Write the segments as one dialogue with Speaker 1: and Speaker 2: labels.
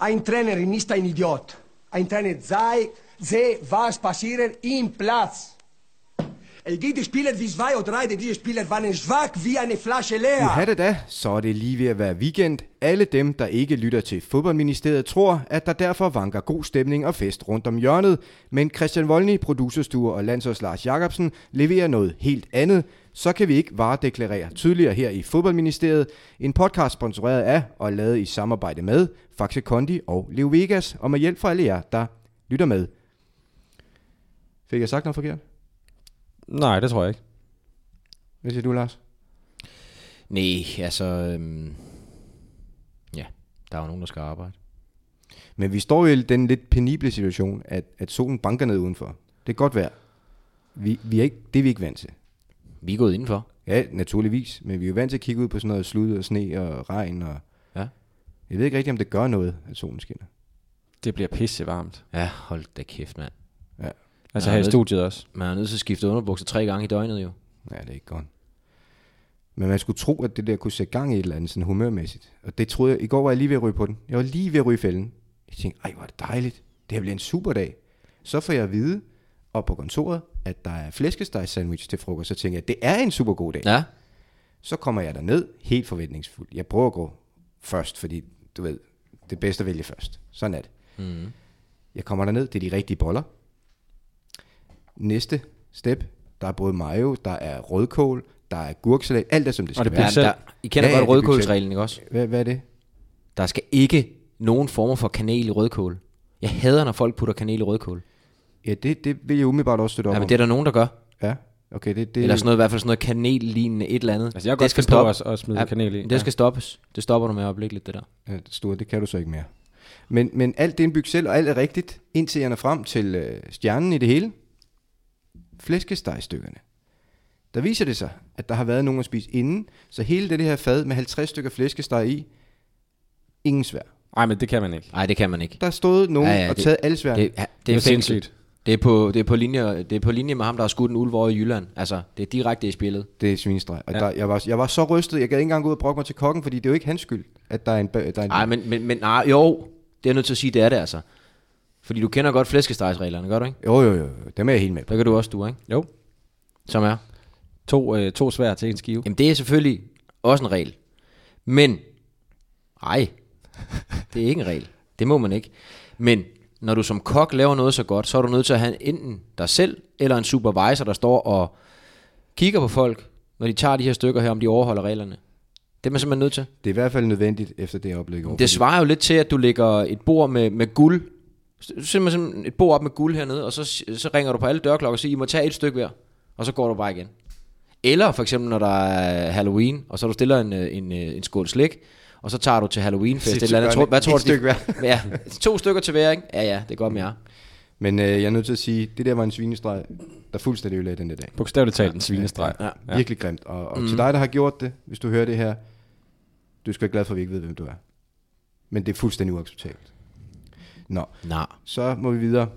Speaker 1: Ein Trainer ist ein Idiot. Ein Trainer sei, sehe, was passiert im Platz. Es gibt Spieler wie zwei oder drei, diese Spieler waren schwach wie eine Flasche leer.
Speaker 2: Uha det da, så er det lige ved at være weekend. Alle dem, der ikke lytter til fodboldministeriet, tror, at der derfor vanker god stemning og fest rundt om hjørnet. Men Christian Volny, producerstuer og landsholds Lars Jacobsen leverer noget helt andet. Så kan vi ikke varedeklarere tydeligere her i fodboldministeriet. En podcast sponsoreret af og lavet i samarbejde med Faxe Kondi og Leo Vegas, og med hjælp fra alle jer, der lytter med. Fik jeg sagt noget forkert?
Speaker 3: Nej, det tror jeg ikke.
Speaker 2: Hvad siger du, Lars?
Speaker 3: Nej, altså... Øhm, ja, der er jo nogen, der skal arbejde.
Speaker 2: Men vi står jo i den lidt penible situation, at, at solen banker ned udenfor. Det er godt vejr. Vi, vi er ikke, det er vi ikke vant til.
Speaker 3: Vi er gået indenfor.
Speaker 2: Ja, naturligvis. Men vi er jo vant til at kigge ud på sådan noget slud og sne og regn. Og
Speaker 3: Ja.
Speaker 2: Jeg ved ikke rigtigt, om det gør noget, at solen skinner.
Speaker 4: Det bliver pisse varmt.
Speaker 3: Ja, hold da kæft, mand.
Speaker 4: Altså
Speaker 3: Ja,
Speaker 4: ja, her i
Speaker 3: ved-
Speaker 4: studiet også.
Speaker 3: Man er nødt til at skifte underbukser tre gange i døgnet, jo.
Speaker 2: Ja, det er ikke godt. Men man skulle tro, at det der kunne sætte gang i et eller andet sådan humørmæssigt. Og det troede jeg. I går var jeg lige ved at ryge på den. Jeg var lige ved at ryge i fælden. Jeg tænkte, ej, hvor er det dejligt. Det her bliver en super dag. Så får jeg at vide op på kontoret, at der er flæskesteg sandwich til frokost. Så tænker jeg, det er en super god dag.
Speaker 3: Ja.
Speaker 2: Så kommer jeg derned, helt forventningsfuld. Jeg prøver at gå først, fordi du ved, det er bedst at vælge først. Sådan er det.
Speaker 3: Mm.
Speaker 2: Jeg kommer derned, det er de rigtige boller. Næste step, der er både mayo, der er rødkål, der er gurksalat, alt det som det skal
Speaker 4: Og det
Speaker 2: være.
Speaker 4: bliver- Selv.
Speaker 3: Der, I kender
Speaker 2: Ja,
Speaker 3: ja,
Speaker 2: ja,
Speaker 3: godt
Speaker 2: det er
Speaker 3: rødkålsreglen, ikke også?
Speaker 2: Hvad, hvad er det?
Speaker 3: Der skal ikke nogen former for kanel i rødkål. Jeg hader, når folk putter kanel i rødkål.
Speaker 2: Ja, det, det vil jeg umiddelbart også støtte op
Speaker 3: Ja, men det er der nogen, der gør.
Speaker 2: om. Ja, okay, det, det
Speaker 3: Eller sådan noget, i hvert fald sådan noget kanellignende et eller andet.
Speaker 4: Altså jeg har
Speaker 3: det
Speaker 4: godt finde på at, at smide ja, kanel i.
Speaker 3: Det skal stoppes. Det stopper du med øjeblikkeligt, det der.
Speaker 2: noget. Stor, Øh, det kan du så ikke mere. Men, men alt det er en byg selv, og alt er rigtigt, indtil jeg når frem til øh, stjernen i det hele. Flæskestegstykkerne. Der viser det sig, at der har været nogen at spise inden, så hele det her fad med 50 stykker flæskesteg i, ingen svær.
Speaker 4: Nej, men det kan man ikke.
Speaker 3: Nej, det kan man ikke.
Speaker 2: Der stod nogen
Speaker 3: Ja,
Speaker 2: ja,
Speaker 3: ja,
Speaker 2: ja, og
Speaker 3: det-
Speaker 2: taget alle sværene.
Speaker 3: Det, ja, det er
Speaker 4: er
Speaker 3: sindssygt.
Speaker 4: sindssygt.
Speaker 3: Det er, på, det, er på linje, det er på linje med ham, der har skudt en ulv over i Jylland. Altså, det er direkte i spillet.
Speaker 2: Det er svinestreg. Og ja. der, jeg, var, jeg var så rystet, jeg gad ikke engang gå ud og brokke mig til kokken, fordi det er jo ikke hans skyld, at der er en... bø- Der er en
Speaker 3: Nej, men, men, men nej, jo, det er jeg nødt til at sige, det er det altså. Fordi du kender godt flæskestegsreglerne, gør du ikke?
Speaker 2: Jo, jo, jo, jo. Dem er jeg helt med på.
Speaker 3: Der kan du også, du, ikke?
Speaker 4: Jo.
Speaker 3: Som er.
Speaker 4: To, øh, to svær til en skive.
Speaker 3: Jamen, det er selvfølgelig også en regel. Men, nej, det er ikke en regel. Det må man ikke. Men, når du som kok laver noget så godt, så er du nødt til at have enten dig selv, eller en supervisor, der står og kigger på folk, når de tager de her stykker her, om de overholder reglerne. Det er man simpelthen nødt til.
Speaker 2: Det er i hvert fald nødvendigt efter det oplæg. over.
Speaker 3: Det svarer jo lidt til, at du lægger et bord med, med guld. S- Simpelthen et bord op med guld hernede, og så, så ringer du på alle dørklokker og siger, I må tage et stykke hver, og så går du bare igen. Eller for eksempel, når der er Halloween, og så du stiller en, øh, en, øh, en skål slik, og så tager du til Halloweenfest. et Eller andet. Tror, hvad tror
Speaker 2: Et
Speaker 3: du,
Speaker 2: stykke
Speaker 3: de,
Speaker 2: hver.
Speaker 3: ja, to stykker til hver, ikke? Ja, ja, det er godt med jer.
Speaker 2: Men øh, jeg er nødt til at sige, det der var en svinestreg, der fuldstændig ødelagde den der dag.
Speaker 4: Bogstaveligt talt en svinestreg.
Speaker 3: Ja.
Speaker 2: Ja. Virkelig grimt. Og, og mm. til dig, der har gjort det, hvis du hører det her, du skal være glad for, at vi ikke ved, hvem du er. Men det er fuldstændig uacceptabelt. Nå,
Speaker 3: Nej.
Speaker 2: så må vi videre.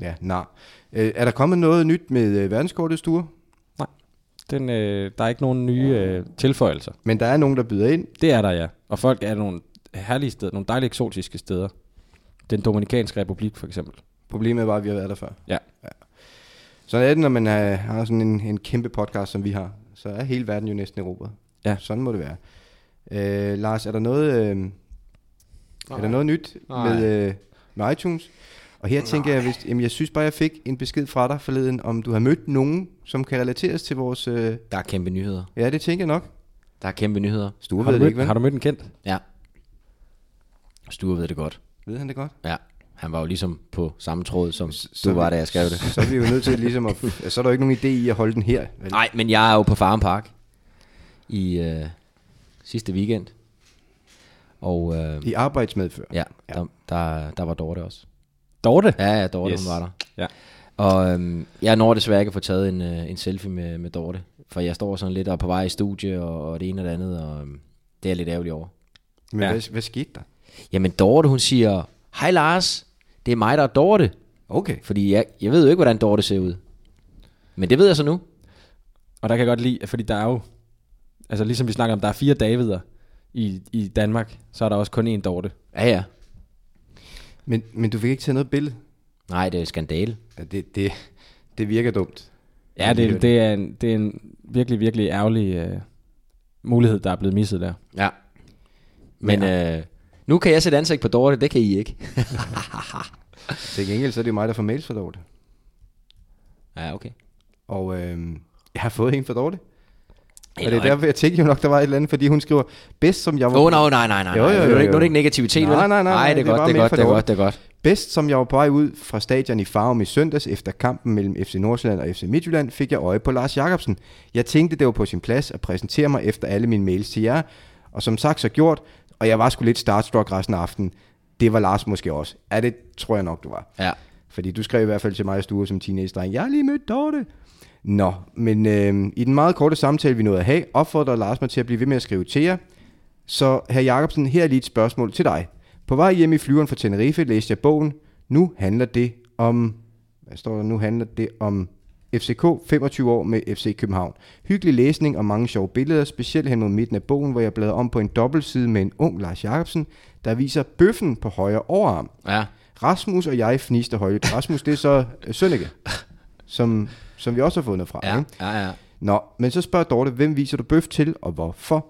Speaker 2: Ja, nej. Øh, er der kommet noget nyt med øh, verdenskortets ture?
Speaker 4: Den, øh, der er ikke nogen nye øh, tilføjelser.
Speaker 2: Men der er nogen, der byder ind.
Speaker 4: Det er der, ja. Og folk er nogle herlige steder, nogle dejlige eksotiske steder. Den Dominikanske Republik, for eksempel.
Speaker 2: Problemet er bare, at vi har været der før.
Speaker 4: Ja.
Speaker 2: Sådan er det, når man har, har sådan en, en kæmpe podcast, som vi har. Så er hele verden jo næsten Europa.
Speaker 4: Ja.
Speaker 2: Sådan må det være. Øh, Lars, er der noget, øh, er der noget nyt
Speaker 3: Nej.
Speaker 2: med, øh, med iTunes? Og her tænker jeg, hvis, jamen jeg synes bare, jeg fik en besked fra dig forleden, om du har mødt nogen, som kan relateres til vores... Øh,
Speaker 3: Der er kæmpe nyheder.
Speaker 2: ja, det tænker jeg nok.
Speaker 3: Der er kæmpe nyheder.
Speaker 2: Sture
Speaker 4: har,
Speaker 2: ved
Speaker 4: du
Speaker 2: det
Speaker 4: mødt,
Speaker 2: ikke, vel?
Speaker 4: har du mødt en kendt?
Speaker 3: Ja. Sture ved det godt.
Speaker 2: Ved han det godt?
Speaker 3: Ja. Han var jo ligesom på samme tråd, som
Speaker 2: så
Speaker 3: du var,
Speaker 2: vi-
Speaker 3: da jeg skrev det.
Speaker 2: Så er vi jo nødt til ligesom at... ja, Så er der jo ikke nogen idé i at holde den her. vel?
Speaker 3: Nej, men jeg er jo på Farm Park i øh, sidste weekend. Og øh,
Speaker 2: I arbejdsmedfør.
Speaker 3: ja, der, der, der var Dorte også.
Speaker 4: Dorte?
Speaker 3: Ja, ja, Dorte, yes.
Speaker 4: Yes.
Speaker 3: hun var der.
Speaker 4: Ja.
Speaker 3: Og øhm, jeg når desværre ikke at få taget en, øh, en selfie med, med Dorte, for jeg står sådan lidt og er på vej i studie og, og det ene og det andet, og øhm, det er jeg lidt ærgerlig over.
Speaker 2: Men
Speaker 4: Ja.
Speaker 2: Hvad, hvad skete der?
Speaker 3: Jamen Dorte, hun siger, hej Lars, det er mig, der er Dorte.
Speaker 2: Okay.
Speaker 3: Fordi jeg, jeg ved jo ikke, hvordan Dorte ser ud. Men det ved jeg så nu.
Speaker 4: Og der kan jeg godt lide, fordi der er jo, altså ligesom vi snakker om, der er fire Davider i, i Danmark, så er der også kun én Dorte.
Speaker 3: Ja, ja.
Speaker 2: Men, men du fik ikke taget noget billede?
Speaker 3: Nej, det er en skandale.
Speaker 2: Ja, det, det, det virker dumt.
Speaker 4: Ja, det, det, er en, det er en virkelig, virkelig ærgerlig øh, mulighed, der er blevet misset der.
Speaker 3: Ja. Men øh, nu kan jeg sætte ansigt på Dorte, det kan I ikke.
Speaker 2: Til gengæld så er det jo mig, der får mails fra Dorte.
Speaker 3: ja, okay.
Speaker 2: Og øhm, jeg har fået en fra Dorte. Og det er
Speaker 3: løgn.
Speaker 2: derfor, jeg tænkte jo nok, der var et eller andet, fordi hun skriver, bedst som jeg var,
Speaker 3: Åh, oh, nej, nej, nej, nej.
Speaker 2: Jo, jo,
Speaker 3: Nu er det
Speaker 2: jo,
Speaker 3: ikke- Nu er
Speaker 2: jo.
Speaker 3: det ikke negativitet,
Speaker 2: Nej,
Speaker 3: vel?
Speaker 2: nej, nej,
Speaker 3: Nej,
Speaker 2: nej,
Speaker 3: det er
Speaker 2: det er
Speaker 3: godt,
Speaker 2: bare
Speaker 3: det er
Speaker 2: mail
Speaker 3: godt,
Speaker 2: fra
Speaker 3: det er
Speaker 2: Dorte.
Speaker 3: godt, det er godt.
Speaker 2: bedst som jeg var på vej ud fra stadion i Farum i søndags efter kampen mellem FC Nordsjælland og FC Midtjylland, fik jeg øje på Lars Jakobsen. Jeg tænkte, det var på sin plads at præsentere mig efter alle mine mails til jer, og som sagt så gjort, og jeg var sgu lidt starstruck resten af aftenen. Det var Lars måske også. Ja, det tror jeg nok, du var.
Speaker 3: Ja.
Speaker 2: Fordi du skrev i hvert fald til mig i stue som teenage-dreng, jeg har lige mødt Dorte. Nå, men øh, i den meget korte samtale, vi nåede at have, opfordrer Lars mig til at blive ved med at skrive til jer. Så, herr Jacobsen, her er lige et spørgsmål til dig. På vej hjem i flyveren fra Tenerife læste jeg bogen, nu handler det om... Hvad står der? Nu handler det om FCK 25 år med FC København. Hyggelig læsning og mange sjove billeder, specielt hen mod midten af bogen, hvor jeg bladrer om på en dobbeltside med en ung Lars Jacobsen, der viser bøffen på højre overarm.
Speaker 3: Ja.
Speaker 2: Rasmus og jeg fniste højt. Rasmus, det er så øh, Sønneke, som, som vi også har fundet fra.
Speaker 3: Ja,
Speaker 2: Ikke?
Speaker 3: ja, ja.
Speaker 2: Nå, men så spørger Dorte, hvem viser du bøf til, og hvorfor?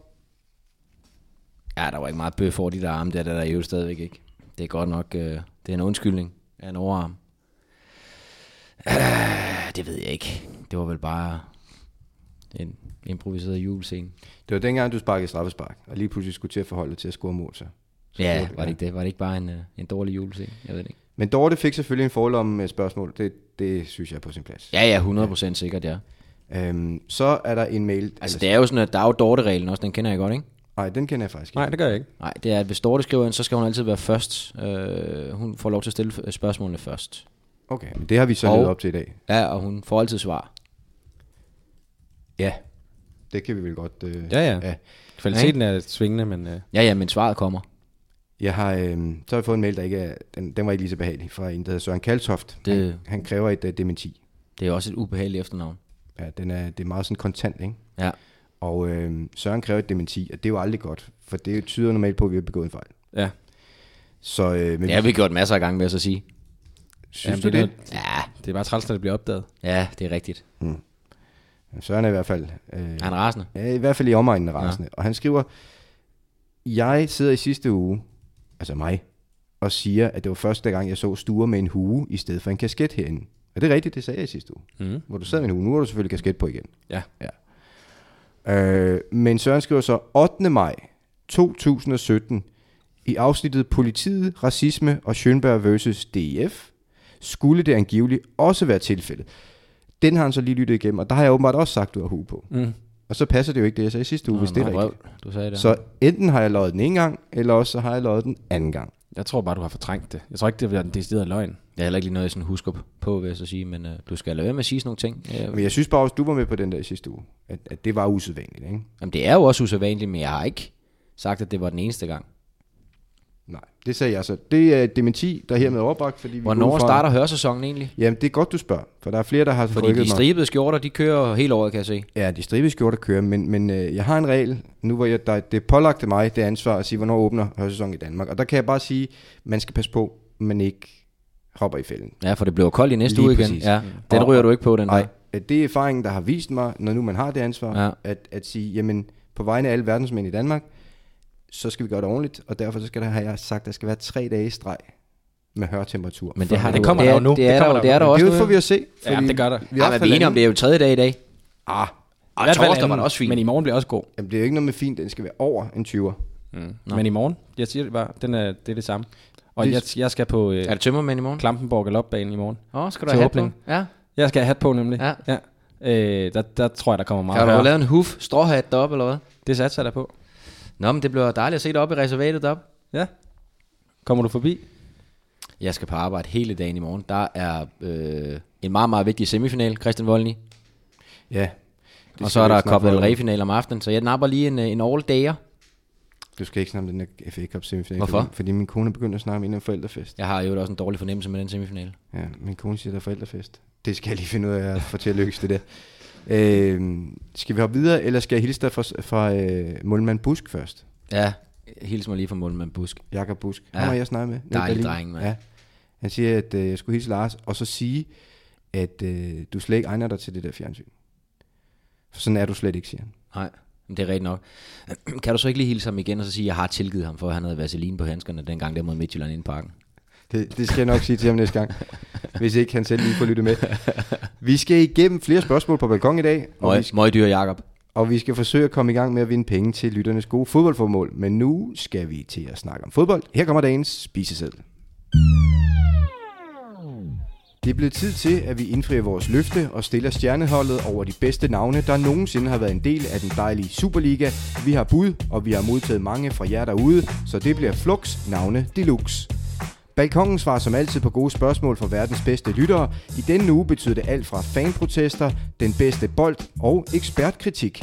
Speaker 3: Ja, der var ikke meget bøf over de der arme, der, der, der er jo stadigvæk ikke. Det er godt nok, øh, det er en undskyldning af en overarm. Øh, det ved jeg ikke. Det var vel bare en improviseret julescene.
Speaker 2: Det var dengang, du sparkede straffespark, og lige pludselig skulle til at forholde dig til at score mål. Så.
Speaker 3: Ja, var det ikke det? Var det ikke bare en, øh, en dårlig julescene? Jeg ved det ikke.
Speaker 2: Men Dorte fik selvfølgelig en forlomme med spørgsmål. Det, det synes jeg er på sin plads.
Speaker 3: Ja, ja, 100% sikkert, ja.
Speaker 2: Øhm, så er der en mail.
Speaker 3: Altså, det er jo sådan, at der er jo Dorte-reglen også, den kender jeg godt, ikke?
Speaker 2: Nej, den kender jeg faktisk ikke.
Speaker 4: Nej, det gør jeg ikke.
Speaker 3: Nej, det er, at hvis Dorte skriver ind, så skal hun altid være først. Øh, hun får lov til at stille øh, spørgsmålene først.
Speaker 2: Okay, men det har vi så
Speaker 3: Og-
Speaker 2: levet op til i dag.
Speaker 3: Ja, og hun får altid svar.
Speaker 2: Ja. Det kan vi vel godt... Øh,
Speaker 4: Ja, ja.
Speaker 2: ja.
Speaker 4: Kvaliteten er svingende, men øh,
Speaker 3: Ja, ja, men svaret kommer.
Speaker 2: Jeg har, øh, så har jeg fået en mail, der ikke er, den, den var ikke lige så behagelig, fra en, der hedder Søren Kaltoft.
Speaker 3: Det-
Speaker 2: Han, han kræver et uh, dementi.
Speaker 3: Det er også et ubehageligt efternavn.
Speaker 2: Ja, den er, det er meget sådan kontant, ikke?
Speaker 3: Ja.
Speaker 2: Og øh, Søren kræver et dementi, og det er jo aldrig godt, for det tyder normalt på, at vi har begået en fejl.
Speaker 4: ja.
Speaker 2: Så, øh, men
Speaker 3: Det har vi gjort masser af gange med at så sige.
Speaker 2: synes
Speaker 4: Jamen,
Speaker 2: du det?
Speaker 4: lyder-
Speaker 3: Ja,
Speaker 4: Det er bare træls, når det bliver opdaget.
Speaker 3: ja, det er rigtigt.
Speaker 2: Mm. Søren er i hvert fald... Øh,
Speaker 3: Er han rasende?
Speaker 2: Ja, I hvert fald i omegnen af rasende. Ja. Og han skriver, jeg sidder i sidste uge, altså mig, og siger, at det var første gang, jeg så stuer med en hue i stedet for en kasket herinde. Er det rigtigt, det sagde jeg i sidste uge? Mm. Hvor du sad med en hue. Nu har du selvfølgelig kasket på igen.
Speaker 4: Ja.
Speaker 2: Øh, men Søren skriver så 8. maj 2017 i afsnittet Politiet, Racisme og Schønberg vs. DF skulle det angiveligt også være tilfældet. Den har han så lige lyttet igennem, og der har jeg åbenbart også sagt, du har hue på.
Speaker 4: Mm.
Speaker 2: Og så passer det jo ikke det, jeg sagde i sidste uge, Nå, hvis det er
Speaker 3: Nå,
Speaker 2: rigtigt.
Speaker 3: vrøvl, Du sagde det.
Speaker 2: Så enten har jeg løjet den ene gang, eller også så har jeg løjet den anden gang.
Speaker 4: Jeg tror bare, du har fortrængt det. Jeg tror ikke, det bliver en decideret løgn.
Speaker 3: Det er heller ikke lige noget, jeg sådan husker på, vil jeg så sige, men øh, du skal lade være med at sige sådan nogle ting. Øh,
Speaker 2: Men jeg synes bare også, du var med på den der i sidste uge, at, at det var usædvanligt, ikke?
Speaker 3: jamen, det er jo også usædvanligt, men jeg har ikke sagt, at det var den eneste gang.
Speaker 2: Nej, det sagde jeg så. Det er et dementi, der er hermed overbragt, fordi vi går
Speaker 3: Hvornår
Speaker 2: ud fra-
Speaker 3: starter hørsæsonen egentlig?
Speaker 2: Jamen, det er godt, du spørger, for der er flere, der har
Speaker 3: Fordi
Speaker 2: rykket
Speaker 3: de
Speaker 2: mig.
Speaker 3: stribede skjorter, de kører hele året, kan jeg se.
Speaker 2: Ja, de stribeskjorter kører, men, men øh, jeg har en regel, nu hvor jeg, der, det pålagte mig det ansvar at sige, hvornår åbner hørsæsonen i Danmark. Og der kan jeg bare sige, man skal passe på, man ikke hopper i fælden.
Speaker 3: Ja, for det bliver koldt i næste
Speaker 2: Lige
Speaker 3: uge igen.
Speaker 2: præcis. Mm.
Speaker 3: Ja, den
Speaker 2: Og-
Speaker 3: ryger du ikke på, den
Speaker 2: Nej,
Speaker 3: der.
Speaker 2: at det er erfaringen, der har vist mig, når nu man har det ansvar,
Speaker 3: Ja.
Speaker 2: ja. at, at sige, jamen på vegne af alle verdensmænd i Danmark, så skal vi gøre det ordentligt, og derfor så skal der have jeg sagt, der skal være tre dage i streg med hørtemperatur.
Speaker 3: Men det har
Speaker 4: Det
Speaker 3: du-
Speaker 4: kommer
Speaker 3: det
Speaker 4: der
Speaker 3: er-
Speaker 4: jo nu.
Speaker 3: Det
Speaker 4: Det
Speaker 3: er der
Speaker 4: kommer
Speaker 3: jo-
Speaker 4: der
Speaker 3: det er
Speaker 4: jo.
Speaker 3: der
Speaker 2: Men
Speaker 3: også
Speaker 2: det er jo
Speaker 3: nu.
Speaker 2: for vi at se.
Speaker 4: Ja, det gør der.
Speaker 2: Vi
Speaker 4: I
Speaker 2: er
Speaker 3: Ja, men vi er enige om, det er jo tredje dag i dag.
Speaker 2: Ah,
Speaker 3: Og
Speaker 4: hvert fald
Speaker 3: torsdag var
Speaker 4: anden,
Speaker 3: det også fint.
Speaker 4: Men i morgen bliver også god.
Speaker 2: jamen, det er jo ikke noget med fint, den skal være over en 20'er.
Speaker 4: Nå. Men i morgen, jeg siger det bare, den er, det er det samme. Og
Speaker 2: Det-
Speaker 4: det... jeg, jeg skal på øh,
Speaker 3: Er det tømmermænd i morgen?
Speaker 4: Klampenborg Galopbanen i morgen.
Speaker 3: Åh, oh, skal du
Speaker 4: Til
Speaker 3: have hat på?
Speaker 4: åbning.
Speaker 3: Ja.
Speaker 4: Jeg skal have hat på nemlig.
Speaker 3: Ja.
Speaker 4: ja. Øh, der, der tror jeg, der kommer meget
Speaker 3: Kan du have
Speaker 4: hør.
Speaker 3: lavet en huf, stråhat deroppe eller hvad?
Speaker 4: Det satser jeg der på.
Speaker 3: Nå, men det bliver dejligt at se dig oppe i reservatet deroppe.
Speaker 4: Ja. Kommer du forbi?
Speaker 3: Jeg skal på arbejde hele dagen i morgen. Der er øh, en meget, meget vigtig semifinal, Christian Voldny.
Speaker 2: Ja. Det
Speaker 3: Og
Speaker 2: skal
Speaker 3: så er
Speaker 2: vi
Speaker 3: der
Speaker 2: ikke snakke
Speaker 3: Copa del
Speaker 2: om.
Speaker 3: Rey final om aftenen, så jeg napper lige en, øh, en all dayer.
Speaker 2: Du skal ikke snakke om den der FA Cup semifinal.
Speaker 3: Hvorfor?
Speaker 2: Fordi, fordi min kone begynder at snakke om en af forældrefest.
Speaker 3: Jeg har jo også en dårlig fornemmelse med den semifinal.
Speaker 2: Ja, min kone siger, der er forældrefest. Det skal jeg lige finde ud af at få til at lykkes, det Øhm, der. Øh, skal vi hoppe videre, eller skal jeg hilse dig fra, fra øh, Målmand Busk først?
Speaker 3: Ja, hils mig lige fra målmand Busk.
Speaker 2: Jakob Busk. Ja.
Speaker 3: Ja.
Speaker 2: Ham har jeg snakket med. nede i
Speaker 3: Dejlig
Speaker 2: Berlin.
Speaker 3: dreng, mand.
Speaker 2: Ja. Han siger, at øh, jeg skulle hilse Lars, og så sige, at øh, du slet ikke egner dig til det der fjernsyn. For sådan er du slet ikke, siger han.
Speaker 3: Nej, men det er rigtigt nok. Kan du så ikke lige hilse ham igen og så sige, at jeg har tilgivet ham for, at han havde vaseline på handskerne dengang der mod Midtjylland inde i parken?
Speaker 2: Det, det skal jeg nok sige til ham næste gang, hvis ikke han selv lige får lyttet med. Vi skal igennem flere spørgsmål på balkon i dag, og,
Speaker 3: Møg,
Speaker 2: vi,
Speaker 3: møgdyr Jakob.
Speaker 2: og vi skal forsøge at komme i gang med at vinde penge til lytternes gode fodboldformål. Men nu skal vi til at snakke om fodbold. Her kommer dagens spiseseddel. Det er blevet tid til, at vi indfrier vores løfte og stiller stjerneholdet over de bedste navne, der nogensinde har været en del af den dejlige Superliga. Vi har bud, og vi har modtaget mange fra jer derude, så det bliver Flux navne deluxe. Balkongen svarer som altid på gode spørgsmål fra verdens bedste lyttere. I denne uge betyder det alt fra fanprotester, den bedste bold og ekspertkritik.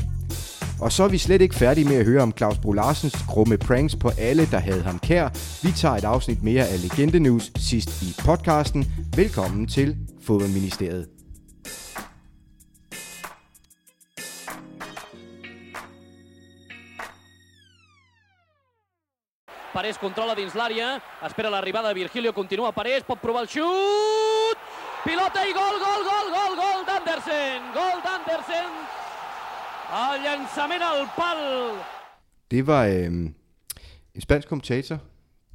Speaker 2: Og så er vi slet ikke færdige med at høre om Claus Bro Larsens grumme pranks på alle, der havde ham kær. Vi tager et afsnit mere af Legende News sidst i podcasten. Velkommen til Fodboldministeriet.
Speaker 5: Parés controla dins l'àrea, espera l'arribada de Virgilio, continua Parés, pot provar el xut! Pilota i gol, gol, gol, gol, gol d'Andersen! Gol d'Andersen! El llançament al pal!
Speaker 2: Det var øh, en spansk kommentator,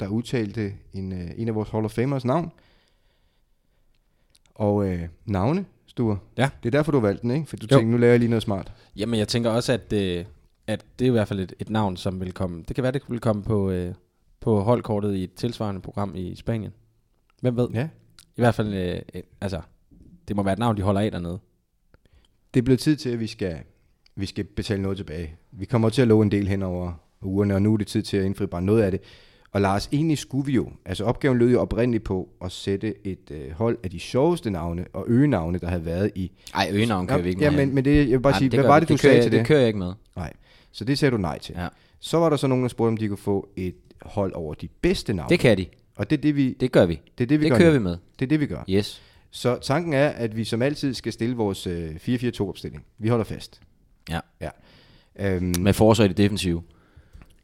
Speaker 2: der udtalte en, øh, en af vores Hall of Famers navn. Og øh, navne, Sture.
Speaker 4: Ja.
Speaker 2: Det er derfor, du valgte den, ikke? For du
Speaker 4: Jo.
Speaker 2: tænkte, nu laver jeg lige noget smart.
Speaker 4: Jamen, jeg tænker også, at, øh, at det er i hvert fald et, et navn, som vil komme. Det kan være, det vil komme på, øh, på holdkortet i et tilsvarende program i Spanien. Hvem ved?
Speaker 2: Ja.
Speaker 4: I hvert fald, øh, øh, altså, det må være et navn, de holder af dernede.
Speaker 2: Det er blevet tid til, at vi skal, vi skal betale noget tilbage. Vi kommer til at love en del hen over ugerne, og nu er det tid til at indfri bare noget af det. Og Lars, egentlig skulle vi jo, altså opgaven lød jo oprindeligt på at sætte et øh, hold af de sjoveste navne og øgenavne, der havde været i...
Speaker 3: Ej, øgenavn kører vi ikke
Speaker 2: ja,
Speaker 3: med.
Speaker 2: men, men det, jeg vil bare
Speaker 3: Ej,
Speaker 2: sige,
Speaker 3: men
Speaker 2: hvad
Speaker 3: gør
Speaker 2: var
Speaker 3: vi.
Speaker 2: det, du sagde
Speaker 3: kører,
Speaker 2: til det?
Speaker 3: det? Det kører jeg ikke med.
Speaker 2: Nej, så det sagde du nej til.
Speaker 3: Ja.
Speaker 2: Så var der så nogen, der spurgte, om de kunne få et hold over de bedste navne.
Speaker 3: Det kan de.
Speaker 2: Og det er det, vi,
Speaker 3: Det gør vi.
Speaker 2: det, er det, vi
Speaker 3: det
Speaker 2: gør
Speaker 3: kører
Speaker 2: nu.
Speaker 3: vi med.
Speaker 2: Det er det, vi gør.
Speaker 3: Yes.
Speaker 2: Så tanken er, at vi som altid skal stille vores øh, 4-4-2-opstilling. Vi holder fast.
Speaker 3: Ja.
Speaker 2: Ja. Øhm,
Speaker 3: Med forsøg i det defensive.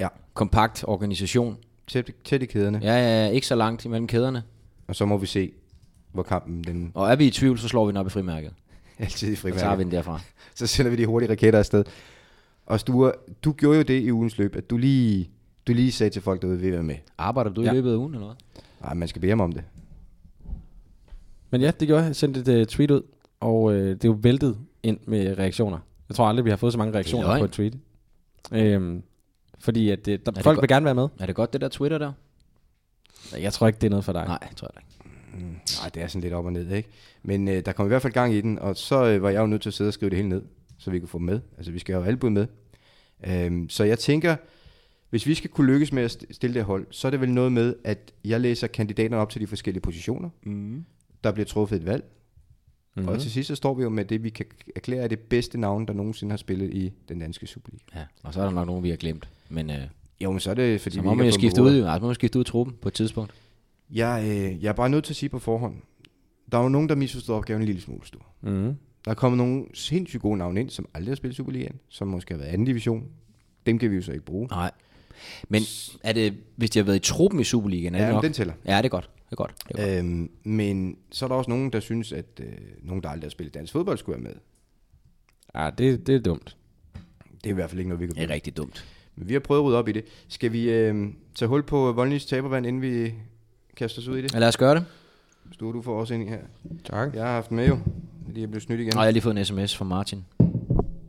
Speaker 2: Ja.
Speaker 3: Kompakt organisation.
Speaker 2: tæt, tæt i kæderne, ja.
Speaker 3: Ja, ja, ja, ikke så langt imellem kæderne.
Speaker 2: og så må vi se, hvor kampen den
Speaker 3: Og er vi i tvivl, så slår vi den op i frimærket.
Speaker 2: altid i
Speaker 3: Så tager vi
Speaker 2: frimærket.
Speaker 3: den derfra.
Speaker 2: Så sender vi de hurtige raketter afsted. Og Sture, du gjorde jo det i ugens løb, at du lige, du lige sagde til folk, derude, vil I være med.
Speaker 3: Arbejder du
Speaker 4: Ja.
Speaker 3: i løbet af ugen eller hvad?
Speaker 2: Nej, man skal bede ham om det.
Speaker 4: Men ja, det gjorde jeg. Jeg sendte et øh, tweet ud, og øh, det er jo væltet ind med reaktioner. Jeg tror aldrig, vi har fået så mange reaktioner
Speaker 3: løgn.
Speaker 4: på et tweet. Øhm, fordi at, øh, der,
Speaker 3: det
Speaker 4: folk
Speaker 3: godt?
Speaker 4: vil gerne være med.
Speaker 3: Er det godt, det der Twitter der?
Speaker 4: Jeg tror ikke, det er noget for dig.
Speaker 3: Nej, tror jeg da ikke.
Speaker 2: Nej, det er sådan lidt op og ned, ikke? Men øh, der kom i hvert fald gang i den, og så øh, var jeg jo nødt til at sidde og skrive det hele ned, så vi kunne få dem med. Altså, vi skal jo have alle bud med. Øhm, så jeg tænker, hvis vi skal kunne lykkes med at st- stille det hold, så er det vel noget med, at jeg læser kandidaterne op til de forskellige positioner. Mm. Der bliver truffet et valg. Mm-hmm. Og til sidst så står vi jo med det, vi kan erklære er det bedste navn, der nogensinde har spillet i den danske Superliga.
Speaker 3: Ja, og så er der nok nogen, vi har glemt. Men øh,
Speaker 2: Jo, men så er det, fordi
Speaker 3: så
Speaker 2: vi
Speaker 3: må
Speaker 2: ikke har
Speaker 3: man jo
Speaker 2: fået
Speaker 3: skifte
Speaker 2: dem på
Speaker 3: ud,
Speaker 2: bordet.
Speaker 3: altså, må man skifte ud i truppen på et tidspunkt.
Speaker 2: Jeg, øh, jeg er bare nødt til at sige på forhånd, der er jo nogen, der misforstår opgaven en lille smule stor.
Speaker 3: Mhm.
Speaker 4: Mm.
Speaker 2: Der er kommet nogle sindssygt gode navne ind, som aldrig har spillet Superligaen, som måske har været anden division. Dem kan vi jo så ikke bruge.
Speaker 3: Nej. Men er det, hvis de har været i truppen i Superligaen, er
Speaker 2: Ja,
Speaker 3: det
Speaker 2: men
Speaker 3: nok?
Speaker 2: den tæller.
Speaker 3: Ja, det er godt. Det er godt. Det er godt.
Speaker 2: Øhm, men så er der også nogen, der synes, at øh, nogen, der aldrig har spillet dansk fodbold, skulle være med.
Speaker 4: Ja, det, det er dumt.
Speaker 2: Det er i hvert fald ikke noget, vi kan
Speaker 3: det er
Speaker 2: bruge.
Speaker 3: rigtig dumt.
Speaker 2: Men vi har prøvet at rydde op i det. Skal vi øh, tage hul på Voldnys tabervand, inden vi kaster os ud i det?
Speaker 3: Ja, lad os gøre det.
Speaker 2: Sture, du får også ind i her.
Speaker 4: Tak.
Speaker 2: Jeg har haft den med jo, fordi jeg blev snydt igen.
Speaker 3: Og jeg har lige fået en sms fra Martin.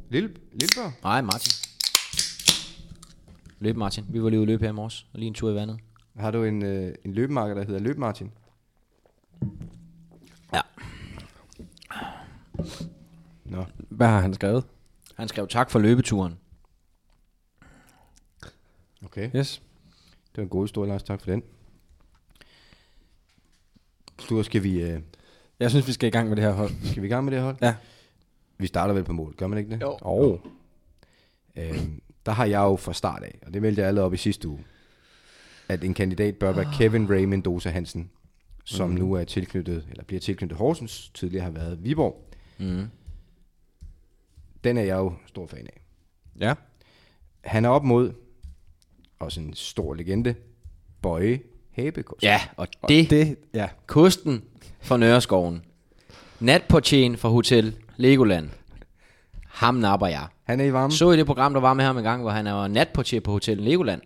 Speaker 2: Lille, Lilleborg?
Speaker 3: Nej, Martin. Løb, Martin. Vi var lige ude at løbe her i morges. Og lige en tur i vandet.
Speaker 2: Har du en, øh, en løbemarker, der hedder Løb Martin?
Speaker 3: Ja.
Speaker 2: Nå.
Speaker 4: Hvad har han skrevet?
Speaker 3: Han skrev tak for løbeturen.
Speaker 2: Okay.
Speaker 4: Yes.
Speaker 2: Det var en god historie, Lars. Tak for den. Sture, skal vi, øh,
Speaker 4: Jeg synes, vi skal i gang med det her hold.
Speaker 2: skal vi i gang med det her hold?
Speaker 4: Ja.
Speaker 2: Vi starter vel på mål, gør man ikke det? Jo.
Speaker 4: Oh.
Speaker 2: Øhm, der har jeg jo fra start af, og det meldte jeg allerede op i sidste uge, at en kandidat bør være Kevin Ray Mendoza Hansen, som mm. nu er tilknyttet, eller bliver tilknyttet Horsens, tidligere har været Viborg.
Speaker 3: Mm.
Speaker 2: Den er jeg jo stor fan af.
Speaker 4: Ja.
Speaker 2: Han er op mod også en stor legende, Bøje Hæbekos.
Speaker 3: Ja, og det, det.
Speaker 4: Det, ja.
Speaker 3: kusten fra Nørreskoven. Natportjen fra Hotel Legoland. Ham napper jeg.
Speaker 2: Han er i varmen.
Speaker 3: Så i det program, der var med ham en gang, hvor han var natportier på Hotel Legoland.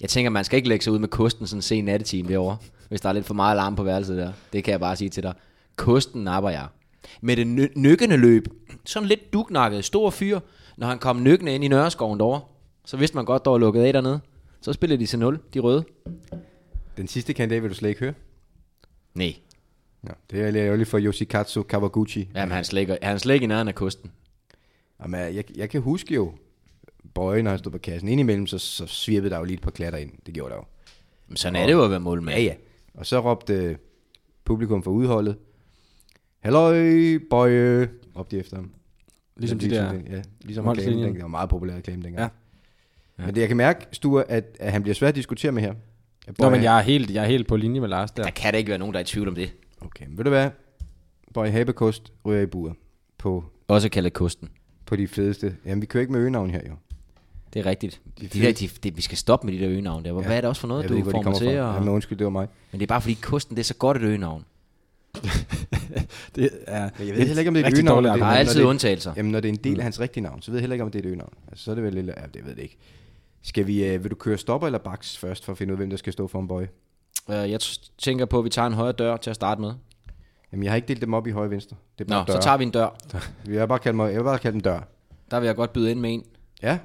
Speaker 3: Jeg tænker, man skal ikke lægge sig ud med kosten sådan en sen nattetime derovre, hvis der er lidt for meget alarm på værelset der. Det kan jeg bare sige til dig. Kosten napper jeg. Med det nø- nykkende løb, sådan lidt duknakket, stor fyr, når han kom nykkende ind i Nørreskoven derovre, så vidste man godt, der var lukket af dernede. Så spillede de til 0, de røde.
Speaker 2: Den sidste kandidat vil du slet ikke høre.
Speaker 3: Nej,
Speaker 2: Nå, det er lidt ærgerligt for Yoshikatsu Kawaguchi.
Speaker 3: jamen, han slækker, han slækker i nærheden af kosten.
Speaker 2: Jamen, jeg, jeg kan huske jo, Bøje, når han stod på kassen, indimellem, så, så svirpede der jo lige et par klatter ind. Det gjorde der jo.
Speaker 3: Men sådan er det jo at være målmand.
Speaker 2: Ja, ja. Og så råbte øh, publikum for udholdet, Halløj, Bøje, råbte de efter ham.
Speaker 4: Ligesom
Speaker 2: Ja,
Speaker 4: de der
Speaker 2: den- ja, ligesom reklamen,
Speaker 4: Molslinjen.
Speaker 2: dengang. det var meget populær reklame dengang.
Speaker 4: Ja.
Speaker 2: Ja. Men det, jeg kan mærke, Sture, at, at han bliver svær at diskutere med her. At
Speaker 4: Nå,
Speaker 2: Bøje-
Speaker 4: men jeg er, helt, jeg er helt på linje med Lars der.
Speaker 3: Der kan da ikke være nogen, der er i tvivl om det.
Speaker 2: Okay, men ved du hvad? Bøje Habekost ryger i buret på,
Speaker 3: Også kaldet kosten.
Speaker 2: på de fedeste. Jamen, vi kører ikke med øgenavn her jo.
Speaker 3: Det er rigtigt. De
Speaker 2: fede-
Speaker 3: de der, de, de, vi skal stoppe med de der øgenavn der. Hvor- Hvad er det også for noget,
Speaker 2: jeg
Speaker 3: du
Speaker 2: ved ikke, hvor de kommer
Speaker 3: formaterer?
Speaker 2: fra. Jamen, undskyld, det var mig.
Speaker 3: Men det er bare fordi kosten, det er så godt et øgenavn.
Speaker 4: Det er
Speaker 2: Jeg ved heller ikke, om det er et
Speaker 4: rigtig
Speaker 2: øgenavn.
Speaker 4: dårligt
Speaker 2: når det-
Speaker 3: Der er
Speaker 2: når
Speaker 3: altid
Speaker 2: det-
Speaker 3: undtagelser.
Speaker 2: Jamen, når det er en del af hans rigtige navn, så ved jeg heller ikke, om det er et øgenavn. Altså, så er det vel lidt... Ja, det ved jeg ikke. Skal vi, øh, vil du køre stopper eller baks først, for at finde ud af, hvem der skal stå for en bøje?
Speaker 3: Øh, Jeg t- tænker på, at vi tager en højre dør til at starte med.
Speaker 2: Jamen, jeg har ikke delt dem op i højre og venstre. Det er bare
Speaker 3: Nå,
Speaker 2: døre.
Speaker 3: så tager vi en dør.
Speaker 2: vi... Jeg har bare kaldt, mig, jeg har bare kaldt dem dør.
Speaker 3: Der vil jeg godt byde ind med en.
Speaker 2: Ja,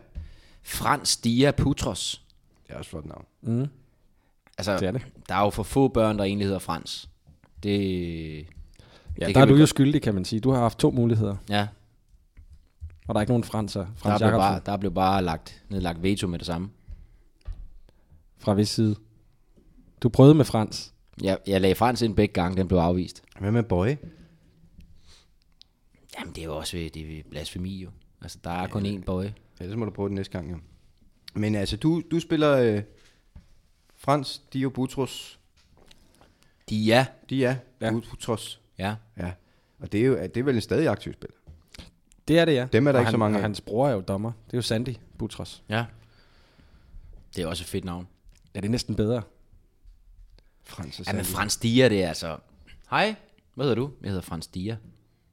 Speaker 3: Frans Dia Putros.
Speaker 2: det er også flot navn.
Speaker 3: Altså,
Speaker 4: Det er det.
Speaker 3: der er jo for få børn, der egentlig hedder Frans. Det,
Speaker 4: Ja,
Speaker 3: det
Speaker 4: der
Speaker 3: kan
Speaker 4: er
Speaker 3: vi
Speaker 4: du jo
Speaker 3: godt-
Speaker 4: skyldig, kan man sige. Du har haft to muligheder,
Speaker 3: Ja,
Speaker 4: og der er ikke nogen franser.
Speaker 3: der
Speaker 4: Frans
Speaker 3: blev, bare,
Speaker 4: Jacobsen
Speaker 3: der blev bare lagt, nedlagt veto med det samme.
Speaker 4: fra hvis side. Du prøvede med Frans.
Speaker 3: Jeg, jeg lagde Frans ind begge gange, den blev afvist.
Speaker 2: Hvad med bøje?
Speaker 3: Jamen, det er jo også ved, det er ved blasfemi jo. Altså, der er kun én bøje.
Speaker 2: Ellers må du prøve den næste gang, jo. Men altså, du, du spiller øh, Frans Dio Butros.
Speaker 3: Dia.
Speaker 2: De er ja.
Speaker 4: Ja.
Speaker 2: Butros.
Speaker 3: Ja.
Speaker 2: Ja. Og det er jo det er vel en stadig aktiv spiller.
Speaker 4: Det er det, ja.
Speaker 2: Dem er der
Speaker 4: og
Speaker 2: ikke
Speaker 4: han,
Speaker 2: så mange
Speaker 4: og
Speaker 2: af.
Speaker 4: hans bror er jo dommer. Det er jo Sandy Butros.
Speaker 3: Ja. Det er også et fedt navn.
Speaker 4: Ja, det er næsten bedre.
Speaker 2: Frans og
Speaker 3: Ja, men
Speaker 2: Sandy.
Speaker 3: Frans Dia, det er altså... Hej, hvad hedder du? Jeg hedder Frans Dia.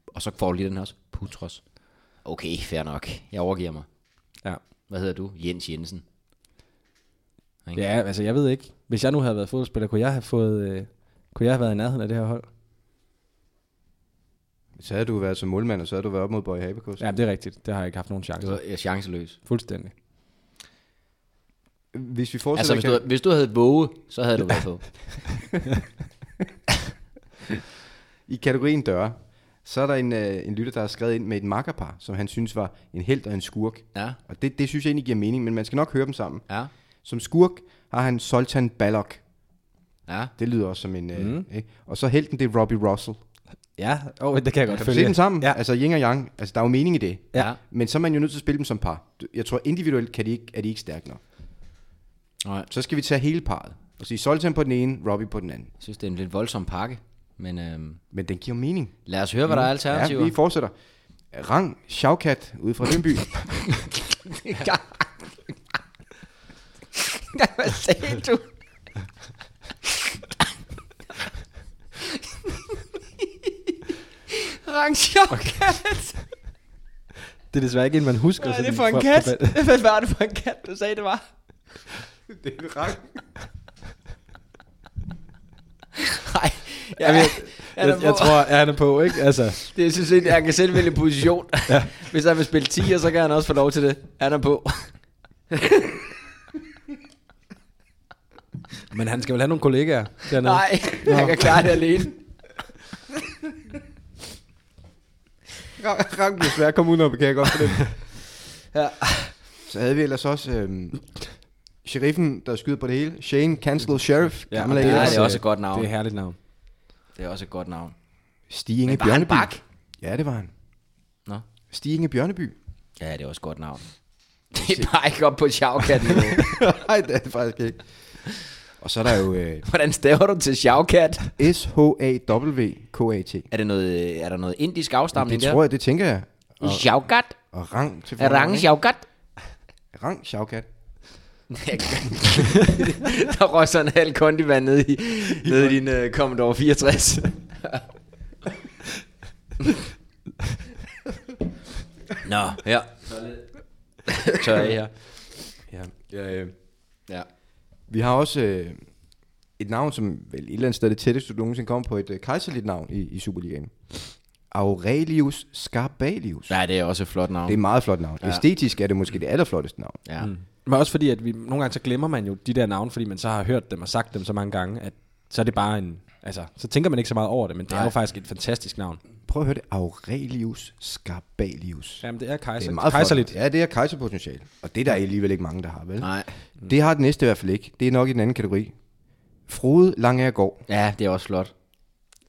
Speaker 3: Og så får du lige den her også. Putros. Okay, fair nok. Jeg overgiver mig.
Speaker 4: Ja.
Speaker 3: Hvad hedder du? Jens Jensen.
Speaker 4: ja, altså jeg ved ikke. Hvis jeg nu havde været fodboldspiller, kunne jeg have fået... Øh, kunne jeg have været i nærheden af det her hold?
Speaker 2: Så havde du været som målmand, og så havde du været op mod Bøje Habekost.
Speaker 4: Ja, det er rigtigt. Det har jeg ikke haft nogen
Speaker 3: Det
Speaker 4: chance.
Speaker 3: var jeg er chanceløs.
Speaker 4: Fuldstændig.
Speaker 2: Hvis vi fortsætter...
Speaker 3: Altså, hvis du,
Speaker 2: kan-
Speaker 3: havde- hvis du havde våge, så havde du været på.
Speaker 2: I kategorien døre, så er der en, øh, en lytter, der har skrevet ind med et makkerpar, som han synes var en held og en skurk.
Speaker 3: Ja.
Speaker 2: Og det, det synes jeg egentlig giver mening, men man skal nok høre dem sammen.
Speaker 3: Ja.
Speaker 2: Som skurk har han Soltan Balok.
Speaker 3: Ja.
Speaker 2: Det lyder også som en... Øh, mm. ikke? Og så helten, det er Robbie Russell.
Speaker 4: Ja, oh, det kan jeg godt
Speaker 2: Kan du
Speaker 4: følge.
Speaker 2: se dem sammen?
Speaker 4: Ja.
Speaker 2: Ja. Altså yin og yang. Altså, der er jo mening i det.
Speaker 3: Ja.
Speaker 2: Men så er man jo nødt til at spille dem som par. Jeg tror individuelt kan de ikke, er de ikke stærke nok.
Speaker 3: Nej,
Speaker 2: Så skal vi tage hele parret. Og sige Soltan på den ene, Robbie på den anden.
Speaker 3: jeg synes, det er en lidt voldsom pakke. Men øhm,
Speaker 2: Men den giver jo mening.
Speaker 3: lad os høre, hvad der er alternativer.
Speaker 2: Ja, vi fortsætter. Rang Shaukat ude fra Lyngby.
Speaker 3: Hvad sagde du? Rangierkat.
Speaker 4: Det er desværre ikke en, man husker.
Speaker 3: Hvad er
Speaker 4: sådan
Speaker 3: det for en
Speaker 4: fra-
Speaker 3: kat?
Speaker 4: fra-
Speaker 3: Hvad var det for en kat, du sagde, det var?
Speaker 2: det er Rang.
Speaker 3: Nej, jeg,
Speaker 4: Jamen,
Speaker 3: jeg,
Speaker 4: jeg, jeg, jeg, jeg tror, at han er på, ikke? Altså,
Speaker 3: det, jeg synes egentlig, han kan selv vælge position. ja. Hvis han vil spille 10, så kan han også få lov til det. Han er på.
Speaker 4: men han skal vel have nogle kollegaer dernede.
Speaker 3: Nej, han kan klare det alene.
Speaker 2: Rang bliver svær at komme udenom, kan jeg godt for det.
Speaker 3: Ja.
Speaker 2: Så havde vi ellers også øhm, sheriffen, der skyder på det hele. Shane Cancel Sheriff.
Speaker 4: Ja,
Speaker 2: gammel
Speaker 4: og
Speaker 2: af
Speaker 4: det er
Speaker 2: Elvers.
Speaker 3: det også et godt navn.
Speaker 4: Det er et herligt navn.
Speaker 3: Det er også et godt navn.
Speaker 2: Stig Inge
Speaker 3: Men var han
Speaker 2: Bjørneby.
Speaker 3: bak?
Speaker 2: Ja, det var han.
Speaker 3: Nå.
Speaker 2: Stig Inge Bjørneby.
Speaker 3: Ja, det er også et godt navn. Det er bare ikke op på sjavkat-niveau.
Speaker 2: Nej, det er det faktisk ikke. Og så er der jo øh,
Speaker 3: Hvordan staver du til sjavkat?
Speaker 2: S-H-A-W-K-A-T.
Speaker 3: Er, det noget, er der noget indisk
Speaker 2: Det
Speaker 3: afstamning der?
Speaker 2: tror jeg, det tænker jeg.
Speaker 3: Sjavkat?
Speaker 2: Og rang til
Speaker 3: Rang
Speaker 2: fornavn, ikke?
Speaker 3: sjavkat?
Speaker 2: Rang Shaukat.
Speaker 3: der røg sådan en halv kondivand ned i, ned i din uh, Commodore 64. Nå, her. Tør jeg her.
Speaker 2: Ja. Ja, øh.
Speaker 3: Ja.
Speaker 2: Vi har også øh, et navn, som vel et eller andet sted er det tætteste, du nogensinde kom på et øh, kejserligt navn i, i Superligaen. Aurelius Scarbalius. Ja.
Speaker 3: Nej, det er også et flot navn.
Speaker 2: Det er et meget flot navn. Ja. Æstetisk er det måske det allerflotteste navn.
Speaker 3: ja. Mm.
Speaker 4: Men også fordi, at vi, nogle gange så glemmer man jo de der navne, fordi man så har hørt dem og sagt dem så mange gange, at så er det bare en... Altså, så tænker man ikke så meget over det, men det er jo faktisk et fantastisk navn.
Speaker 2: Prøv at høre det. Aurelius Scarbalius.
Speaker 4: Jamen, det er kejser,
Speaker 2: Det er meget
Speaker 4: Altså, kejserligt.
Speaker 2: Flot. Ja, det er kejserpotentiale. Og det er der alligevel ikke mange, der har, vel?
Speaker 3: Nej.
Speaker 2: Det har den næste i hvert fald ikke. Det er nok i den anden kategori. Frode Langergaard.
Speaker 3: Ja, det er også flot.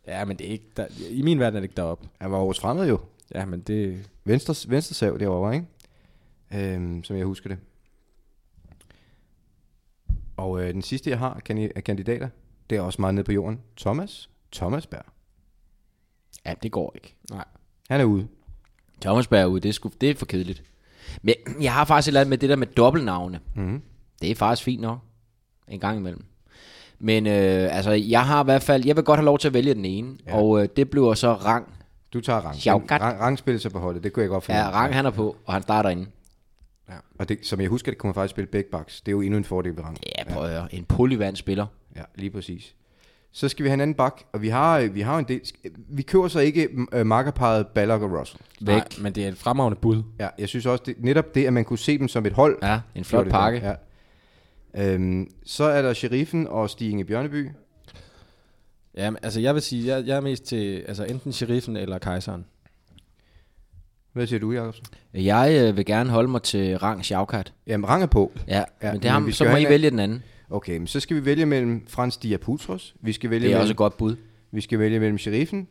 Speaker 4: Ja, men det er ikke... Der, I min verden er det ikke deroppe.
Speaker 2: Han var vores fremmed jo.
Speaker 4: Ja, men det...
Speaker 2: Venstres, Venstresav derovre, ikke? Øhm, som jeg husker det. Og øh, den sidste, jeg har kan- af kandidater, det er også meget nede på jorden. Thomas. Thomas Berg.
Speaker 3: Ja, det går ikke.
Speaker 4: Nej.
Speaker 2: Han er ude.
Speaker 3: Thomas Berg er ude, det er, sgu, det er for kedeligt. Men jeg har faktisk et eller andet med det der med dobbeltnavne. Mm. Det er faktisk fint nok. En gang imellem. Men øh, altså, jeg har i hvert fald, jeg vil godt have lov til at vælge den ene. Ja. Og øh, det bliver så Rang.
Speaker 2: Du tager rang.
Speaker 3: Sjavkat.
Speaker 2: Rang, rang spiller sig på holdet, det kunne jeg godt finde.
Speaker 3: Ja, Rang han er på, og han starter inde.
Speaker 2: Og det, som jeg husker, det kunne man faktisk spille begge backs. Det er jo endnu en fordel ved rang.
Speaker 3: Ja, prøv at høre. En polyvand spiller.
Speaker 2: Ja, lige præcis. Så skal vi have en anden bak, og vi har, øh, vi har en del... sk- Vi køber så ikke øh, markerparet Ballack og Russell.
Speaker 3: Væk.
Speaker 4: Nej, men det er et fremragende bud.
Speaker 2: Ja, jeg synes også, det, netop det, at man kunne se dem som et hold.
Speaker 3: Ja, en
Speaker 2: gjorde
Speaker 3: flot
Speaker 2: det
Speaker 3: pakke.
Speaker 2: godt, Ja. Øhm, så er der Sheriffen og Stig Inge Bjørneby.
Speaker 4: Ja, men, altså, jeg vil sige, jeg, jeg er mest til altså, enten sheriffen eller kejseren.
Speaker 2: Hvad siger du, Jacobsen?
Speaker 3: Jeg øh, vil gerne holde mig til Rang Sjavkat.
Speaker 2: Jamen, rang er på.
Speaker 3: Ja, ja, men det er ham,
Speaker 2: vi
Speaker 3: så
Speaker 2: skal
Speaker 3: må
Speaker 2: have
Speaker 3: I
Speaker 2: en-
Speaker 3: vælge den anden.
Speaker 2: Okay, men så skal vi vælge mellem Frans Diaputros. Vi skal vælge
Speaker 3: Det er
Speaker 2: mellem,
Speaker 3: også et godt bud.
Speaker 2: Vi skal vælge mellem Sheriffen,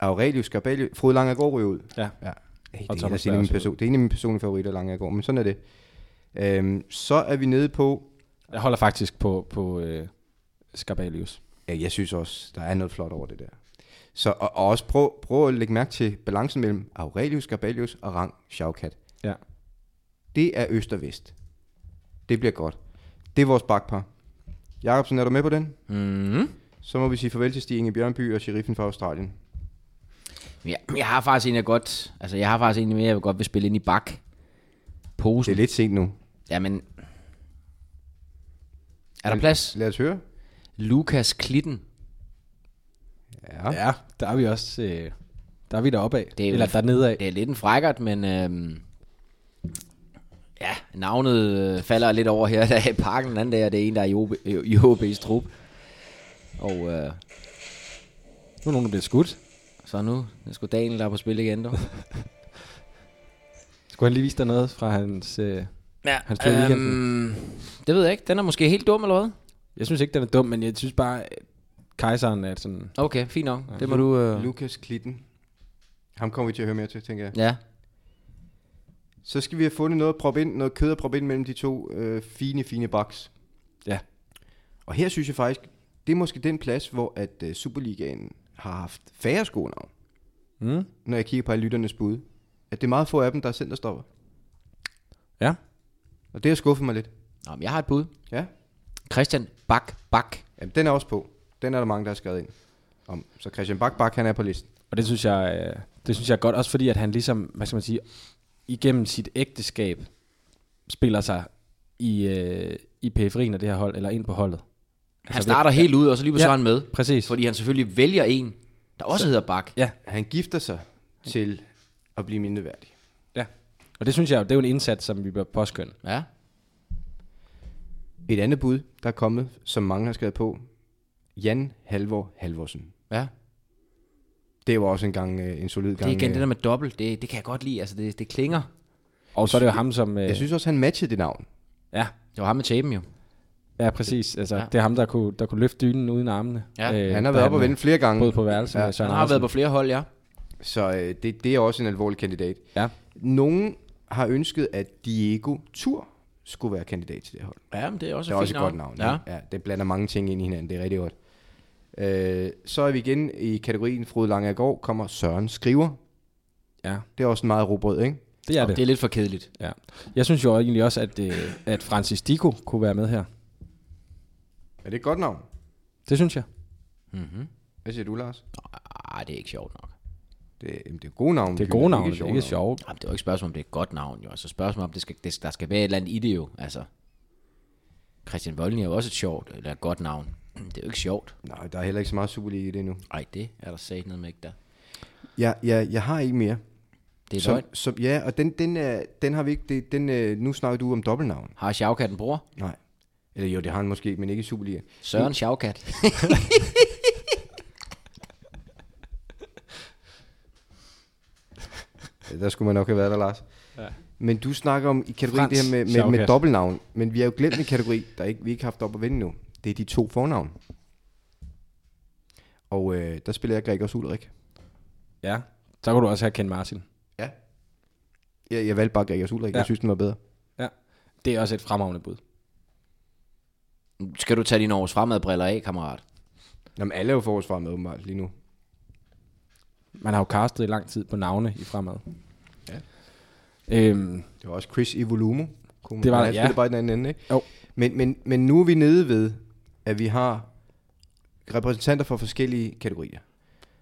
Speaker 2: Aurelius Garbalius, Frode Langergaard ryger ud.
Speaker 4: Ja.
Speaker 2: ja. Hey, det,
Speaker 4: Og
Speaker 2: er ellers
Speaker 4: Thomas Berg
Speaker 2: en af mine
Speaker 4: også
Speaker 2: person, det er en af mine personlige favoritter, Langergaard, men sådan er det. Øhm, så er vi nede på
Speaker 4: Jeg holder faktisk på, på øh, Skabalius.
Speaker 2: Ja, jeg synes også, der er noget flot over det der. Så og, og også prøv, prøv at lægge mærke til balancen mellem Aurelius, Garbalius og Rang Shaukat.
Speaker 4: Ja.
Speaker 2: Det er øst og vest. Det bliver godt. Det er vores bakpar. Jakobsen, er du med på den?
Speaker 3: Mm.
Speaker 2: Så må vi sige farvel til Stig Inge Bjørnby og sheriffen fra Australien.
Speaker 3: Ja, jeg har faktisk en, jeg godt... Altså, jeg har faktisk en mere, jeg godt vil spille ind i bak.
Speaker 2: Det
Speaker 3: Posen.
Speaker 2: er lidt sent nu.
Speaker 3: Jamen, er der plads?
Speaker 2: Lad os høre.
Speaker 3: Lukas Klitten.
Speaker 2: Ja.
Speaker 4: Ja, der er vi også... Øh, der er vi deroppe af.
Speaker 3: Det er jo-
Speaker 4: eller dernede af.
Speaker 3: Det er lidt en frækkert, men øhm, ja, navnet øh, falder lidt over her, der er i parken den anden dag, og det er en, der er i, OB, i OB's trup. Og øh,
Speaker 4: Nu er nogen, der bliver skudt.
Speaker 3: så nu, nu skulle Daniel der er på spil igen, du.
Speaker 4: Skulle han lige vise dig noget fra hans... Øh...
Speaker 3: Ja,
Speaker 4: Han spiller i
Speaker 2: øhm,
Speaker 4: weekenden.
Speaker 3: Øhm, det ved jeg ikke. Den er måske helt dum, eller hvad?
Speaker 4: Jeg synes ikke, den er dum, men jeg synes bare, at kejseren er sådan...
Speaker 3: Okay, fint nok. Det må du... Øh,
Speaker 2: Lukas Klitten. Ham kommer vi til at høre mere til, tænker jeg.
Speaker 3: ja.
Speaker 2: Så skal vi have fundet noget, at proppe ind, noget kød at proppe ind mellem de to øh, fine, fine baks.
Speaker 4: Ja.
Speaker 2: Og her synes jeg faktisk, det er måske den plads, hvor at øh, Superligaen har haft færre skonavn,
Speaker 4: Mm.
Speaker 2: når jeg kigger på alle lytternes bud. At det er meget få af dem, der er centerstopper.
Speaker 4: Ja.
Speaker 2: Og det har skuffet mig lidt.
Speaker 3: Nå, men jeg har et bud.
Speaker 2: Ja.
Speaker 3: Christian Bak Bak.
Speaker 2: Jamen, den er også på. Den er der mange, der har skrevet ind. Om. Så Christian Bak Bak, han er på listen.
Speaker 4: Og det synes jeg, øh, det synes jeg er godt, også fordi at han ligesom, hvad skal man sige, igennem sit ægteskab spiller sig i, øh, i periferien af det her hold, eller ind på holdet.
Speaker 3: Han starter helt ud, og så lige pludselig
Speaker 4: Ja.
Speaker 3: ja. er han med.
Speaker 4: Præcis.
Speaker 3: Fordi han selvfølgelig vælger en, der også så. hedder Bak.
Speaker 4: Ja,
Speaker 2: Han gifter sig til at blive mindeværdig.
Speaker 4: ja. Og det synes jeg, jo, det er jo en indsats, som vi bør påskynde.
Speaker 3: Ja.
Speaker 2: Et andet bud, der er kommet, som mange har skrevet på. Jan Halvor Halvorsen.
Speaker 3: ja.
Speaker 2: Det var også engang øh, en solid
Speaker 3: Det
Speaker 2: gang.
Speaker 3: er igen
Speaker 2: øh,
Speaker 3: det der med dobbelt, det, det kan jeg godt lide, altså det, det klinger.
Speaker 4: Og så er det jo ham, som... Øh,
Speaker 2: Jeg synes også, han matchede det navn.
Speaker 4: ja,
Speaker 3: Det var ham med tapen jo.
Speaker 4: ja, præcis. Altså,
Speaker 3: Ja.
Speaker 4: ja. Det er ham, der kunne, der kunne løfte dynen uden armene. Øh,
Speaker 3: Ja.
Speaker 2: Han har været op og vende flere gange.
Speaker 4: Både på værelsen
Speaker 2: Ja.
Speaker 4: ja. og Søren
Speaker 3: Han har været på flere hold, ja.
Speaker 2: Så øh, det, det er også en alvorlig kandidat.
Speaker 4: Ja.
Speaker 2: Nogen har ønsket, at Diego Tur skulle være kandidat til det her hold.
Speaker 3: Ja, men det er også,
Speaker 2: Det er
Speaker 3: fint
Speaker 2: også et godt navn.
Speaker 3: Ja.
Speaker 2: ikke? ja. Det blander mange ting ind i hinanden. Det er rigtig godt. Øh, så er vi igen i kategorien Frode Lange går kommer Søren Skriver.
Speaker 4: Ja.
Speaker 2: Det er også en meget robrød, ikke?
Speaker 4: Det er
Speaker 3: det.
Speaker 4: det.
Speaker 3: det er lidt for kedeligt.
Speaker 4: Ja. Jeg synes jo egentlig også, at, øh, at Francis Dico kunne være med her.
Speaker 2: Er det et godt navn?
Speaker 4: Det synes jeg.
Speaker 2: Hvad siger du, Lars?
Speaker 3: Nej, det er ikke sjovt nok.
Speaker 2: Det, jamen, det er gode navne.
Speaker 4: Det er
Speaker 2: Kim,
Speaker 4: gode navne, det er
Speaker 2: sjove
Speaker 4: ikke sjovt.
Speaker 3: Jamen, det er jo ikke spørgsmål, om det er et godt navn, jo. Altså spørgsmål, om det skal, det, der skal være et eller andet i det jo. Altså, Christian Volden er jo også et sjovt, eller et godt navn. Det er jo ikke sjovt.
Speaker 2: Nej, der er heller ikke så meget Superliga i det endnu.
Speaker 3: Nej, det er der sagt noget med ikke der.
Speaker 2: Ja, ja, jeg har ikke mere.
Speaker 3: Det er
Speaker 2: Som,
Speaker 3: løgn.
Speaker 2: som, ja, og den, den, er, den har vi ikke... Det, den, øh, nu snakker du om dobbeltnavn.
Speaker 3: Har Sjavkat en bror?
Speaker 2: Nej. Eller jo, det har han måske, men ikke i Superliga.
Speaker 3: Søren Sjavkat.
Speaker 2: Der skulle man nok have været der, Lars. Ja. Men du snakker om i kategorien
Speaker 4: Frans
Speaker 2: det her med, med, med
Speaker 4: Schaukat.
Speaker 2: dobbeltnavn. Men vi har jo glemt en kategori, der ikke, vi ikke har haft op at vende nu. Det er de to fornavn. Og øh, der spiller jeg Gregers Ulrik.
Speaker 4: Ja. Så kunne du også have Ken Martin.
Speaker 2: Ja. Jeg, jeg valgte bare Gregers Ulrik. Ja.
Speaker 4: Ja.
Speaker 2: Jeg synes, den var bedre.
Speaker 4: Ja. Det er også et fremragende bud.
Speaker 3: skal du tage dine års fremadbriller af, kammerat?
Speaker 2: Jamen, alle er jo forårsfremmede åbenbart lige nu.
Speaker 4: Man har jo castet i lang tid på navne i fremad. Ja. Øhm,
Speaker 2: Det var også Chris Ivolumo. Kunne man-
Speaker 4: Det var
Speaker 2: men
Speaker 4: det,
Speaker 2: han
Speaker 4: ja.
Speaker 2: spillede bare i den anden ende, ikke?
Speaker 4: Jo.
Speaker 2: Men, men, men nu er vi nede ved, at vi har repræsentanter for forskellige kategorier.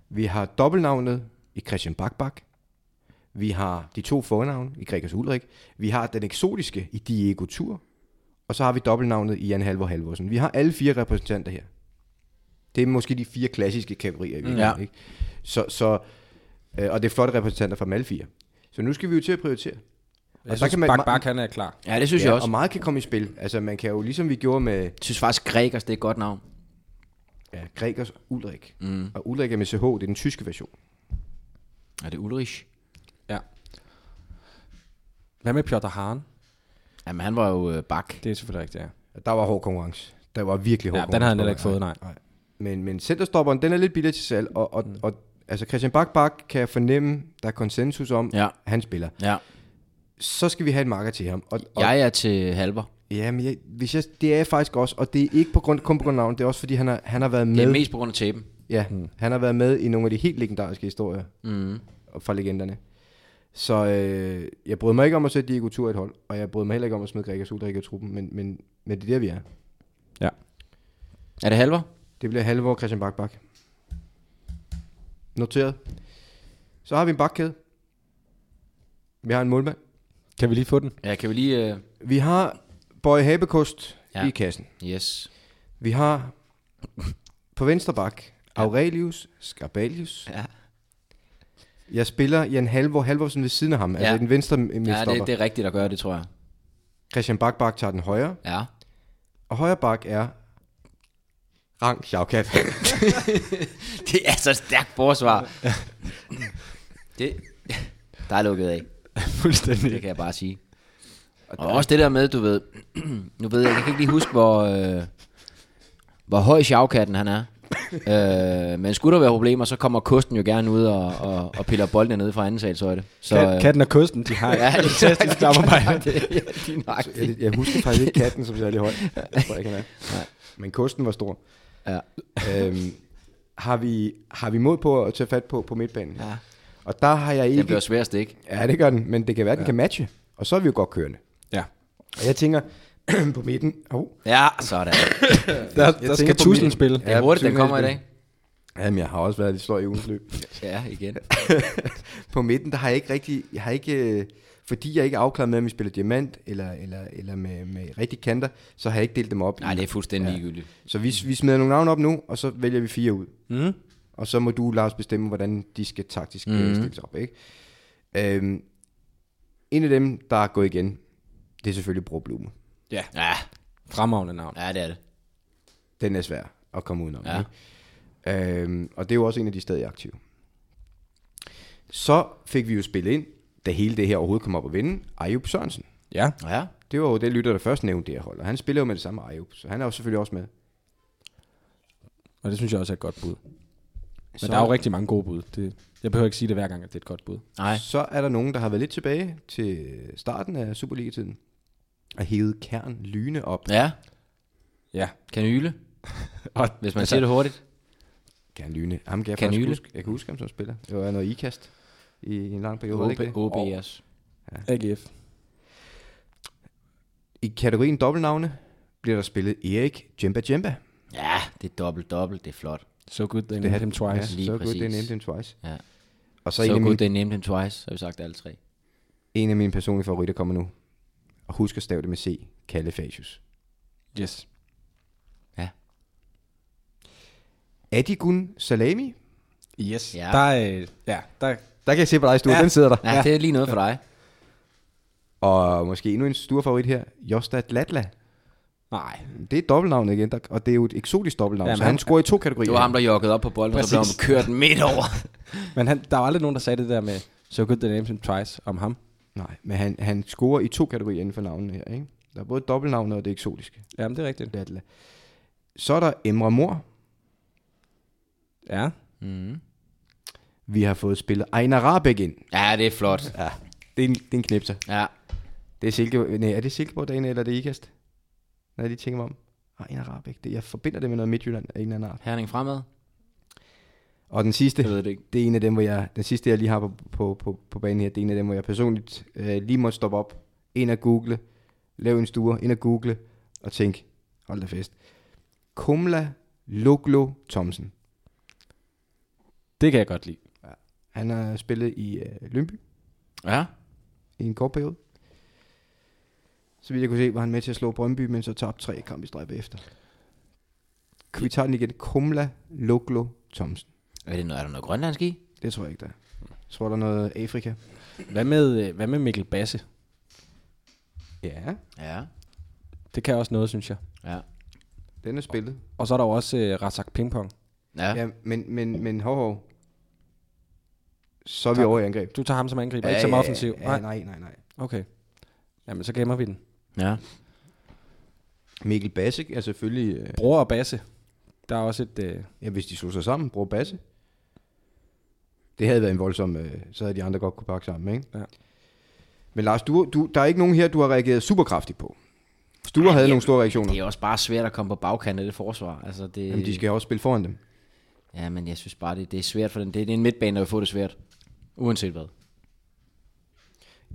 Speaker 2: Vi har dobbeltnavnet i Christian Bakbak. Vi har de to fornavne i Gregers Ulrik. Vi har den eksotiske i Diego Tur. Og så har vi dobbeltnavnet i Jan Halvor Halvorsen. Vi har alle fire repræsentanter her. Det er måske de fire klassiske kategorier, vi
Speaker 3: Ja.
Speaker 2: har. Ikke? Så, så, øh, og det er flotte repræsentanter fra alle fire. Så nu skal vi jo til at prioritere.
Speaker 4: jeg
Speaker 2: der
Speaker 4: synes,
Speaker 2: kan man-
Speaker 4: Bak Bak, han er klar.
Speaker 3: Ja, det synes ja, jeg også.
Speaker 2: Og meget kan komme i spil. Altså, man kan jo, ligesom vi gjorde med
Speaker 3: Jeg synes faktisk, Gregers, det er et godt navn.
Speaker 2: ja, Gregers Ulrik. Mm. Og Ulrik er med CH, det er den tyske version.
Speaker 3: Er det Ulrich?
Speaker 4: Ja. Hvad med Piotr Hahn?
Speaker 3: Jamen, han var jo øh, bak.
Speaker 4: Det er selvfølgelig rigtigt, ja.
Speaker 2: Og Der var hård konkurrence. Der var virkelig hård
Speaker 4: Ja,
Speaker 2: konkurrence.
Speaker 4: den havde han heller ikke fået, nej.
Speaker 2: Men, men centerstopperen, den er lidt billigere til salg. Og, og, mm. og altså, Christian Bakbak kan jeg fornemme, der er konsensus om,
Speaker 3: Ja.
Speaker 2: han spiller.
Speaker 3: Ja.
Speaker 2: Så skal vi have en marker til ham. Og, og,
Speaker 3: Jeg er til Halver.
Speaker 2: ja, men jeg, hvis jeg, det er jeg faktisk også. Og det er ikke på grund, kun på grund af navnet, det er også fordi, han har, han har været med.
Speaker 3: Det er mest på grund af tæppen.
Speaker 2: Ja, mm. han har været med i nogle af de helt legendariske historier mm. fra legenderne. Så øh, jeg brød mig ikke om at sætte Diego Tur i et hold, og jeg brød mig heller ikke om at smide Gregers Ulrik i truppen, men, men, men det er der, vi er.
Speaker 4: Ja.
Speaker 3: Er det Halver?
Speaker 2: Det bliver halvår Christian Bakbak. Noteret. Så har vi en bakkæde. Vi har en målmand.
Speaker 4: Kan vi lige få den?
Speaker 3: Ja, kan vi lige... Øh...
Speaker 2: Vi har Bøje Habekost ja.
Speaker 3: Ja.
Speaker 2: i kassen.
Speaker 3: Yes.
Speaker 2: Vi har på venstre bak Aurelius Skarbalius.
Speaker 3: Ja,
Speaker 2: Jeg spiller Jan Halvor Halvorsen ved siden af ham, ja. altså
Speaker 3: Ja.
Speaker 2: i den venstre
Speaker 3: ja
Speaker 2: midtstopper.
Speaker 3: det, det er rigtigt at gøre det, tror jeg.
Speaker 2: Christian Bakbak tager den højre,
Speaker 3: Ja.
Speaker 2: og højre bak er Rang Sjavkat.
Speaker 3: Det er så stærkt forsvar. det... Der er lukket af.
Speaker 4: Fuldstændig.
Speaker 3: Det kan jeg bare sige. Og også det der med, du ved, nu ved jeg, jeg kan ikke lige huske, hvor, øh, hvor høj sjavkatten han er. øh, men skulle der være problemer, så kommer kosten jo gerne ud og, og, og piller boldene ned fra anden salshøjde. Så, øh,
Speaker 4: Kat, katten og kysten, de har
Speaker 3: ja, lige så
Speaker 4: fantastisk samarbejde.
Speaker 3: det er lige nøjagtigt.
Speaker 2: jeg, jeg husker faktisk ikke katten som særlig høj. Jeg tror ikke, han er. Men kosten var stor.
Speaker 3: Ja.
Speaker 2: Øhm, har, vi, har vi mod på at tage fat på, på midtbanen?
Speaker 3: Ja.
Speaker 2: Og der har jeg
Speaker 3: Den
Speaker 2: ikke...
Speaker 3: bliver svær at stikke.
Speaker 2: Ja, det gør den, men det kan være, den kan matche. Og så er vi jo godt kørende.
Speaker 4: Ja.
Speaker 2: Og jeg tænker på midten... Oh,
Speaker 3: Ja, sådan.
Speaker 4: Der,
Speaker 2: Jeg
Speaker 4: der
Speaker 2: tænker
Speaker 4: skal
Speaker 2: på
Speaker 4: tusind
Speaker 2: min-
Speaker 4: spille.
Speaker 3: Det er hurtigt, den kommer i dag.
Speaker 2: jamen, jeg har også været lidt sløj i ugens løb.
Speaker 3: Ja, igen.
Speaker 2: på midten, der har jeg ikke rigtig, jeg har ikke, øh, fordi jeg ikke er afklaret med, om vi spiller diamant eller, eller, eller med, med rigtig kanter, så har jeg ikke delt dem op. i-
Speaker 3: Nej, det er fuldstændig ligegyldigt.
Speaker 2: Så vi, vi smider nogle navne op nu, og så vælger vi fire ud.
Speaker 4: Mm.
Speaker 2: Og så må du, Lars, bestemme, hvordan de skal taktisk mm. stilles op. Ikke? Øhm, en af dem, der er gået igen, det er selvfølgelig Broblume.
Speaker 4: Ja.
Speaker 3: Ja,
Speaker 4: Fremragende navn.
Speaker 3: ja det er det.
Speaker 2: Den er svær at komme udenom.
Speaker 3: Ja.
Speaker 2: Ikke? Øhm, og det er jo også en af de stadig aktive. Så fik vi jo spillet ind, da hele det her overhovedet kom op at vinde, Ayub Sørensen.
Speaker 4: Ja.
Speaker 3: Ja,
Speaker 2: Det var jo det lytter, der først nævnte det her hold, og han spiller jo med det samme Ayub, så han er jo selvfølgelig også med.
Speaker 4: Og det synes jeg også er et godt bud. Men
Speaker 2: Så-
Speaker 4: der er jo rigtig mange gode bud. Det, jeg behøver ikke sige det hver gang, at det er et godt bud.
Speaker 3: nej.
Speaker 2: Så er der nogen, der har været lidt tilbage til starten af Superliga-tiden, og hævet Kern Lyne op.
Speaker 3: Ja,
Speaker 4: Ja.
Speaker 3: kanyle,
Speaker 4: Og
Speaker 3: hvis man siger det hurtigt.
Speaker 2: Kern Lyne, ham kan jeg
Speaker 3: Kern
Speaker 2: faktisk
Speaker 3: Lyne.
Speaker 2: huske. Jeg kan huske ham som spiller. Det var noget ikast i en lang periode. var det
Speaker 3: OB,
Speaker 2: ikke det?
Speaker 3: OB
Speaker 2: Og-
Speaker 3: også.
Speaker 4: AGF.
Speaker 2: I kategorien dobbeltnavne bliver der spillet Erik Jemba Jemba.
Speaker 3: Ja, det er dobbelt, dobbelt, det er flot.
Speaker 4: So good, they named him twice.
Speaker 3: Ja. lige
Speaker 2: så godt,
Speaker 3: præcis.
Speaker 2: det nævnte him twice.
Speaker 3: Ja.
Speaker 2: Og så,
Speaker 3: Så,
Speaker 2: så en,
Speaker 3: så
Speaker 2: af
Speaker 3: godt,
Speaker 2: mine,
Speaker 3: det er named him twice, så har vi sagt alle tre.
Speaker 2: en af mine personlige favoritter kommer nu. Og husk at stave det med C. Kalle Facius.
Speaker 4: Yes.
Speaker 3: Ja.
Speaker 2: Adigun Salami.
Speaker 4: Yes.
Speaker 3: Ja.
Speaker 4: Ja. Der, øh, ja, der,
Speaker 2: Der kan jeg se på dig, Stue. Ja. Den sidder der.
Speaker 3: Ja, ja. det er lige noget for dig.
Speaker 2: Og måske endnu en stor favorit her. Jostad Latla.
Speaker 4: nej.
Speaker 2: Det er et dobbeltnavn igen, der, og det er jo et eksotisk dobbeltnavn,
Speaker 4: Jamen,
Speaker 2: så han,
Speaker 4: han-
Speaker 2: scorer i to kategorier.
Speaker 3: Det var ham, der joggede op på bolden, og så blev
Speaker 4: Præcis.
Speaker 3: han kørt midt over.
Speaker 4: Men han, der var aldrig nogen, der sagde det der med, so good, they named him twice om ham.
Speaker 2: Nej, men han, han scorer i to kategorier inden for navnene her, ikke? Der er både dobbeltnavnet og det eksotiske.
Speaker 4: Jamen, det er rigtigt.
Speaker 2: Latla. Så er der Emre Mor.
Speaker 4: Ja.
Speaker 3: Mm.
Speaker 2: Vi har fået spillet Ejner Rabeck ind.
Speaker 3: Ja, det er flot.
Speaker 2: Ja, det er en, det er en knipser.
Speaker 3: Ja.
Speaker 2: Det er, Silke, nej, er det Silkeborg dagen, eller er det Ikast? Nej, de tænker mig om. Ejner Rabeck. Det, jeg forbinder det med noget Midtjylland af en eller anden art.
Speaker 3: Herning fremad.
Speaker 2: Og den sidste,
Speaker 3: Jeg ved det ikke.
Speaker 2: det er en af dem, hvor jeg, den sidste, jeg lige har på, på, på, på banen her, det er en af dem, hvor jeg personligt øh, lige må stoppe op, ind og google, lave en stue, ind og google, og tænke, hold da fest. Kumla Luglo Thomsen.
Speaker 4: Det kan jeg godt lide.
Speaker 2: Han har spillet i øh, Lønby
Speaker 3: Ja.
Speaker 2: i en kort periode. Så vidt jeg kunne se, var han med til at slå Brøndby, men så tabte tre kampe i streg efter. Kan vi tage den igen? Kumla Luglo Thomsen.
Speaker 3: Er, det noget, er der noget grønlandsk i?
Speaker 2: Det tror jeg ikke, der er. Jeg tror, der er noget Afrika.
Speaker 4: Hvad med, øh, hvad med Mikkel Basse?
Speaker 2: Ja,
Speaker 3: Ja.
Speaker 4: Det kan også noget, synes jeg.
Speaker 3: Ja.
Speaker 2: den er spillet.
Speaker 4: Og så er der jo også øh, Razak Pingpong.
Speaker 3: Ja.
Speaker 2: Ja, men, men, men hov, hov. Så er vi over i angreb.
Speaker 4: Du tager ham som angriber, ja, ikke som ja, offensiv.
Speaker 2: Ja, nej, nej, nej.
Speaker 4: Okay. Jamen, så gemmer vi den.
Speaker 3: ja.
Speaker 2: Mikkel Basse er selvfølgelig... Øh,
Speaker 4: Bror og Basse. Der er også et... Øh,
Speaker 2: ja, hvis de slog sig sammen, bror Basse. Det havde været en voldsom... Øh, så havde de andre godt kunne pakke sammen, ikke?
Speaker 4: Ja.
Speaker 2: Men Lars, du, du, der er ikke nogen her, du har reageret super kraftigt på. Sture havde nogle store reaktioner.
Speaker 3: Det er også bare svært at komme på bagkanten af det forsvar. Altså, det,
Speaker 2: Jamen, de skal også spille foran dem.
Speaker 3: Ja, men jeg synes bare, det, det er svært for den. Det, det er en midtbane, der vil få det svært. Uanset hvad.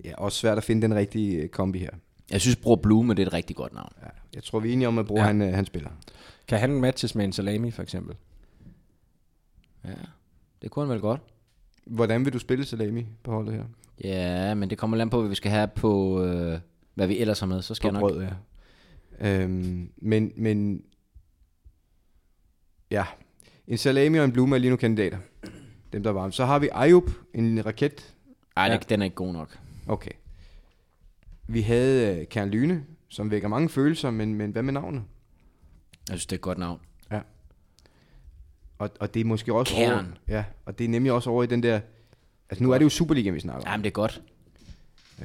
Speaker 2: Ja, også svært at finde den rigtige øh, kombi her.
Speaker 3: Jeg synes, Bror Blume det er et rigtig godt navn.
Speaker 2: Ja, jeg tror, vi er enige om, at Bro, ja. han, øh, han spiller.
Speaker 4: kan han matches med en salami, for eksempel?
Speaker 3: Ja. Det kunne han vel godt.
Speaker 2: Hvordan vil du spille Salami på holdet her?
Speaker 3: Ja, men det kommer land på, hvad vi skal have på, øh, hvad vi ellers har med. Så skal jeg
Speaker 2: på
Speaker 3: nok...
Speaker 2: brød, ja. Øhm, men, men, ja, en salami og en blume er lige nu kandidater. Dem, der er varme. Så har vi Ayub, en raket.
Speaker 3: Ej, ja. den er ikke god nok.
Speaker 2: Okay. Vi havde øh, Kern Lyne, som vækker mange følelser, men, men hvad med navnet?
Speaker 3: Jeg synes, det er et godt navn.
Speaker 2: Ja. Og, og det er måske også
Speaker 3: Kern.
Speaker 2: over... Ja, og det er nemlig også over i den der... Altså, nu er det jo Superligaen, vi snakker om.
Speaker 3: Jamen, det er godt.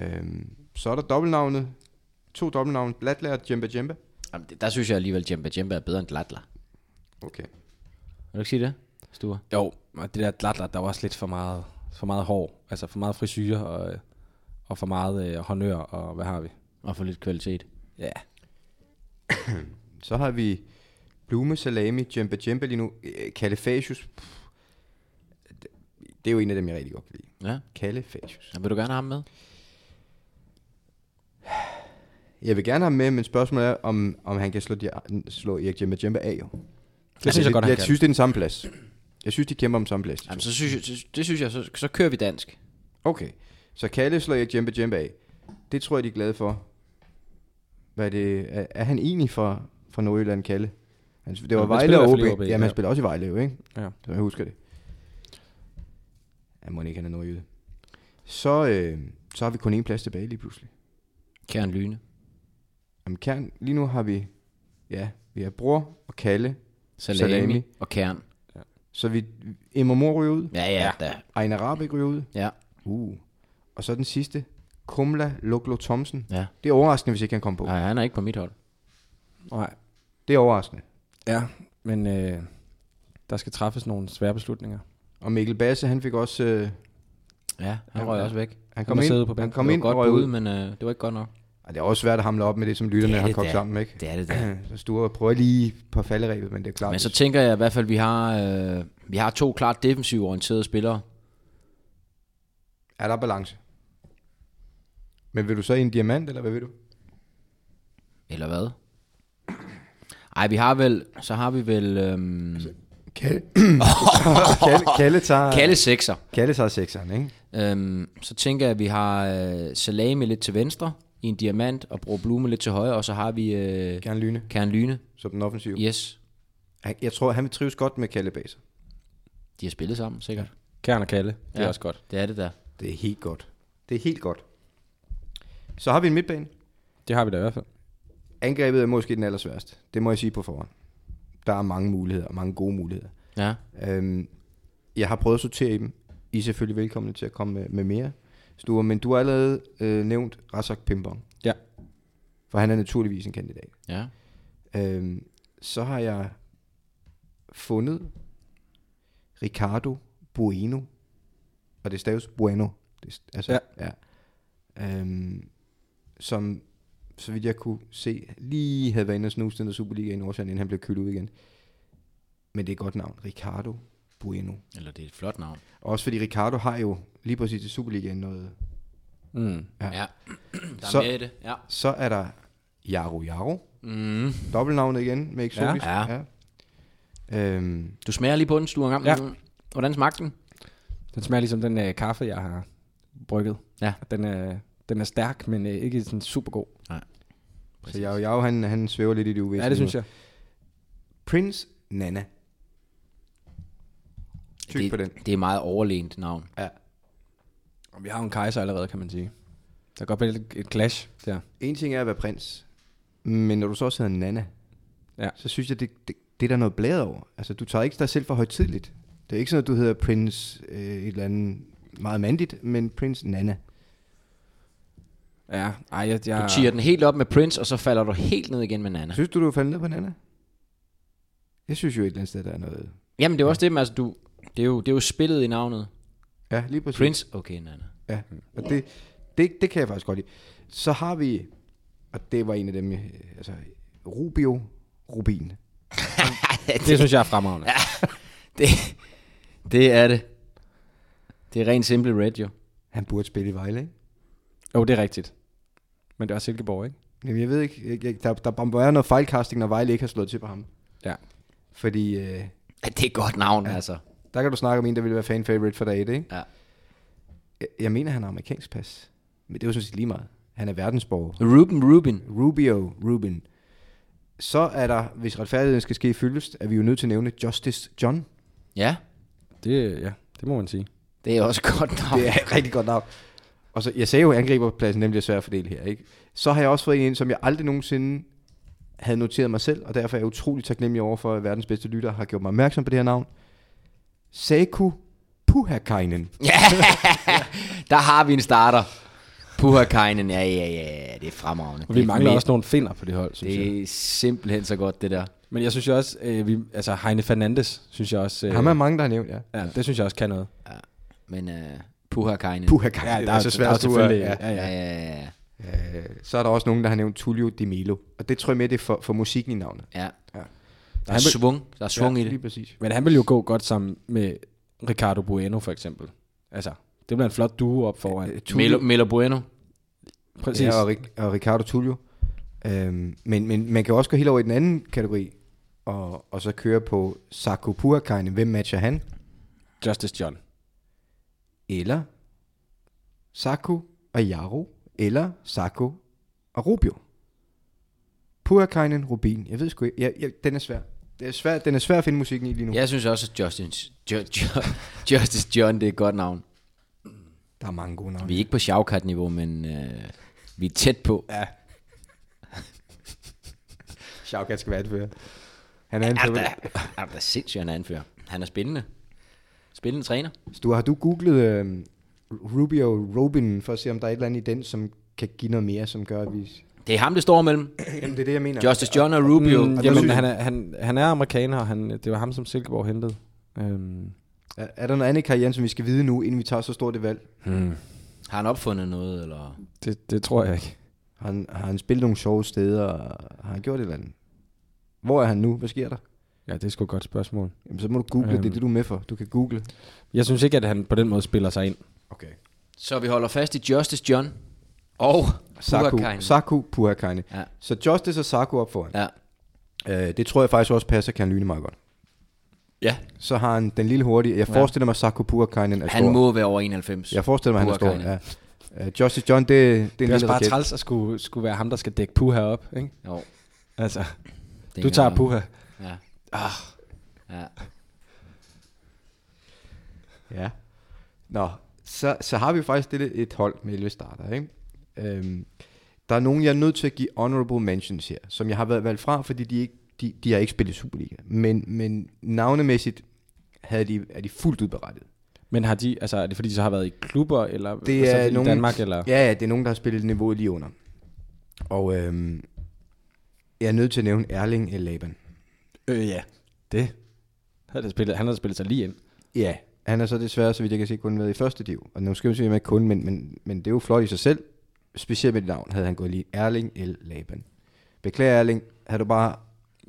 Speaker 2: Øhm, så er der dobbeltnavnet. To dobbeltnavne. Blatler og Jemba Jemba.
Speaker 3: Jamen, det, der synes jeg alligevel, Jemba Jemba er bedre end Gladler.
Speaker 2: Okay.
Speaker 3: Vil du ikke sige det, Sture?
Speaker 4: Jo, og det der glatler, der var også lidt for meget, for meget hår. Altså for meget frisyrer og, øh, og for meget øh, honør og hvad har vi?
Speaker 3: Og få lidt kvalitet.
Speaker 4: Ja.
Speaker 2: Så har vi Blume, Salami, Jemba Jemba lige nu. Øh, Kalifasius. Pff. Det er jo en af dem, jeg rigtig godt kan lide.
Speaker 3: Ja.
Speaker 2: Kalifasius.
Speaker 3: Så vil du gerne have ham med?
Speaker 2: Jeg vil gerne have ham med, men spørgsmålet er, om, om han kan slå, de, slå Erik Jemba Jemba af. Jo. Altså,
Speaker 4: Det synes jeg godt,
Speaker 2: jeg,
Speaker 4: han
Speaker 2: jeg
Speaker 4: kan.
Speaker 2: synes, det er den samme plads. Jeg synes, de kæmper om samme plads. de
Speaker 3: Jamen,
Speaker 2: to.
Speaker 3: så synes jeg, så, det synes jeg, så, så kører vi dansk.
Speaker 2: Okay. Så Kalle slår Erik Jemba Jemba af. Det tror jeg, de er glade for. Hvad er det? Er, er han egentlig fra, fra Nordjylland, Kalle? Han, det var
Speaker 4: han
Speaker 2: Vejle
Speaker 4: spiller
Speaker 2: og
Speaker 4: i
Speaker 2: OB.
Speaker 4: hvert fald i OB,
Speaker 2: Jamen, han
Speaker 4: ja.
Speaker 2: spiller også i Vejle, jo, ikke?
Speaker 4: Ja.
Speaker 2: Så jeg husker det. Ja, må ikke, han er nordjyde. Så, øh, så har vi kun én plads tilbage lige pludselig.
Speaker 3: Kæren Lyne.
Speaker 2: Jamen, Kern, lige nu har vi, ja, vi har Bror og Kalle,
Speaker 3: Salami,
Speaker 2: Salami.
Speaker 3: Salami. og Kern.
Speaker 2: så vi, Emre Mor ryger ud,
Speaker 3: Ja, ja, da.
Speaker 2: Ejner Rabeck ryger ud,
Speaker 3: ja.
Speaker 2: uh, og så den sidste, Kumla Luglo Thomsen.
Speaker 3: ja.
Speaker 2: Det er overraskende, hvis ikke han kom på.
Speaker 3: Nej, han er ikke på mit hold.
Speaker 4: Nej.
Speaker 2: Det er overraskende.
Speaker 4: Ja, men øh, der skal træffes nogle svære beslutninger.
Speaker 2: Og Mikkel Basse, han fik også, øh,
Speaker 3: Ja, han
Speaker 2: Ja,
Speaker 3: røg
Speaker 2: ja.
Speaker 3: også væk.
Speaker 2: han
Speaker 4: var
Speaker 2: kom ind,
Speaker 4: siddet på
Speaker 2: han
Speaker 4: bænken.
Speaker 2: kom
Speaker 3: det
Speaker 2: ind
Speaker 3: var
Speaker 2: og
Speaker 3: godt
Speaker 2: røg
Speaker 3: ud,
Speaker 2: ud.
Speaker 3: men øh, det var ikke godt nok.
Speaker 2: Ej, det er også svært at hamle op med det, som lytterne
Speaker 3: Det er
Speaker 2: har
Speaker 3: det
Speaker 2: kogt
Speaker 3: da.
Speaker 2: sammen, ikke?
Speaker 3: Det er det der.
Speaker 2: Så Sture prøver lige på falderæbet, men det er klart.
Speaker 3: Men så
Speaker 2: hvis-
Speaker 3: tænker jeg i hvert fald, at vi har, øh, vi har to klart defensivt orienterede spillere.
Speaker 2: er der balance? Men vil du så i en diamant, eller hvad vil du?
Speaker 3: Eller hvad? Ej, vi har vel... Så har vi vel... Øhm,
Speaker 2: Kalle, Kalle, Kalle tager...
Speaker 3: Kalle sekser.
Speaker 2: Kalle tager sekseren, ikke?
Speaker 3: Øhm, så tænker jeg, at vi har øh, salami lidt til venstre i en diamant, og bruger blume lidt til højre, og så har vi øh,
Speaker 2: Gerne lyne,
Speaker 3: Kern Lyne.
Speaker 2: som den offensive.
Speaker 3: Yes,
Speaker 2: Han- Jeg tror, han vil trives godt med Kalle bag sig.
Speaker 3: de har spillet sammen, sikkert.
Speaker 4: Kern og Kalle, det ja.
Speaker 3: Ja.
Speaker 4: er også godt.
Speaker 3: Det er det der.
Speaker 2: Det er helt godt. Det er helt godt. Så har vi en midtbane.
Speaker 4: Det har vi da i hvert fald.
Speaker 2: Angrebet er måske den allersværeste. Det må jeg sige på forhånd. Der er mange muligheder, mange gode muligheder.
Speaker 3: Ja.
Speaker 2: Øhm, jeg har prøvet at sortere i dem. I er selvfølgelig velkomne til at komme med, med mere, Sture, men du har allerede øh, nævnt Razak Pimbong,
Speaker 4: Ja.
Speaker 2: for han er naturligvis en kandidat.
Speaker 3: Ja.
Speaker 2: Øhm, så har jeg fundet Ricardo Bueno, og det staves Bueno, det, st- altså, ja. ja. Øhm, som, så vidt jeg kunne se, lige havde været inde og snuse den der Superliga i Nordsjælland, inden han blev kølet ud igen. Men det er et godt navn, Ricardo Bueno.
Speaker 3: Eller det er et flot navn.
Speaker 2: Også fordi Ricardo har jo lige præcis i Superligaen noget.
Speaker 4: Mm.
Speaker 2: Ja.
Speaker 3: Ja. Der er
Speaker 2: Så-
Speaker 3: så... mere i det. Ja.
Speaker 2: Så er der Jaro Jaro,
Speaker 3: Mm.
Speaker 2: dobbeltnavnet igen med eksotisk.
Speaker 3: Ja.
Speaker 2: ja. Øhm,
Speaker 3: Du smager lige på den, Sture, en gang.
Speaker 4: Ja.
Speaker 3: Hvordan smagte den?
Speaker 4: Den smager ligesom den øh, kaffe, jeg har brygget.
Speaker 3: Ja.
Speaker 4: Den er, den er stærk, men øh, ikke sådan super god.
Speaker 2: Så Jao Jao, han, han svæver lidt i det uvisse.
Speaker 4: Ja, det synes jeg.
Speaker 2: Prince Nana. Tyk
Speaker 3: det,
Speaker 2: på den.
Speaker 3: Det er meget overlænt navn.
Speaker 2: Ja.
Speaker 4: Og Vi har jo en kejser allerede, kan man sige. Der kan godt være lidt et clash der.
Speaker 2: En ting er at være prins, men når du så også hedder Nana,
Speaker 4: Ja.
Speaker 2: så synes jeg, det, det, det er der noget blæret over. Altså, du tager ikke dig selv for højtidligt. Det er ikke sådan, at du hedder prins øh, et eller andet meget mandigt, men prins Nana.
Speaker 4: Ja, ej, jeg...
Speaker 3: Du
Speaker 4: jeg
Speaker 3: tiger den helt op med Prince, og så falder du helt ned igen med Nana.
Speaker 2: Synes du, du er faldet ned på Nana? Jeg synes jo et eller andet sted, der er noget...
Speaker 3: Jamen, det er også det, men altså, du, det, er jo, det er jo spillet i navnet.
Speaker 2: Ja, lige præcis.
Speaker 3: Prince, okay, Nana.
Speaker 2: Ja, og det, det, det kan jeg faktisk godt lide. Så har vi, og det var en af dem, øh, altså Rubio Rubin.
Speaker 4: Det synes jeg er fremragende. Ja.
Speaker 3: Det, det er det. Det er rent simple red, jo.
Speaker 2: Han burde spille i Vejle, ikke?
Speaker 4: Jo, det er rigtigt. Men det er også Silkeborg, ikke?
Speaker 2: Jamen, jeg ved ikke, jeg, jeg, der, der må være noget fejlcasting, når Vejle ikke har slået til på ham.
Speaker 4: Ja.
Speaker 2: Fordi øh,
Speaker 3: Ja, det er et godt navn, ja. altså.
Speaker 2: der kan du snakke om en, der ville være fan favorite for dag et, ikke?
Speaker 3: Ja.
Speaker 2: Jeg, jeg mener, han har amerikansk pas. Men det er jo sådan set lige meget. Han er verdensborger.
Speaker 3: Ruben Rubin.
Speaker 2: Rubio Rubin. Så er der, hvis retfærdigheden skal ske fyldest, er vi jo nødt til at nævne Justice John.
Speaker 3: Ja,
Speaker 4: Det, ja, det må man sige.
Speaker 3: det er også et godt navn.
Speaker 2: Det er et rigtig godt navn. Og så, jeg sagde jo, at angriberpladsen nemlig er svær at fordele her. Ikke? Så har jeg også fået en ind, som jeg aldrig nogensinde havde noteret mig selv, og derfor er jeg utrolig taknemmelig over for, at verdens bedste lytter har gjort mig opmærksom på det her navn. Seku Puhakainen.
Speaker 3: Der har vi en starter. Puhakainen, ja, ja, ja, det er fremragende.
Speaker 4: Og vi
Speaker 3: Det er
Speaker 4: mangler
Speaker 3: mere-
Speaker 4: også nogle finder på det hold, synes jeg.
Speaker 3: Det er simpelthen så godt, det der.
Speaker 4: Men jeg synes jo også, øh, vi, altså Heine Fernandes, synes jeg også... Øh,
Speaker 2: Ham er mange, der har nævnt, ja.
Speaker 4: ja, det synes jeg også kan noget.
Speaker 3: Men uh, Puhakainen.
Speaker 2: Puhakainen,
Speaker 4: Ja,
Speaker 2: ja,
Speaker 4: der
Speaker 2: det er
Speaker 4: er-
Speaker 2: så svært.
Speaker 4: der er
Speaker 2: du er-
Speaker 4: selvfølgelig-
Speaker 2: Ja.
Speaker 3: ja, ja, ja, ja.
Speaker 2: Øh, Så er der også nogen, der har nævnt Tullio Di Milo. Og det tror jeg mere, det er for, for musikken i navnet.
Speaker 3: ja. Der
Speaker 4: Han
Speaker 3: er
Speaker 4: vil-
Speaker 3: svung, der er svung i
Speaker 2: Lige
Speaker 3: det.
Speaker 2: præcis.
Speaker 4: Men han vil jo gå godt sammen med Ricardo Bueno, for eksempel. Altså, det bliver en flot duo op foran.
Speaker 2: Øh, Tullio-
Speaker 3: Melo, Melo Bueno.
Speaker 4: Præcis.
Speaker 2: Ja, og, Rik- og Ricardo Tullio. Øhm, men, men man kan jo også gå helt over i den anden kategori, og, og så køre på Saku Puakajne. Hvem matcher han?
Speaker 4: Justice John.
Speaker 2: Eller Saku og Jaro, eller Saku og Rubio. Puakajnen, Rubin. Jeg ved sgu ikke. Ja, ja, den er svær. Det er svær. Den er svær at finde musikken i lige nu.
Speaker 3: Jeg synes også, at Justin, jo, jo, Justice John, det er et godt navn.
Speaker 2: Der er mange gode navne.
Speaker 3: Vi er ikke på Shavkat-niveau, men uh, vi er tæt på. Ja,
Speaker 2: Shaukat skal være anfører. Han er anfører.
Speaker 3: altså- er da sindssygt, han er anfører. Han er spændende. Spændende træner.
Speaker 2: Du har du googlet øh, Rubio Robin for at se, om der er et eller andet i den, som kan give noget mere, som gør, at vi...
Speaker 3: Det er ham, det står mellem.
Speaker 2: Jamen, det er det, jeg mener.
Speaker 3: Justice John og Rubio.
Speaker 4: Mm,
Speaker 2: der
Speaker 4: jamen,
Speaker 2: synes jeg-
Speaker 4: han er, han, han er amerikaner, og han, det var ham, som Silkeborg hentede. Øhm,
Speaker 2: Er, er der noget andet i karrieren, som vi skal vide nu, inden vi tager så stort et valg?
Speaker 3: Har han opfundet noget, eller...
Speaker 4: det, det tror jeg ikke.
Speaker 2: Har han, har han spillet nogle sjove steder? og Har han gjort et eller andet? Hvor er han nu? Hvad sker der?
Speaker 4: Ja, det er sgu et godt spørgsmål.
Speaker 2: Jamen, så må du google. Øhm. Det er
Speaker 4: Øhm.
Speaker 2: det, du er med for. Du kan google.
Speaker 4: Jeg synes ikke, at han på den måde spiller sig ind.
Speaker 2: Okay.
Speaker 3: Så vi holder fast i Justice John. Og
Speaker 2: Saku,
Speaker 3: Buhakainen.
Speaker 2: Saku Puhakainen.
Speaker 3: Ja.
Speaker 2: Ja. Så Justice og Saku op foran.
Speaker 3: Ja.
Speaker 2: Ja. Øh, det tror jeg faktisk også passer Kan Lyne meget godt.
Speaker 3: ja.
Speaker 2: Så har han den lille hurtige. Jeg forestiller mig, Saku Puhakainen er stor.
Speaker 3: Han må være over 91.
Speaker 2: Jeg forestiller mig, han er stor.
Speaker 3: Puhakainen.
Speaker 2: Ja. Øh, Justice John, det, det er en
Speaker 4: Det er
Speaker 2: lille
Speaker 4: også bare
Speaker 2: raket.
Speaker 4: træls at skulle, skulle være ham, der skal dække Puha op, ikke?
Speaker 3: Jo,
Speaker 4: Altså,
Speaker 3: det er
Speaker 4: du
Speaker 3: en
Speaker 4: tager
Speaker 3: gang.
Speaker 4: Puha.
Speaker 3: Ja. Ah. Ja.
Speaker 2: Ja. Nå, så, så har vi jo faktisk stillet et hold med 11 starter, ikke? Øhm, der er nogen, jeg er nødt til at give honorable mentions her, som jeg har været valgt fra, fordi de, ikke, de, de har ikke spillet Superliga. Men, men navnemæssigt havde de, er de fuldt udberettet.
Speaker 4: Men har de, altså, er det fordi, de så har været i klubber, eller
Speaker 2: Det
Speaker 4: altså,
Speaker 2: er
Speaker 4: i
Speaker 2: nogen,
Speaker 4: Danmark, eller?
Speaker 2: Ja, ja, det er nogen, der har spillet niveauet lige under. Og øhm, jeg er nødt til at nævne Erling El Laban.
Speaker 4: Øh, ja. Det. Han havde spillet, han havde spillet sig lige ind.
Speaker 2: Ja, han er så desværre, så vidt jeg kan se, kun været i første div. Og nu skal vi se, om jeg kun, men, men, men det er jo flot i sig selv. Specielt med det navn havde han gået lige Erling L. Laban. Beklager Erling, havde du bare,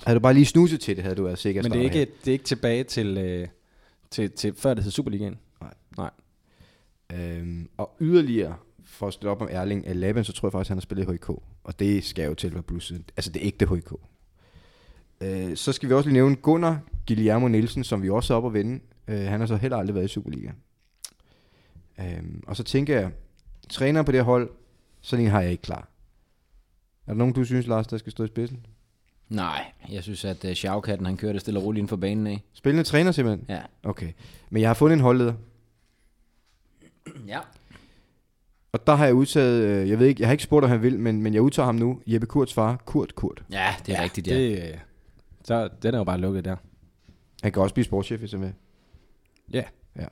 Speaker 2: havde du bare lige snuset til det, havde du været sikker
Speaker 4: Men det er,
Speaker 2: starter
Speaker 4: ikke, det er ikke tilbage til, øh, til, til før det hed Superligaen.
Speaker 2: Nej.
Speaker 4: Nej.
Speaker 2: her. Øhm, og yderligere, for at støtte op om Erling L. Laban, så tror jeg faktisk, han har spillet i HK. Og det skal jo til at være blussiden. Altså det ægte HK. Øh, så skal vi også lige nævne Gunnar Guillermo Nielsen, som vi også er oppe at vinde. Øh, han har så heller aldrig været i Superliga. Øhm, og så tænker jeg, træner på det her hold, sådan en har jeg ikke klar. Er der nogen, du synes, Lars, der skal stå i spidsen?
Speaker 3: Nej, jeg synes, at uh, Sjavkatten, han kører det stille og roligt inden for banen af.
Speaker 2: Spillende træner simpelthen?
Speaker 3: Ja.
Speaker 2: Okay. Men jeg har fundet en holdleder,
Speaker 3: Ja.
Speaker 2: og der har jeg udtaget, øh, jeg ved ikke, jeg har ikke spurgt, om han vil, men, men jeg udtager ham nu, Jeppe Kurts far, Kurt Kurt.
Speaker 3: Ja, det er ja, rigtigt, ja. Det...
Speaker 4: Det, øh, så den er jo bare lukket der.
Speaker 2: Han kan også blive sportschef, hvis han vil.
Speaker 4: Ja.
Speaker 2: Ja.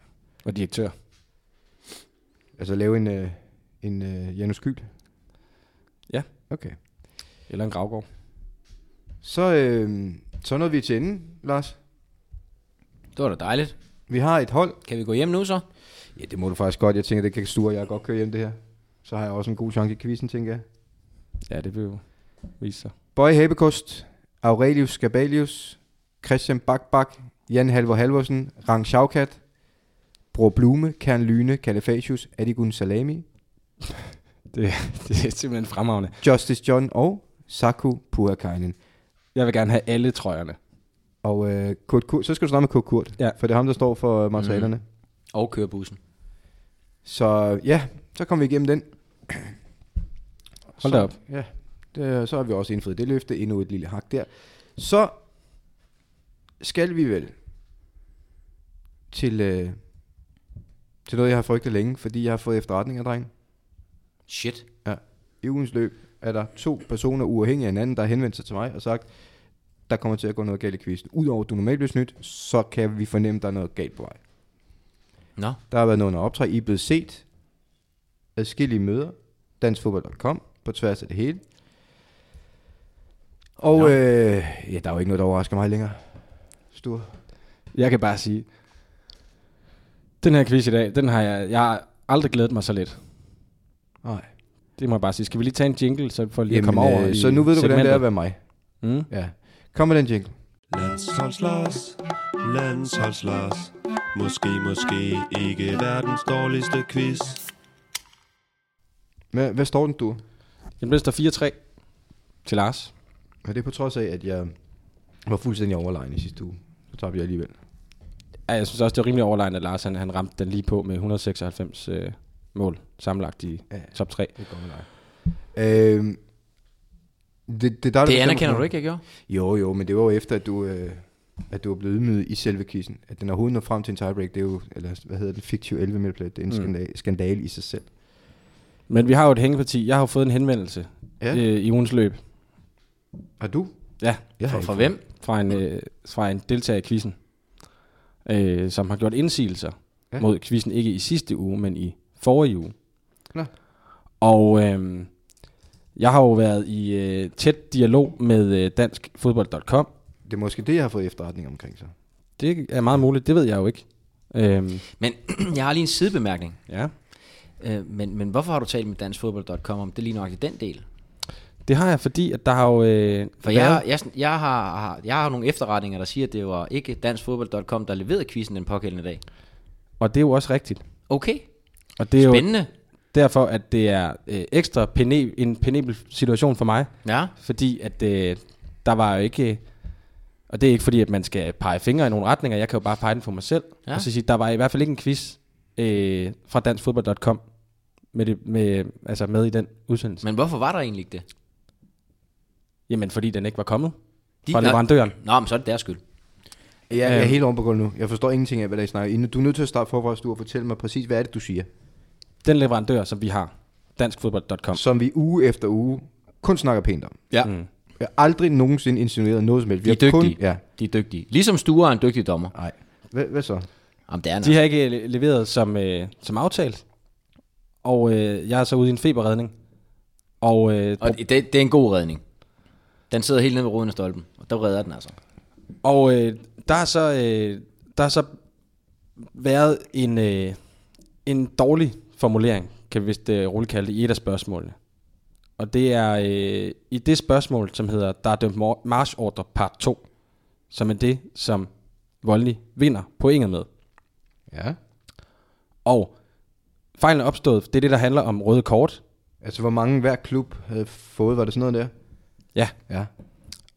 Speaker 4: Og direktør.
Speaker 2: Altså lave en, øh, en øh, Janus Kyl.
Speaker 4: Ja.
Speaker 2: Okay.
Speaker 4: Eller en gravgård.
Speaker 2: Så, øh, så nåede vi til enden, Lars.
Speaker 3: det var da dejligt.
Speaker 2: Vi har et hold.
Speaker 3: Kan vi gå hjem nu så?
Speaker 2: Ja, det må du faktisk godt. Jeg tænker, det kan Sture og jeg godt køre hjem det her. Så har jeg også en god chance i quizzen, tænker jeg.
Speaker 4: Ja, det vil jo vise sig.
Speaker 2: Bøje Hæbekost, Aurelius Skabalius, Christian Bakbak, Jan Halvor Halvorsen, Rang Schaukat, Bror Blume, Kern Lyne, Kalifatius, Adigun Salami,
Speaker 4: Det, det er simpelthen fremragende.
Speaker 2: Justice John og Saku Puhakainen.
Speaker 4: Jeg vil gerne have alle trøjerne.
Speaker 2: Og øh, Kurt Kurt, så skal du snakke med Kurt Kurt,
Speaker 4: Ja.
Speaker 2: for det er ham, der står for øh, materialerne. Mm.
Speaker 3: Og køre bussen.
Speaker 2: Så ja, så kom vi igennem den.
Speaker 4: Hold
Speaker 2: så,
Speaker 4: da op.
Speaker 2: Ja, det, så har vi også indfriet det løfte. Endnu et lille hak der. Så skal vi vel til, øh, til noget, jeg har frygtet længe, fordi jeg har fået efterretninger, dreng.
Speaker 3: Shit.
Speaker 2: Ja. I ugens løb er der to personer uafhængige af hinanden, der har henvendt sig til mig og sagt, der kommer til at gå noget galt i quizzen. Udover at du normalt bliver snydt, så kan vi fornemme, at der er noget galt på vej.
Speaker 3: Nå,
Speaker 2: Der har været noget under optræk. I er blevet set. Adskillige møder. Danskfodbold.com på tværs af det hele. Og øh, ja, der er jo ikke noget, der overrasker mig længere. Stur.
Speaker 4: Jeg kan bare sige, den her quiz i dag, den har jeg, jeg har aldrig glædet mig så lidt.
Speaker 2: Nej.
Speaker 4: Det må jeg bare sige. Skal vi lige tage en jingle, så for lige
Speaker 2: Jamen,
Speaker 4: at komme over
Speaker 2: øh,
Speaker 4: i
Speaker 2: så nu ved du, hvordan det er at
Speaker 4: segmentet?
Speaker 2: være mig.
Speaker 4: Mm.
Speaker 2: Ja. Kom med den jingle.
Speaker 6: Landsholdslars, landsholdslars. Måske, måske ikke verdens dårligste quiz.
Speaker 2: Hvad, hvad står den, du?
Speaker 4: Den blev står 4-3 til Lars.
Speaker 2: Ja, det er på trods af, at jeg var fuldstændig overlegen i sidste uge. Så tabte jeg alligevel.
Speaker 4: Ja, jeg synes også, det var rimelig overlegnet, at Lars han, han ramte den lige på med 196 øh, mål sammenlagt i
Speaker 2: Ja.
Speaker 4: ja. top 3.
Speaker 2: Det går med dig. Øhm, det, det, er dig, der
Speaker 3: det
Speaker 2: bestemmer
Speaker 3: anerkender
Speaker 2: sådan
Speaker 3: du ikke, jeg gjorde?
Speaker 2: Jo, jo, men det var jo efter, at du, øh, at du var blevet ydmyget i selve quizzen. At den overhovedet når frem til en tiebreak, det er jo, eller hvad hedder den, fiktiv 11 meter det er en mm. skandal, skandale i sig selv.
Speaker 4: Men vi har jo et hængeparti. Jeg har jo fået en henvendelse
Speaker 2: Ja.
Speaker 4: ja. øh, i ugens løb.
Speaker 2: Har du?
Speaker 4: Ja,
Speaker 2: Jeg
Speaker 3: For,
Speaker 2: ikke
Speaker 3: for
Speaker 2: fået-
Speaker 3: hvem?
Speaker 4: fra en, øh, fra en deltager i quizzen, øh, som har gjort indsigelser
Speaker 2: Ja.
Speaker 4: ja. mod quizzen, ikke i sidste uge, men i forrige uge.
Speaker 2: Nå.
Speaker 4: Og øh, jeg har jo været i øh, tæt dialog med øh, danskfodbold.com.
Speaker 2: Det er måske det, jeg har fået efterretning omkring så.
Speaker 4: Det er meget muligt, det ved jeg jo ikke. Øhm,
Speaker 3: Men jeg har lige en sidebemærkning.
Speaker 4: ja.
Speaker 3: Øh, men, men hvorfor har du talt med danskfodbold.com om det lige nok i den del?
Speaker 4: Det har jeg, fordi at der har jo... Øh,
Speaker 3: For jeg, jeg, jeg, har, har, jeg har nogle efterretninger, der siger, at det var ikke danskfodbold.com, der leverede quizzen den pågældende dag.
Speaker 4: Og det er jo også rigtigt.
Speaker 3: Okay,
Speaker 4: Og det er
Speaker 3: spændende.
Speaker 4: jo derfor, at det er øh, ekstra pene, en penibel situation for mig.
Speaker 3: Ja.
Speaker 4: Fordi at øh, der var jo ikke... Og det er ikke fordi, at man skal pege fingre i nogle retninger. Jeg kan jo bare pege den for mig selv.
Speaker 3: Ja.
Speaker 4: Ja. Og så sige, der var i hvert fald ikke en quiz øh, fra danskfodbold.com med, det, med, altså med i den udsendelse. Men.
Speaker 3: Men hvorfor var der egentlig ikke det?
Speaker 4: Jamen, fordi den ikke var kommet
Speaker 3: De-
Speaker 4: de, fra
Speaker 3: Nå.
Speaker 4: leverandøren.
Speaker 3: Nå, men så er det deres skyld.
Speaker 2: Jeg, jeg
Speaker 3: Øhm.
Speaker 2: er helt oven på gulvet nu. Jeg forstår ingenting af, hvad der snakker inden. Du er nødt til at starte forfra, Stu, og fortælle mig præcis, hvad er det, du siger.
Speaker 4: Den leverandør, som vi har, danskfodbold.com.
Speaker 2: Som vi uge efter uge kun snakker pænt om.
Speaker 3: Ja.
Speaker 2: Mm. Jeg har aldrig nogensinde insinueret noget som helst. Vi
Speaker 3: De
Speaker 2: har
Speaker 3: er
Speaker 2: kun-
Speaker 3: dygtige.
Speaker 2: Ja.
Speaker 3: De er dygtige. Ligesom Sture er en dygtig dommer.
Speaker 2: Nej. Hvad, hvad så?
Speaker 3: Jamen, det er han.
Speaker 4: De har ikke le- leveret som, øh, som aftalt. Og øh, jeg er så ude i en feberredning. Og, øh,
Speaker 3: Og det, det er en god redning. Den sidder helt nede ved roden af stolpen, og der redder den altså.
Speaker 4: Og øh, der har så øh, der har så været en øh, en dårlig formulering, kan vi vist øh, roligt kalde det, i et af spørgsmålene. Og det er øh, i det spørgsmål, som hedder, der er dømt mor- marchordre part 2, som er det, som Voldny vinder pointet med.
Speaker 2: Ja.
Speaker 4: Og fejlen er opstået, det er det, der handler om røde kort.
Speaker 2: Altså, hvor mange hver klub havde fået, var det sådan noget der?
Speaker 4: Ja,
Speaker 2: Ja.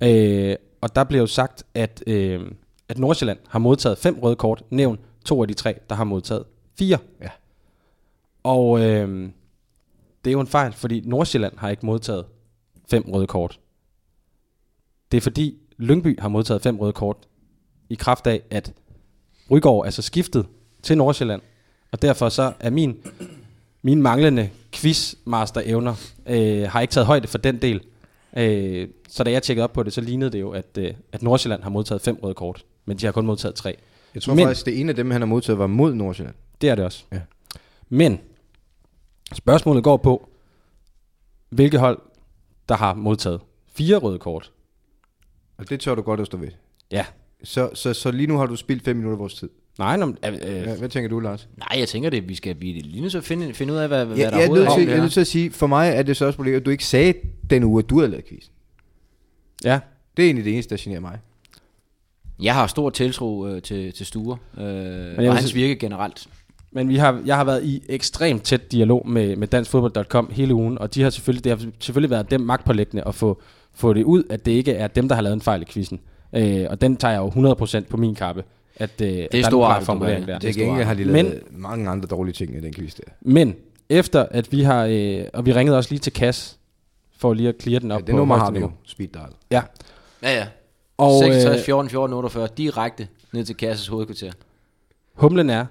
Speaker 4: Øh, og der blev jo sagt, at, øh, at Nordsjælland har modtaget fem røde kort. Nævn to af de tre, der har modtaget fire.
Speaker 2: Ja.
Speaker 4: Og øh, det er jo en fejl, fordi Nordsjælland har ikke modtaget fem røde kort. Det er fordi Lyngby har modtaget fem røde kort i kraft af, at Rygaard er så skiftet til Nordsjælland. Og derfor så er min, min manglende quizmaster-evner øh, har ikke taget højde for den del. Øh, så da jeg tjekkede op på det, så lignede det jo, at, øh, at Nordsjælland har modtaget fem røde kort, men de har kun modtaget tre.
Speaker 2: Jeg tror
Speaker 4: Men-
Speaker 2: Men... faktisk, det ene af dem, han har modtaget, var mod Nordsjælland.
Speaker 4: Det er det også.
Speaker 2: Ja.
Speaker 4: Men spørgsmålet går på, hvilke hold, der har modtaget fire røde kort.
Speaker 2: Og det tør du godt at stå ved.
Speaker 4: Ja.
Speaker 2: Så, så, så lige nu har du spildt fem minutter af vores tid.
Speaker 4: Nej, nå, men, øh, øh,
Speaker 2: Ja, hvad tænker du, Lars?
Speaker 3: Nej, jeg tænker det, vi skal vi er lige nødt til at finde, finde ud af, hvad, hvad
Speaker 2: Jeg,
Speaker 3: der
Speaker 2: jeg, er nødt til,
Speaker 3: overhovedet
Speaker 2: jeg er
Speaker 3: er.
Speaker 2: nødt til at sige, for mig er det så også problem, at du ikke sagde den uge, at du havde lavet quiz.
Speaker 4: ja.
Speaker 2: Det er egentlig det eneste, der generer mig.
Speaker 3: Jeg har stor tiltro øh, til, til Sture øh,
Speaker 4: vil
Speaker 3: og hans
Speaker 4: sige-
Speaker 3: virke generelt.
Speaker 4: Men vi har, jeg har været i ekstremt tæt dialog med, med danskfodbold.com hele ugen, og de har selvfølgelig, det har selvfølgelig været dem magtpålæggende at få, få det ud, at det ikke er dem, der har lavet en fejl i quizzen. Øh, og den tager jeg jo 100% på min kappe. At, øh, det er,
Speaker 3: stor
Speaker 4: klar
Speaker 3: arbejde,
Speaker 4: formulering
Speaker 3: du gør.
Speaker 4: der.
Speaker 2: Til gengæld har de
Speaker 4: Men-
Speaker 2: lavet Men... mange andre dårlige ting i den quiz der.
Speaker 4: Men efter at vi har, øh, og vi ringede også lige til Kas, for lige at clear den op
Speaker 2: Ja, det
Speaker 4: på
Speaker 2: nummer
Speaker 4: højeste
Speaker 2: har vi jo.
Speaker 4: niveau.
Speaker 2: Speed dial.
Speaker 4: Ja.
Speaker 3: Ja, ja.
Speaker 4: Og
Speaker 3: 66,
Speaker 4: øh,
Speaker 3: 14, 14, 48, direkte ned til Kasses hovedkvarter.
Speaker 4: humlen er,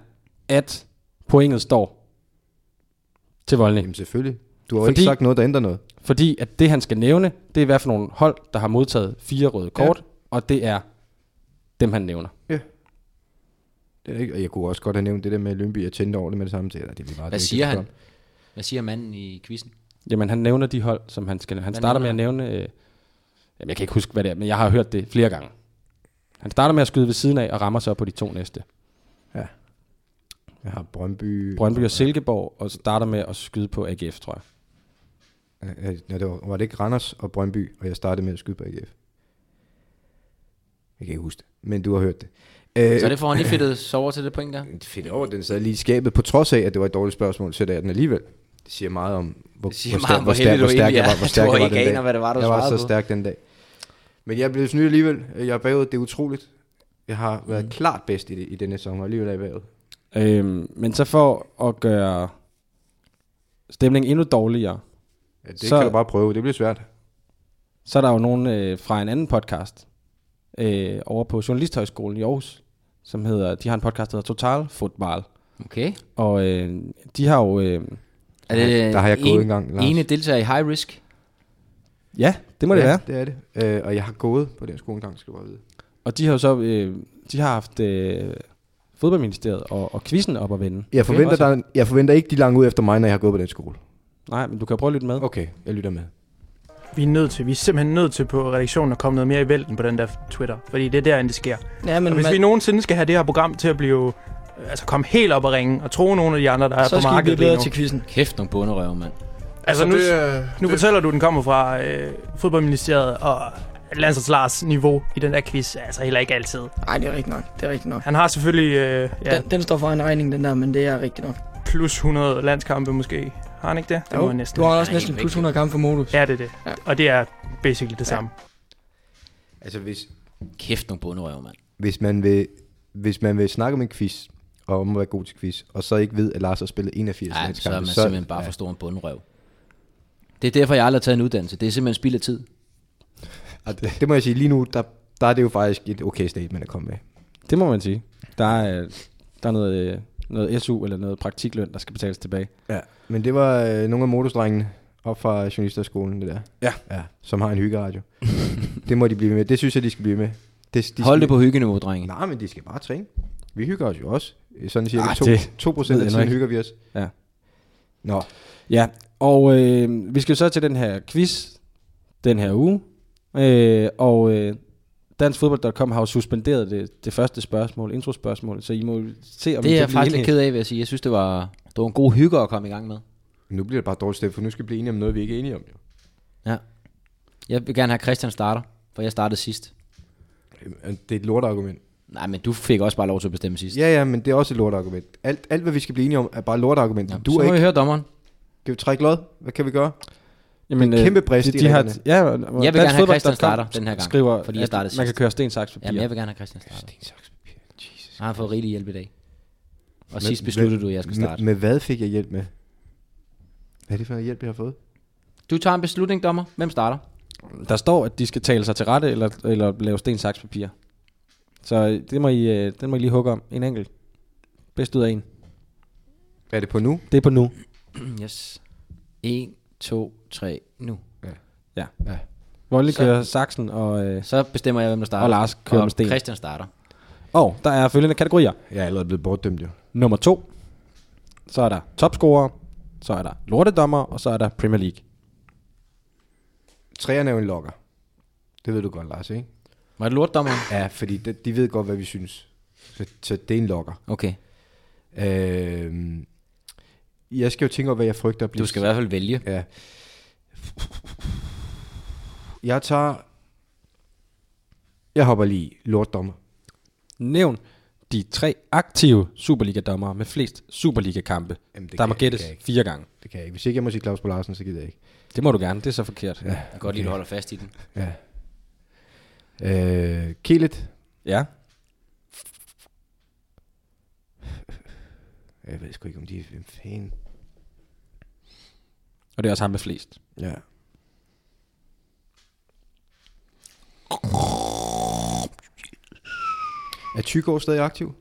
Speaker 4: at pointet står til Voldning.
Speaker 2: Jamen selvfølgelig. Du har Fordi... ikke
Speaker 4: Fordi-
Speaker 2: sagt noget, der ændrer noget.
Speaker 4: Fordi at det, han skal nævne, det er i hvert fald nogle hold, der har modtaget fire røde kort, ja. og det er dem, han nævner.
Speaker 2: Ja. Det er ikke, og jeg kunne også godt have nævnt det der med Lønby. Jeg tændte over det med det samme til. Eller, det var bare
Speaker 3: Hvad siger han? Hvad siger manden i quizzen?
Speaker 4: Jamen, han nævner de hold, som han skal Han
Speaker 3: Hvad
Speaker 4: starter med at
Speaker 3: nævner
Speaker 4: nævne... Øh, jamen, jeg kan ikke huske, hvad det er, men jeg har hørt det flere gange. Han starter med at skyde ved siden af og rammer så på de to næste.
Speaker 2: Ja. Jeg har Brøndby.
Speaker 4: Brøndby og Silkeborg, og starter med at skyde på AGF, tror jeg.
Speaker 2: Øh, nej, det var, var det ikke Randers og Brøndby, og jeg startede med at skyde på AGF? Jeg kan ikke huske det, men du har hørt det. Øh,
Speaker 3: Så er det for, han lige fedtet sig over til det point der?
Speaker 2: Fedt over, den sad lige i skabet, på trods af, at det var et dårligt spørgsmål, sætter jeg den alligevel. Det siger meget om, hvor,
Speaker 3: Det siger meget om, hvor heldig du egentlig er, at du
Speaker 2: jeg
Speaker 3: ikke
Speaker 2: den
Speaker 3: aner,
Speaker 2: dag.
Speaker 3: hvad det var, du
Speaker 2: Jeg var
Speaker 3: svarede
Speaker 2: så
Speaker 3: på.
Speaker 2: stærk den dag. Men jeg blev snydt alligevel. Jeg er bagud, det er utroligt. Jeg har været mm. klart bedst i, det, i denne sæson, og alligevel er jeg bagud.
Speaker 4: Øhm, men så for at gøre stemningen endnu dårligere,
Speaker 2: Ja, det
Speaker 4: Så-
Speaker 2: så... kan du bare prøve, det bliver svært.
Speaker 4: så er der jo nogen øh, fra en anden podcast øh, over på Journalisthøjskolen i Aarhus, som hedder, de har en podcast, der hedder Total Football.
Speaker 3: Okay.
Speaker 4: Og øh, de har jo, øh,
Speaker 3: Er det
Speaker 2: Der har jeg
Speaker 3: en,
Speaker 2: gået engang, Lars.
Speaker 3: ene deltager i high risk?
Speaker 4: ja, det må ja. det være.
Speaker 2: det er det. Øh, og jeg har gået på den skole engang, skal du bare vide.
Speaker 4: Og de har jo så, øh, de har haft øh, fodboldministeriet og, og quizzen op at vende.
Speaker 2: Jeg forventer,
Speaker 4: Også-
Speaker 2: der, jeg forventer ikke, de lange ud efter mig, når jeg har gået på den skole.
Speaker 4: Nej, men du kan prøve at lytte med.
Speaker 2: Okay, jeg lytter med.
Speaker 7: Vi er nødt til, vi er simpelthen nødt til på redaktionen at komme noget mere i vælten på den der Twitter, fordi det er derinde, det sker.
Speaker 8: Ja,
Speaker 7: Men
Speaker 8: men
Speaker 7: og hvis
Speaker 8: man,
Speaker 7: vi nogensinde skal have det her program til at blive, øh, altså komme helt op og ringe og tro nogle af de andre, der er
Speaker 8: så
Speaker 7: på
Speaker 8: skal vi blive
Speaker 7: markedet lige
Speaker 8: bedre
Speaker 7: nu.
Speaker 8: til quizzen.
Speaker 3: Kæft, nogle bunderøver, mand.
Speaker 7: Altså nu, nu fortæller du, at den kommer fra øh, fodboldministeriet og Landsholds Lars niveau i den der quiz, er altså heller ikke altid.
Speaker 8: Nej, det er rigtigt nok. Det er rigtigt nok.
Speaker 7: Han har selvfølgelig øh, ja,
Speaker 8: Den, den står for en regning, den der, men det er rigtigt nok.
Speaker 7: plus 100 landskampe måske. Har han ikke det? Det må han næsten.
Speaker 8: Du har også
Speaker 3: helt
Speaker 8: næsten plus
Speaker 3: vigtigt.
Speaker 8: 100 kampe for modus.
Speaker 7: Ja, det er det.
Speaker 8: Ja.
Speaker 7: Og det er basically det samme.
Speaker 2: Altså, hvis,
Speaker 3: Kæft nogle bunderøver, mand.
Speaker 2: hvis, man vil, hvis man vil snakke om en quiz, og om at være god til quiz, og så ikke ved, at Lars har spillet 81
Speaker 3: Ja, så er
Speaker 2: landskampe,
Speaker 3: man simpelthen bare for stor en bunderøv. Det er derfor, jeg aldrig har taget en uddannelse. Det er simpelthen spild af tid.
Speaker 2: Og det, det må jeg sige, lige nu, der, der er det jo faktisk et okay statement at komme med.
Speaker 4: Det må man sige. Der er, øh, der er noget, øh, noget SU eller noget praktikløn, der skal betales tilbage.
Speaker 2: Ja. Men det var øh, nogle af modusdrengene op fra journalisterskolen, det der.
Speaker 4: Ja.
Speaker 2: ja som har en hyggeradio. det må de blive med. Det synes jeg, de skal blive med. Det, de
Speaker 3: Hold
Speaker 2: skal,
Speaker 3: det på hyggeniveau, drenge.
Speaker 2: Nej, men de skal bare træne. Vi hygger os jo også. Sådan cirka
Speaker 4: Ah,
Speaker 2: to,
Speaker 4: det
Speaker 2: 2 procent
Speaker 4: ved
Speaker 2: af
Speaker 4: jeg nu
Speaker 2: tiden
Speaker 4: ikke.
Speaker 2: hygger vi os.
Speaker 4: Ja.
Speaker 2: Nå,
Speaker 4: Ja, og øh, vi skal jo så til den her quiz den her uge. Øh, og øh, danskfodbold.com har jo suspenderet det, det første spørgsmål, introspørgsmålet, så I må jo se, om I
Speaker 3: Det er
Speaker 4: kan
Speaker 3: jeg
Speaker 4: blive
Speaker 3: faktisk lidt
Speaker 4: enige.
Speaker 3: ked af, vil jeg sige. Jeg synes, det var, det var en god hygge at komme i gang med.
Speaker 2: nu bliver det bare dårligt sted, for nu skal vi blive enige om noget, vi ikke er enige om. Jo.
Speaker 3: Jeg vil gerne have Christian starter, for jeg startede sidst.
Speaker 2: Jamen, øh, Det er et lortargument.
Speaker 3: Nej, men du fik også bare lov til at bestemme sidst.
Speaker 2: Ja, ja, men det er også et lortargument. Alt, alt hvad vi skal blive enige om, er bare lortargument. Ja,
Speaker 3: Nå,
Speaker 2: du
Speaker 3: så
Speaker 2: er
Speaker 3: må vi
Speaker 2: ikke...
Speaker 3: høre dommeren.
Speaker 2: Kan vi trække lod? Hvad kan vi gøre?
Speaker 4: Jamen,
Speaker 2: Det er en kæmpe brist
Speaker 4: øh, de,
Speaker 2: i
Speaker 4: de har,
Speaker 2: reglerne.
Speaker 4: ja, Jeg vil
Speaker 3: gerne have Christian starter den her gang,
Speaker 4: Skriver,
Speaker 3: fordi
Speaker 4: fordi
Speaker 3: jeg
Speaker 4: jeg
Speaker 3: startede
Speaker 4: at man kan
Speaker 3: sidst.
Speaker 4: køre sten, saks, papir.
Speaker 3: Jamen, jeg vil gerne have Christian starter.
Speaker 2: Jesus.
Speaker 3: Han har fået rigelig hjælp i dag. Og
Speaker 2: Men-
Speaker 3: sidst besluttede du, at jeg skulle
Speaker 2: Med,
Speaker 3: starte.
Speaker 2: med hvad fik jeg hjælp med? Hvad er det for noget hjælp, jeg har fået?
Speaker 3: Du tager en beslutning, dommer. Hvem starter?
Speaker 4: Der står, at de skal tale sig til rette, eller, eller lave sten, saks, papir. Så øh, det må, I, øh, den må I lige hugge om. En enkelt. Bedst ud af en.
Speaker 2: Hvad er det på nu?
Speaker 4: Det er på nu.
Speaker 3: Mm, Yes. 1, 2, 3, nu.
Speaker 4: Volle
Speaker 3: Så-
Speaker 4: kører saksen, og, øh,
Speaker 3: Så bestemmer jeg, hvem der starter.
Speaker 4: og Lars kører
Speaker 3: Og
Speaker 4: med sten.
Speaker 3: Christian starter.
Speaker 4: Og der er følgende kategorier.
Speaker 2: Jeg er allerede blevet bortdømt, jo.
Speaker 4: Nummer to, så er der topscorer, så er der lortedommer, og så er der Premier League.
Speaker 2: Træerne er jo en lokker. Det ved du godt, Lars, ikke?
Speaker 3: Var det lortdommeren?
Speaker 2: Ja, fordi de, de ved godt, hvad vi synes. Så, så det er en lokker.
Speaker 3: Okay.
Speaker 2: Øh, jeg skal jo tænke over, hvad jeg frygter at blive.
Speaker 3: Du skal i hvert fald vælge.
Speaker 2: Ja. Jeg tager... Jeg hopper lige lortdommer.
Speaker 4: Nævn de tre aktive Superliga-dommere med flest Superliga-kampe.
Speaker 2: Jamen, det
Speaker 4: Der
Speaker 2: kan
Speaker 4: må
Speaker 2: jeg- det
Speaker 4: gættes
Speaker 2: kan jeg ikke.
Speaker 4: fire gange.
Speaker 2: Det kan jeg ikke. Hvis ikke jeg må sige Claus Polarsen, så gider jeg ikke.
Speaker 4: Det må du gerne, det er så forkert. Ja.
Speaker 3: Jeg kan godt lide, at du holder fast i den.
Speaker 2: Ja. Øh, Kelet.
Speaker 4: ja.
Speaker 2: Jeg ved sgu ikke, om de er hvem fanden.
Speaker 4: Og det er også ham med flest.
Speaker 2: Ja. Er Tygård stadig aktiv?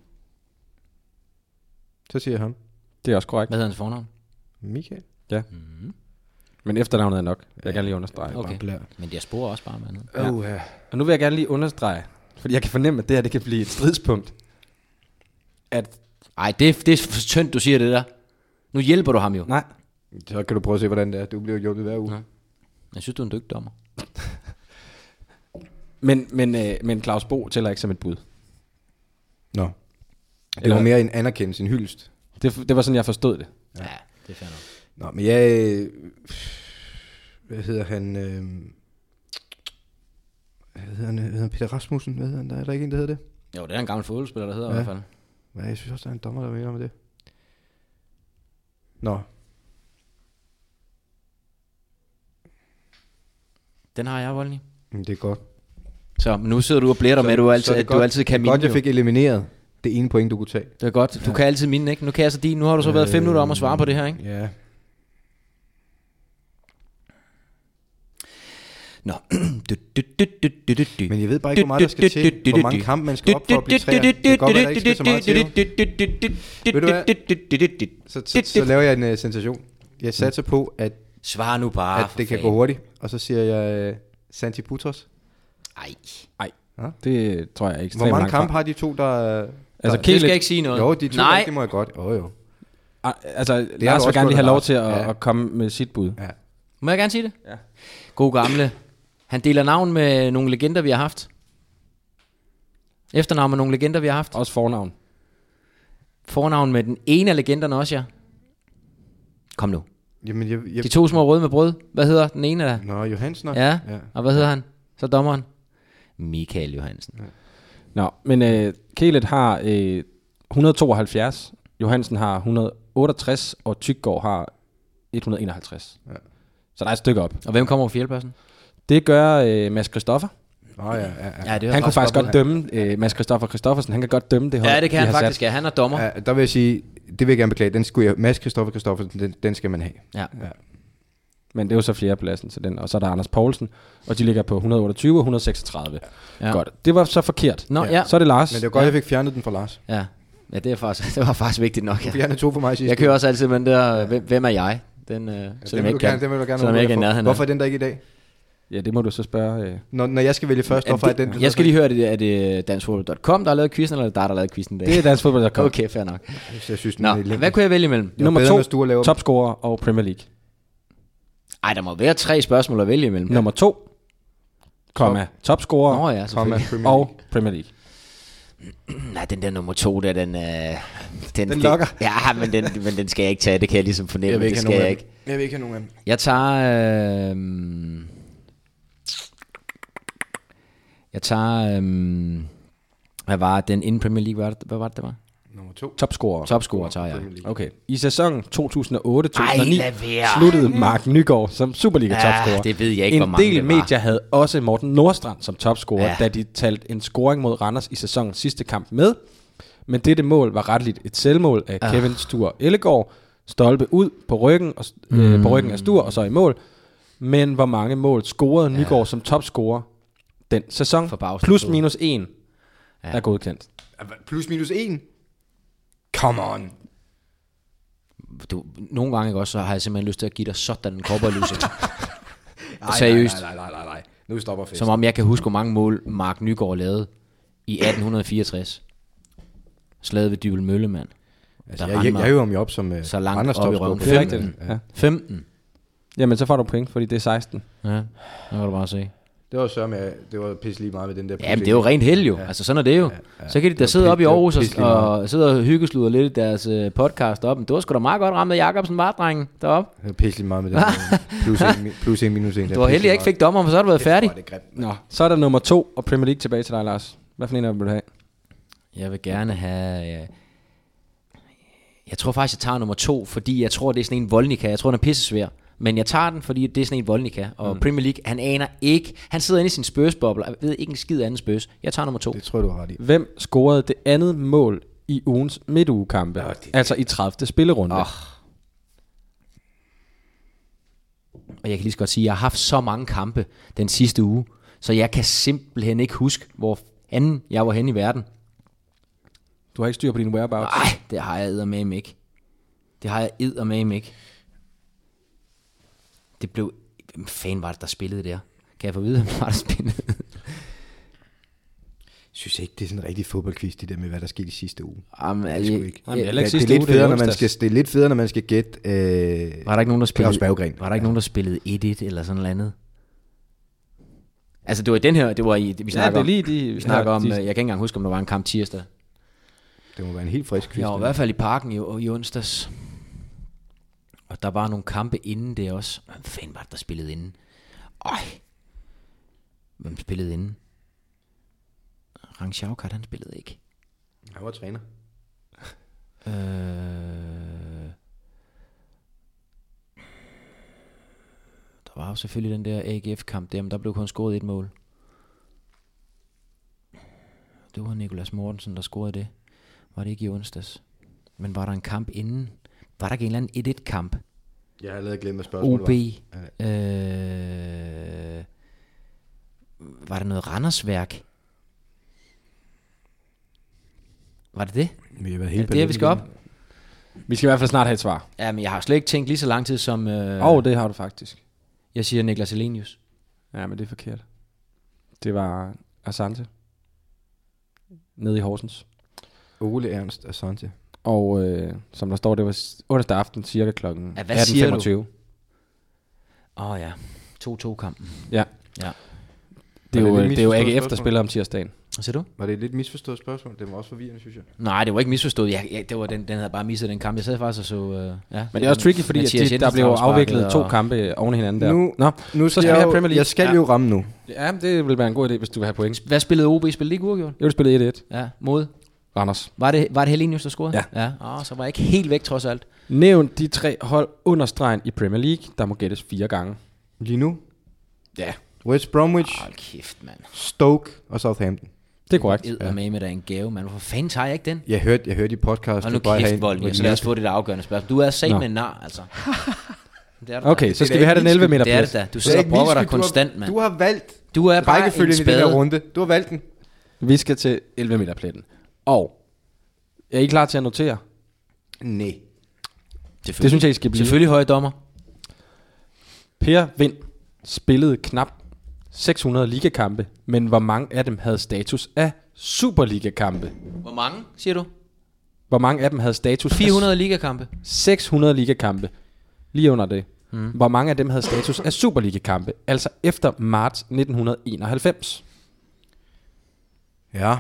Speaker 2: Så siger jeg ham.
Speaker 4: Det er også korrekt.
Speaker 3: Hvad hedder hans fornavn?
Speaker 2: Michael.
Speaker 4: Men efternavnet er nok. Jeg vil gerne lige understrege.
Speaker 3: Okay.
Speaker 2: Bare blær.
Speaker 3: Men jeg sporer også bare, mand.
Speaker 2: Ja. Oh, ja.
Speaker 4: Og nu vil jeg gerne lige understrege, fordi jeg kan fornemme, at det her det kan blive et stridspunkt. At,
Speaker 3: Ej, det, er- det er for tyndt, du siger det der. Nu hjælper du ham jo.
Speaker 4: nej,
Speaker 2: Så kan du prøve at se, hvordan det er. Du bliver jo hjulpet hver uge.
Speaker 3: Ja. Jeg synes, du er en dygtig dommer.
Speaker 4: men, men, øh, men Claus Bo tæller ikke som et bud.
Speaker 2: Nå. Det
Speaker 4: Eller-
Speaker 2: var mere en anerkendelse, en hyldest.
Speaker 4: Det, det var sådan, jeg forstod det.
Speaker 3: Ja, ja det er fair nok.
Speaker 2: Nå, men jeg... øh, Hvad hedder han? Øh, hvad hedder han? Hvad hedder han? Peter Rasmussen? Hvad hedder han? Der er der ikke en, der hedder det?
Speaker 3: Jo, det er en gammel fodboldspiller, der hedder ja.
Speaker 2: Ja.
Speaker 3: i hvert fald.
Speaker 2: Men jeg synes også, der er en dommer, der mener med det. Nå.
Speaker 3: Den har jeg, Volny.
Speaker 2: Men det er godt.
Speaker 3: Så men nu sidder du og blæder dig med, at du altid, at du altid kan mine.
Speaker 2: Godt, jeg
Speaker 3: jo.
Speaker 2: fik elimineret det ene point, du kunne tage.
Speaker 3: Det er godt. Du kan altid mine, ikke? Nu kan jeg så din. Nu har du så været fem
Speaker 2: Øh.
Speaker 3: minutter om at svare på det her, ikke?
Speaker 2: Ja.
Speaker 3: Nå. Du, du, du, du, du, du, du.
Speaker 2: Men jeg ved bare ikke, hvor meget der skal til. Hvor mange kampe, man skal op for at blive træer. Det kan godt være, der ikke skal så meget til. jo. Ved du hvad? Så, så, så laver jeg en uh, sensation. Jeg satser på, at,
Speaker 3: Svar nu bare.
Speaker 2: at
Speaker 3: Ah, for
Speaker 2: det kan
Speaker 3: fanden.
Speaker 2: gå hurtigt. Og så siger jeg uh, Santi Putros.
Speaker 3: Ej.
Speaker 4: Det tror jeg er ekstremt
Speaker 2: Hvor mange
Speaker 4: langt
Speaker 2: kampe
Speaker 4: fra.
Speaker 2: har de to, der... øh, der-
Speaker 4: Altså,
Speaker 3: Det
Speaker 4: Kelet-
Speaker 3: skal jeg ikke sige noget.
Speaker 2: Jo, de to,
Speaker 3: Nej.
Speaker 2: der, det må jeg godt. Åh, jo.
Speaker 4: Ah, Altså, det
Speaker 2: har du
Speaker 4: Lars
Speaker 2: også
Speaker 4: vil gerne
Speaker 2: fået,
Speaker 4: lige have lov
Speaker 2: Lars.
Speaker 4: til at,
Speaker 2: Ja.
Speaker 4: ja. at komme med sit bud.
Speaker 2: Ja.
Speaker 3: Må jeg gerne sige det?
Speaker 4: Ja.
Speaker 3: God gamle. Han deler navn med nogle legender, vi har haft. Efternavn med nogle legender, vi har haft.
Speaker 4: Også fornavn.
Speaker 3: Fornavn med den ene af legenderne også, ja. Kom nu.
Speaker 2: Jamen, jeg... jeg
Speaker 3: De to små røde med brød. Hvad hedder den ene af der?
Speaker 2: Nå, Johansen.
Speaker 3: Ja.
Speaker 2: ja.
Speaker 3: Og hvad hedder han? Så dommeren. Michael Johansen.
Speaker 4: Nå, men øh, Kelet har øh, 172, Johansen har 168, og Tykgaard har 151. Ja. Så der er et stykke op.
Speaker 3: Og hvem kommer på fjerdepladsen?
Speaker 4: Det gør øh, Mads Christoffer.
Speaker 2: Nå, ja, ja, ja.
Speaker 3: det
Speaker 4: Han kunne faktisk godt dømme, øh, Mads Christoffer Christoffersen, han kan godt dømme det hold,
Speaker 3: Ja, det kan
Speaker 4: de
Speaker 3: han
Speaker 4: har
Speaker 3: faktisk. Ja, han er dommer. Ja.
Speaker 2: Ja, der vil jeg sige, det vil jeg gerne beklage. Den skulle jeg, Mads Christoffer Christoffersen, den, den skal man have.
Speaker 3: ja.
Speaker 4: Sat. Men det er jo så fjerdepladsen til den, og så er der Anders Poulsen, og de ligger på 128 og 136.
Speaker 3: Ja.
Speaker 4: Ja. Godt. Det var så forkert.
Speaker 3: Nå, ja.
Speaker 4: Så er det Lars.
Speaker 2: Men det var godt, ja. jeg fik fjernet den fra Lars.
Speaker 3: ja. Ja, det, er faktisk, det var faktisk vigtigt nok. Ja.
Speaker 2: Fordi han er to for mig sidst.
Speaker 3: Jeg kører også altid med den der, øh, hvem, hvem er jeg? Den, øh,
Speaker 2: Ja,
Speaker 3: selvom
Speaker 2: den vil
Speaker 3: jeg
Speaker 2: du
Speaker 3: ikke
Speaker 2: gerne,
Speaker 3: kan.
Speaker 2: den vil du gerne
Speaker 3: selvom
Speaker 2: have
Speaker 3: jeg ikke er
Speaker 2: mulighed
Speaker 3: i
Speaker 2: for.
Speaker 3: nærheden af.
Speaker 2: Hvorfor er den der ikke i dag?
Speaker 4: Ja, det må du så spørge. Øh.
Speaker 2: Når, når jeg skal vælge først, hvorfor er den
Speaker 3: Jeg skal lige høre, er det, er det øh, danskfodbold.com, der har lavet quizzen, eller er det dig, der har lavet quizzen i dag?
Speaker 4: Det er dansk fodbold, der kommer.
Speaker 3: Okay, fair nok.
Speaker 2: Jeg synes, den
Speaker 3: Nå,
Speaker 2: er lidt
Speaker 3: hvad kunne jeg vælge imellem?
Speaker 2: Det var
Speaker 4: Nummer
Speaker 2: bedre,
Speaker 4: to,
Speaker 2: hvis du har lavet-
Speaker 4: topscorer og Premier League.
Speaker 3: Ej, der må være tre spørgsmål at vælge imellem.
Speaker 4: Nummer to, komma, topscorer
Speaker 3: Nå ja,
Speaker 2: Comma,
Speaker 3: selvfølgelig.
Speaker 2: Premier League.
Speaker 4: og Premier League.
Speaker 3: Nej, den der nummer to der, den... Øh, den, den
Speaker 2: lokker.
Speaker 3: Ja, men den, men den skal jeg ikke tage, det kan jeg ligesom fornemme,
Speaker 2: Jeg vil
Speaker 3: det
Speaker 2: ikke have
Speaker 3: skal
Speaker 2: nogen
Speaker 3: jeg
Speaker 2: af
Speaker 3: ikke.
Speaker 2: dem. Jeg vil ikke have nogen af dem.
Speaker 3: Jeg tager... Øh, jeg tager... Øh, hvad var den inden Premier League? Hvad var det, hvad var det, det var?
Speaker 2: Nummer to.
Speaker 4: Topscorer.
Speaker 3: Topscorer tager jeg.
Speaker 4: Okay. I sæsonen 2008-2009
Speaker 3: lad være.
Speaker 4: sluttede Mark Nygaard som Superliga-topscorer.
Speaker 3: Ah, det ved jeg ikke,
Speaker 4: en
Speaker 3: hvor mange
Speaker 4: del
Speaker 3: det var.
Speaker 4: medier havde også Morten Nordstrand som topscorer,
Speaker 3: Ja.
Speaker 4: ja. da de talte en scoring mod Randers i sæsonens sidste kamp med. Men dette mål var retligt et selvmål af ah. Kevin Stur Ellegaard. Stolpe ud på ryggen, og, mm. øh, på ryggen af Stur, og så i mål. Men hvor mange mål scorede Nygaard som topscorer den sæson?
Speaker 3: Forbavsende
Speaker 4: Plus
Speaker 3: stor.
Speaker 4: minus en ja. er godkendt.
Speaker 2: Plus minus en. Come on.
Speaker 3: Du, nogle gange ikke også, så har jeg simpelthen lyst til at give dig sådan en kobberlyse. Seriøst.
Speaker 2: Nej, nej, nej, nej. Nu stopper festen.
Speaker 3: Som om jeg kan huske, hvor mange mål Mark Nygaard lavede i 1864. Slaget ved Dybel Mølle, mand.
Speaker 2: altså,
Speaker 3: der
Speaker 2: jeg,
Speaker 3: rendte
Speaker 2: jeg,
Speaker 3: mig
Speaker 2: jeg hører om jeg op som uh,
Speaker 3: så langt
Speaker 2: Anders
Speaker 3: op i
Speaker 2: Topsgaard.
Speaker 3: røven.
Speaker 4: Det er
Speaker 2: Ja.
Speaker 4: rigtigt. Ja.
Speaker 3: Femten.
Speaker 4: Jamen, så får du point, fordi det er 16.
Speaker 3: Ja, det var du bare se.
Speaker 2: Det var sørme, jeg- det var pisse lige meget med den der.
Speaker 3: Ja, men det er jo rent held jo. Ja. Altså, sådan er det jo. Ja, ja. Så kan de der sidde
Speaker 2: pis-
Speaker 3: op i
Speaker 2: det var
Speaker 3: Aarhus
Speaker 2: pis lige
Speaker 3: og, og sidde og hyggesluder lidt i deres øh, podcast op. Men det var sgu da meget godt ramt af Jacobsen var, drengen, deroppe.
Speaker 2: Jeg pisse lige meget med den der. Plus en, mi- plus en minus en.
Speaker 3: Du var heldig, jeg ikke fik dommeren, for så har du været færdig.
Speaker 2: Det er grimt.
Speaker 4: Nå, så er der nummer to og Premier League tilbage til dig, Lars. Hvad for en af dem vil du have?
Speaker 3: Jeg vil gerne have... Øh, jeg tror faktisk, jeg tager nummer to, fordi jeg tror, det er sådan en Volnica. Jeg tror, den er pissesvær. Men jeg tager den, fordi det er sådan en Volnica. Og mm. Premier League, han aner ikke. Han sidder inde i sin spørsboble. Jeg ved ikke en skid anden spøs. Jeg tager nummer to.
Speaker 2: Det tror jeg, du har ret i.
Speaker 4: Hvem scorede det andet mål i ugens midtugekampe? Oh, altså i 30. spillerunde.
Speaker 3: Åh. Og jeg kan lige så godt sige, at jeg har haft så mange kampe den sidste uge, så jeg kan simpelthen ikke huske, hvor anden jeg var henne i verden.
Speaker 4: Du har ikke styr på din whereabouts.
Speaker 3: Nej, det har jeg med ikke. Det har jeg med ikke. Det blev... Hvem fanden var det, der spillede der? Kan jeg få at vide, hvem var der spillede?
Speaker 2: Jeg synes ikke, det er sådan en rigtig fodboldquiz, det der med, hvad der skete i sidste uge.
Speaker 3: Jamen,
Speaker 2: Det er sgu ikke.
Speaker 4: Jamen, det er
Speaker 3: jeg,
Speaker 4: heller ikke
Speaker 2: det, er
Speaker 4: sidste
Speaker 2: lidt
Speaker 4: uge, det er
Speaker 2: federe,
Speaker 4: i
Speaker 2: når man
Speaker 4: onsdags.
Speaker 2: skal, det er lidt federe, når man skal gætte... Øh,
Speaker 3: var der ikke nogen, der spillede...
Speaker 2: Claus Berggren.
Speaker 3: Var der ikke nogen, der spillede 1-1 eller sådan noget andet? Altså, det var i den her... Det var i... Vi
Speaker 4: Ja,
Speaker 3: snakker
Speaker 4: det er
Speaker 3: om-
Speaker 4: lige de...
Speaker 3: Vi snakker om,
Speaker 4: de,
Speaker 3: øh, jeg kan ikke engang huske, om der var en kamp tirsdag.
Speaker 2: det må være en helt frisk quiz.
Speaker 3: Jeg var i
Speaker 2: det
Speaker 3: hvert fald i parken i, i onsdags. Og der var nogle kampe inden det også. Hvem fanden var det, der spillede inden? Øj. Hvem spillede inden? Rang Sjavkart, han spillede ikke.
Speaker 2: der. Han var træner.
Speaker 3: Øh... Der var jo selvfølgelig den der AGF-kamp der, men der blev kun scoret et mål. Det var Nikolas Mortensen, der scorede det. Var det ikke i onsdags? Men var der en kamp inden? Var der ikke en eller anden 1-1-kamp?
Speaker 2: Jeg har allerede glemt, hvad spørgsmålet
Speaker 3: OB.
Speaker 2: var.
Speaker 3: Øh, var der noget Randersværk? Var det det?
Speaker 2: Vi har været
Speaker 3: Er
Speaker 2: helt
Speaker 3: det det, vi skal op?
Speaker 4: vi skal i hvert fald snart have et svar.
Speaker 3: Ja, men jeg har slet ikke tænkt lige så lang tid som... Øh,
Speaker 4: Åh, oh, det har du faktisk.
Speaker 3: Jeg siger Niklas Elenius.
Speaker 4: Ja, men det er forkert. Det var Asante. Nede i Horsens.
Speaker 2: Ole Ernst Asante.
Speaker 4: Og øh, som der står, det var s- onsdag aften cirka klokken
Speaker 3: Ja, hvad siger du?
Speaker 4: 18.25.
Speaker 3: Åh oh, ja, 2-2-kampen.
Speaker 4: Ja.
Speaker 3: Ja.
Speaker 4: Det er
Speaker 2: Var
Speaker 4: jo,
Speaker 2: det
Speaker 4: øh, det
Speaker 2: lidt
Speaker 4: er jo
Speaker 2: misforstået
Speaker 4: AGF, der
Speaker 2: spørgsmål?
Speaker 4: spiller om tirsdagen.
Speaker 3: Hvad siger du?
Speaker 2: Var det et lidt misforstået spørgsmål? Det var også forvirrende, synes jeg.
Speaker 3: Nej, det var ikke misforstået. Jeg, jeg, det var den, den havde bare misset den kamp. Jeg sad faktisk og så... Øh, ja,
Speaker 4: Men det er også tricky, fordi at
Speaker 3: Mathias
Speaker 4: de, der
Speaker 3: Jensen
Speaker 4: blev
Speaker 3: afsparket,
Speaker 4: afviklet to
Speaker 3: og-
Speaker 4: kampe oven i hinanden der.
Speaker 2: Nu-
Speaker 4: Nå,
Speaker 2: Nu
Speaker 4: skal jeg jo- jeg skal
Speaker 2: jo ramme nu.
Speaker 4: ja, men det vil være en god idé, hvis du vil have point.
Speaker 3: Hvad spillede OB? Spillede de ikke uafgjort?
Speaker 4: Jeg vil spille 1-1.
Speaker 3: Ja, mod.
Speaker 4: Randers.
Speaker 3: Var det, var det Helenius, der scorede?
Speaker 4: Ja.
Speaker 3: ja. Oh, så var jeg ikke helt væk trods alt.
Speaker 4: Nævn de tre hold under stregen i Premier League, der må gættes fire gange.
Speaker 2: Lige nu?
Speaker 4: Ja.
Speaker 2: West Bromwich,
Speaker 3: Hold kæft, mand.
Speaker 2: Stoke og Southampton.
Speaker 4: Det er korrekt.
Speaker 3: Ja. med med dig en gave, mand. Hvorfor fanden tager jeg ikke den?
Speaker 2: Jeg hørte, jeg hørte i podcast,
Speaker 3: Hold nu
Speaker 2: du bare havde
Speaker 3: kæft,
Speaker 2: en-
Speaker 3: Volden. Så lad os få det afgørende spørgsmål. Du er sat
Speaker 4: Nå.
Speaker 3: med en nar, altså. Det er du da.
Speaker 4: Okay, så
Speaker 2: da
Speaker 4: skal vi have
Speaker 2: ikke
Speaker 4: den 11 meter
Speaker 3: Det er
Speaker 4: plads.
Speaker 3: det da. Du
Speaker 2: Det er
Speaker 3: sidder og
Speaker 2: ikke
Speaker 3: brokker
Speaker 2: min
Speaker 3: dig
Speaker 2: skyld, du har-
Speaker 3: konstant, mand.
Speaker 2: Du har valgt
Speaker 3: Du er bare en
Speaker 2: rækkefølgen i den her
Speaker 3: spade.
Speaker 2: runde. Du har valgt den.
Speaker 4: Vi skal til 11 meter pletten. Og er I klar til at notere?
Speaker 2: Nej.
Speaker 4: Det synes jeg, I skal blive.
Speaker 3: Selvfølgelig høje dommer.
Speaker 4: Per Vind spillede knap 600 ligakampe, men hvor mange af dem havde status af Superliga-kampe?
Speaker 3: Hvor mange, siger du?
Speaker 4: Hvor mange af dem havde status af
Speaker 3: 400 ligakampe.
Speaker 4: 600 ligakampe lige under det. Mm. Hvor mange af dem havde status af Superliga-kampe, altså efter marts 1991?
Speaker 2: Ja.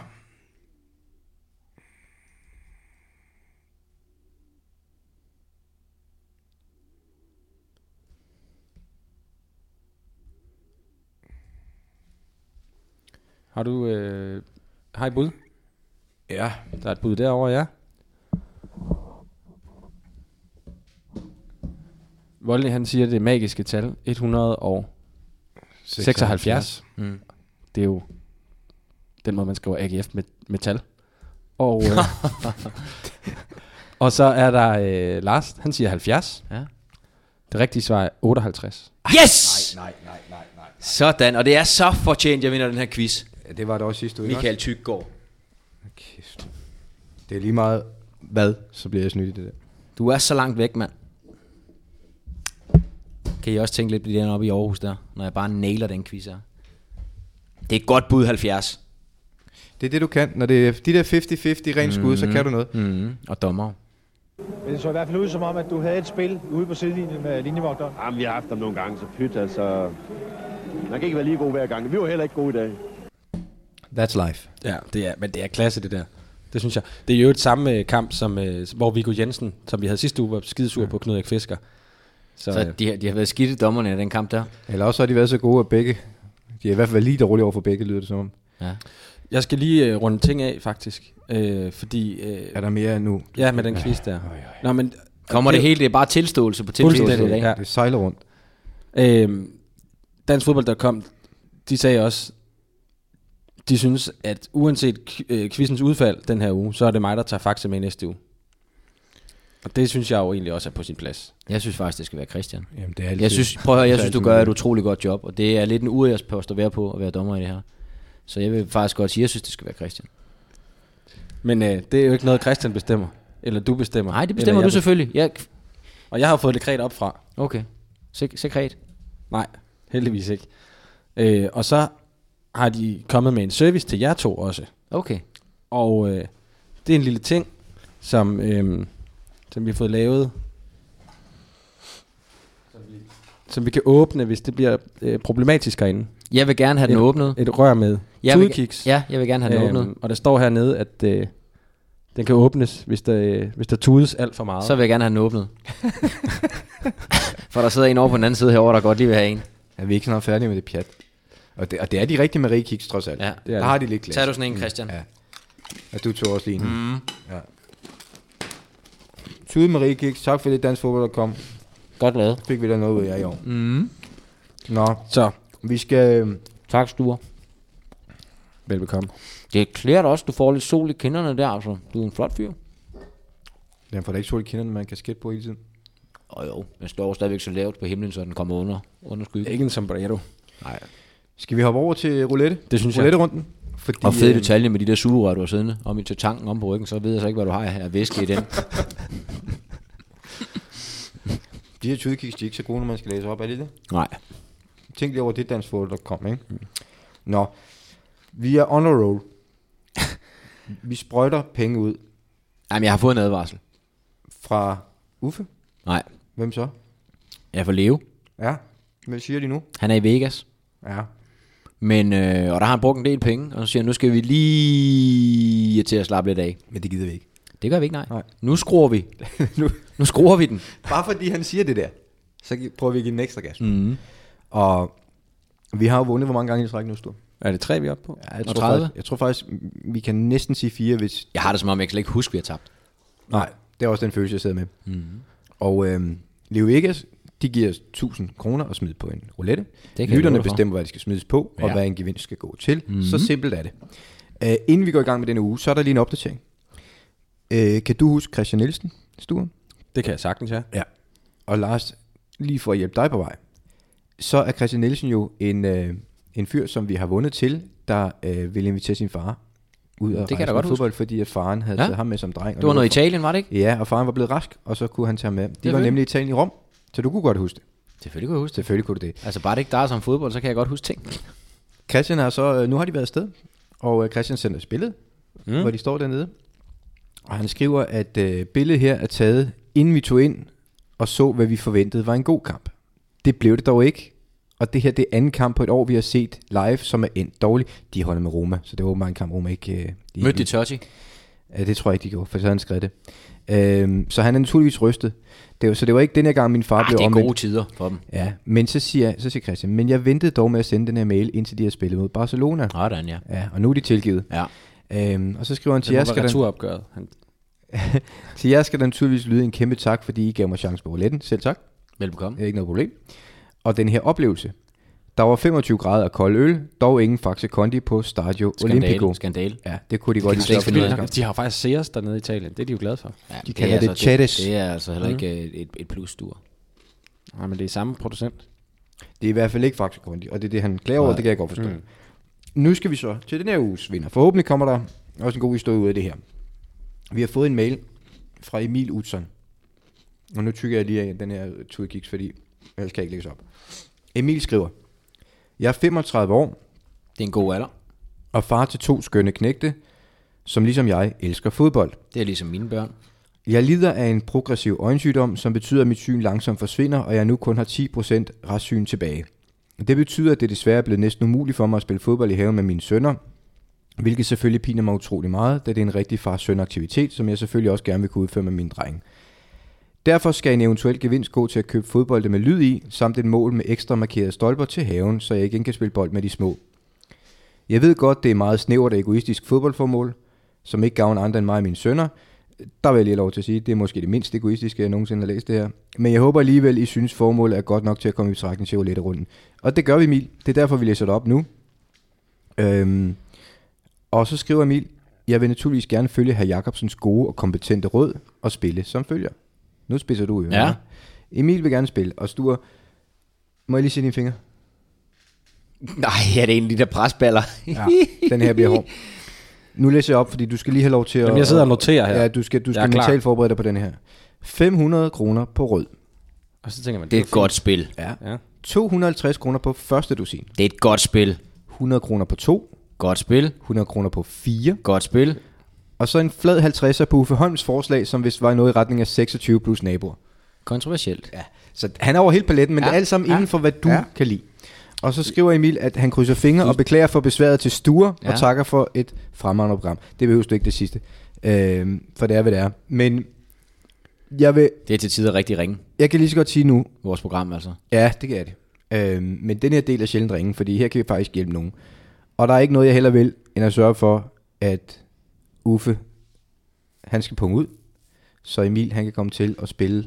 Speaker 4: Har du... Øh, har I bud?
Speaker 2: Ja.
Speaker 4: Der er et bud derovre, ja. Voldelig, han siger det magiske tal, 176. 76. Mm. Det er jo den måde, man skriver AGF med, med tal. Og, øh, og så er der øh, Lars, han siger 70.
Speaker 3: Ja.
Speaker 4: Det rigtige svar er 58.
Speaker 3: Yes!
Speaker 2: Nej, nej, nej, nej.
Speaker 3: Sådan, og det er så fortjent, jeg vinder den her quiz.
Speaker 2: Ja, det var det også sidste uge. ikke
Speaker 3: Michael Tyggaard.
Speaker 2: også? Kæft. Det er lige meget hvad, så bliver jeg snydt i det der.
Speaker 3: Du er så langt væk, mand. Kan I også tænke lidt på det oppe i Aarhus der, når jeg bare nailer den quiz her. Det er et godt bud 70.
Speaker 2: Det er det, du kan. Når det er de der 50-50 rent skud, så kan du noget.
Speaker 3: Mm, og dommer.
Speaker 8: Men det så i hvert fald ud som om, at du havde et spil ude på sidelinjen med linjevogteren.
Speaker 9: Jamen, vi har haft dem nogle gange, så pyt, altså... Man kan ikke være lige god hver gang. Vi var heller ikke gode i dag.
Speaker 2: That's life.
Speaker 4: Ja, det er, men det er klasse, det der. Det synes jeg. Det er jo et samme øh, kamp, som, øh, hvor Viggo Jensen, som vi havde sidste uge, var skidesur ja. på Knud Erik Fisker. Så,
Speaker 3: Så
Speaker 4: øh,
Speaker 3: de, har- de har været skidte dommerne i den kamp der.
Speaker 2: Eller også har de været så gode, at begge... De har i hvert fald været lige dårlige over for begge, lyder det som om.
Speaker 4: jeg skal lige øh, runde ting af, faktisk. Øh, fordi... Øh,
Speaker 2: Er der mere nu?
Speaker 4: ja, med den quiz der. Nå, men...
Speaker 3: Kommer det, det hele, det er bare tilståelse på tilståelse i
Speaker 4: Fuldstændig,
Speaker 3: dag.
Speaker 4: ja.
Speaker 2: Det sejler rundt.
Speaker 4: Øh, Danskfodbold.com, de sagde også, de synes, at uanset qu- øh, quizens udfald den her uge, så er det mig, der tager fakta med i næste uge. Og det synes jeg jo egentlig også er på sin plads.
Speaker 3: Jeg synes faktisk, det skal være Christian.
Speaker 2: Jamen, det er altid.
Speaker 3: Jeg synes, prøv at høre, jeg synes, du
Speaker 2: altid
Speaker 3: gør et
Speaker 2: muligt.
Speaker 3: utroligt godt job, og det er lidt en urejerspost at være på at være dommer i det her. Så jeg vil faktisk godt sige, at jeg synes, det skal være Christian.
Speaker 4: Men øh, det er jo ikke noget, Christian bestemmer. Eller du bestemmer.
Speaker 3: Nej, det
Speaker 4: eller
Speaker 3: bestemmer
Speaker 4: jeg
Speaker 3: du selvfølgelig. Ja,
Speaker 4: Og jeg har fået dekret op fra.
Speaker 3: okay. Sek- sekret.
Speaker 4: Nej, heldigvis ikke. Øh, og så har de kommet med en service til jer to også.
Speaker 3: Okay.
Speaker 4: Og øh, det er en lille ting, som, øh, som vi har fået lavet. Som vi kan åbne, hvis det bliver øh, problematisk herinde.
Speaker 3: Jeg vil gerne have den
Speaker 4: Et-
Speaker 3: åbnet.
Speaker 4: Et rør med
Speaker 3: Jeg vil,
Speaker 4: tudekiks.
Speaker 3: ja, jeg vil gerne have den
Speaker 4: Øhm,
Speaker 3: åbnet.
Speaker 4: Og der står hernede, at øh, den kan åbnes, hvis der, øh, hvis der tudes alt for meget.
Speaker 3: Så vil jeg gerne have den åbnet. For der sidder en over på den anden side herovre, der godt lige vil have en.
Speaker 2: Er vi ikke snart færdige med det pjat? Og det, og det er de rigtige Marie Kiks, trods alt.
Speaker 3: Ja,
Speaker 2: Ja,
Speaker 3: det
Speaker 4: er
Speaker 2: der
Speaker 4: det.
Speaker 2: har de lidt klasse.
Speaker 3: Tag du sådan en, Christian.
Speaker 2: Ja. Og du tog også lige en. Mm. Ja. Tude Marie Kiks, tak for det danskfodbold.com.
Speaker 3: Godt lavet.
Speaker 2: Fik vi da noget ud af i år. Mm. Nå,
Speaker 4: så
Speaker 2: vi skal... øhm,
Speaker 3: Tak, Sture.
Speaker 4: velbekomme.
Speaker 3: Det klæder dig også, du får lidt sol i kinderne der, altså. Du er en flot fyr.
Speaker 2: Den får da ikke sol i kinderne, man kan skætte på hele tiden.
Speaker 3: Og jo, den står stadigvæk så lavt på himlen, så den kommer under, under skyggen.
Speaker 4: Ikke en sombrero.
Speaker 2: Skal vi hoppe over til roulette?
Speaker 4: Det synes jeg.
Speaker 2: Roulette-runden. Fordi,
Speaker 3: Og fed
Speaker 2: øh,
Speaker 3: detalje med de der sugerør, du har siddende om i til tanken om på ryggen, så ved jeg så ikke, hvad du har af væske i den.
Speaker 2: De her tudekiks, de er ikke så gode, når man skal læse op, er de det?
Speaker 3: Nej.
Speaker 2: Tænk lige over det danskfodbold.com, ikke?
Speaker 4: Mm.
Speaker 2: Nå, vi er on a roll. vi sprøjter penge ud
Speaker 3: Jamen, jeg har fået en advarsel.
Speaker 2: fra Uffe.
Speaker 3: Nej.
Speaker 2: Hvem så?
Speaker 3: Jeg får Leo.
Speaker 2: Ja, hvad siger de nu?
Speaker 3: Han er i Vegas.
Speaker 2: Ja.
Speaker 3: Men, øh, og der har han brugt en del penge, og så siger han, nu skal vi lige til at slappe lidt af.
Speaker 2: Men det gider vi ikke.
Speaker 3: Det gør vi ikke, nej.
Speaker 2: Nej.
Speaker 3: Nu skruer vi.
Speaker 2: nu,
Speaker 3: Nu skruer vi den.
Speaker 2: bare fordi han siger det der, så gi- prøver vi at give den ekstra gas. Mm. Og vi har jo vundet, hvor mange gange i træk nu, Stor?
Speaker 4: Er det tre, vi er oppe på?
Speaker 2: Ja, jeg, tror
Speaker 3: 30?
Speaker 2: faktisk, jeg tror faktisk, vi kan næsten sige fire, hvis...
Speaker 3: Jeg har det som om, jeg kan slet ikke huske, vi har tabt.
Speaker 2: Nej, det er også den følelse, jeg sidder med. Mm-hmm. Og øhm, Leo Egas, de giver os 1000 kroner og smide på en roulette.
Speaker 3: jeg love
Speaker 2: Lytterne
Speaker 3: dig for.
Speaker 2: bestemmer, hvad de skal smides på, ja. og
Speaker 3: Ja.
Speaker 2: hvad en gevinst skal gå til. Mm-hmm. Så simpelt er det. Øh, inden vi går i gang med denne uge, så er der lige en opdatering. Øh, kan du huske Christian Nielsen, Stuen?
Speaker 4: Det kan jeg sagtens, ja.
Speaker 2: Ja. Og Lars, lige for at hjælpe dig på vej, så er Christian Nielsen jo en, øh, en fyr, som vi har vundet til, der øh, ville invitere sin far ud og
Speaker 3: Mm, Det kan jeg da
Speaker 2: rejse med
Speaker 3: godt
Speaker 2: fodbold, fordi at faren havde
Speaker 3: Ja.
Speaker 2: ja. taget ham med som dreng. og
Speaker 3: Det var
Speaker 2: nu-
Speaker 3: noget i Italien, var det ikke?
Speaker 2: Ja, og faren var blevet rask, og så kunne han tage ham med. De var
Speaker 3: Selvfølgelig.
Speaker 2: nemlig i Italien i Rom, så du kunne godt huske det.
Speaker 3: Selvfølgelig kunne jeg huske det.
Speaker 2: Selvfølgelig kunne du det.
Speaker 3: Altså bare det ikke drejer sig om fodbold, så kan jeg godt huske ting.
Speaker 2: Christian har så, øh, nu har de været afsted, og øh, Christian sender et billede, mm. hvor de står dernede. Og han skriver, at øh, billedet her er taget, inden vi tog ind og så, hvad vi forventede var en god kamp. Det blev det dog ikke. Og det her, det er anden kamp på et år, vi har set live, som er endt dårligt. De holder med Roma, så det var åbenbart en kamp, Roma ikke... Øh, de
Speaker 3: Mødte de Totti.
Speaker 2: Ja, det tror jeg ikke, de gjorde, for så havde han skrevet det. Øhm, så han er naturligvis rystet. Det var, så det var ikke den her gang, min far
Speaker 3: Ah,
Speaker 2: blev
Speaker 3: det er
Speaker 2: omvendt.
Speaker 3: gode tider for dem.
Speaker 2: Ja, men så siger, så siger Christian, men jeg ventede dog med at sende den her mail, indtil de har spillet mod Barcelona.
Speaker 3: Sådan, ja.
Speaker 2: Ja, og nu er de tilgivet.
Speaker 3: Ja.
Speaker 2: Øhm, og så skriver han, til jer,
Speaker 4: Det var
Speaker 2: skal der,
Speaker 4: returopgøret. Han,
Speaker 2: til jer skal der naturligvis lyde en kæmpe tak, fordi I gav mig chancen på rouletten. Selv tak.
Speaker 3: Velbekomme.
Speaker 2: Det er ikke noget problem. Og den her oplevelse. Der var 25 grader og kold øl, dog ingen Faxe Kondi på Stadio
Speaker 3: Skandale.
Speaker 2: Olimpico.
Speaker 3: Skandale.
Speaker 2: Ja, det kunne de godt
Speaker 3: de
Speaker 2: lide.
Speaker 3: slet ikke
Speaker 2: stoppe
Speaker 3: finde ud af.
Speaker 2: den her kamp.
Speaker 4: de har jo faktisk Sears dernede i Italien. Det er de jo glade for.
Speaker 3: Ja,
Speaker 2: De kalder
Speaker 3: er
Speaker 2: det chattes.
Speaker 3: Det, det er altså heller ikke øh, et, et plusdur.
Speaker 4: Nej, men det er samme producent.
Speaker 2: Det er i hvert fald ikke Faxe Kondi, og det er det, han klager over, det kan jeg godt forstå. Mm. Nu skal vi så til den her uges vinder. Forhåbentlig kommer der også en god historie ud af det her. Vi har fået en mail fra Emil Utzon. Og nu tykker jeg lige af den her turkiks, fordi ellers kan jeg ikke læse op. Emil skriver, Jeg er 35 år
Speaker 3: Det er en god alder.
Speaker 2: og far til to skønne knægte, som ligesom jeg elsker fodbold.
Speaker 3: Det er ligesom mine børn.
Speaker 2: Jeg lider af en progressiv øjensygdom, som betyder, at mit syn langsomt forsvinder, og jeg nu kun har 10% restsyn tilbage. Det betyder, at det desværre er blevet næsten umuligt for mig at spille fodbold i haven med mine sønner, hvilket selvfølgelig piner mig utrolig meget, da det er en rigtig fars søn aktivitet, som jeg selvfølgelig også gerne vil kunne udføre med mine drenge. Derfor skal en eventuel gevinst gå til at købe fodbolde med lyd i, samt et mål med ekstra markerede stolper til haven, så jeg igen kan spille bold med de små. Jeg ved godt, det er meget snævert og egoistisk fodboldformål, som ikke gavner andre end mig og mine sønner. Der vil jeg lige have lov til at sige, det er måske det mindst egoistiske, jeg nogensinde har læst det her. Men jeg håber alligevel, I synes formålet er godt nok til at komme i betragtning til roulette-runden. Og det gør vi, Emil. Det er derfor, vi læser det op nu. Øhm, og så skriver Emil, jeg vil naturligvis gerne følge hr. Jacobsens gode og kompetente råd og spille som følger. Nu spidser du ørerne.
Speaker 3: Ja.
Speaker 2: Emil vil gerne spille, og Sture, må jeg lige se dine fingre?
Speaker 3: Nej, er det egentlig der presballer? Ja.
Speaker 2: Den her bliver hård. Nu læser jeg op, fordi du skal lige have lov til at...
Speaker 4: Jamen, jeg sidder og noterer her.
Speaker 2: Ja, du skal, du
Speaker 4: er
Speaker 2: skal
Speaker 4: klar.
Speaker 2: mentalt forberede dig på den her. 500 kroner på rød.
Speaker 4: Og så tænker man,
Speaker 3: Det er et
Speaker 4: fint.
Speaker 3: godt spil.
Speaker 2: Ja.
Speaker 4: Ja.
Speaker 2: 250 kroner på første dusin.
Speaker 3: Det er et godt spil.
Speaker 2: 100 kroner på to.
Speaker 3: Godt spil.
Speaker 2: 100 kroner på fire.
Speaker 3: Godt spil.
Speaker 2: Og så en flad 50'er på Uffe Holms forslag, som vist var noget i retning af 26 plus naboer.
Speaker 3: Kontroversielt. Ja.
Speaker 2: Så han er over hele paletten, men ja. det er alt sammen ja. inden for, hvad du ja. kan lide. Og så skriver Emil, at han krydser fingre og beklager for besværet til Sture, ja.
Speaker 3: Ja.
Speaker 2: og takker for et fremragende program. Det behøver du ikke det sidste, øh, for det er, hvad det er. Men jeg, vil,
Speaker 3: Det er til tider rigtig ringe,
Speaker 2: jeg kan lige så godt sige nu,
Speaker 3: vores program altså.
Speaker 2: ja, det kan jeg det. Øh, men den her del er sjældent ringe, fordi her kan vi faktisk hjælpe nogen. Og der er ikke noget, jeg heller vil, end at sørge for, at Uffe, han skal punge ud, så Emil, han kan komme til at spille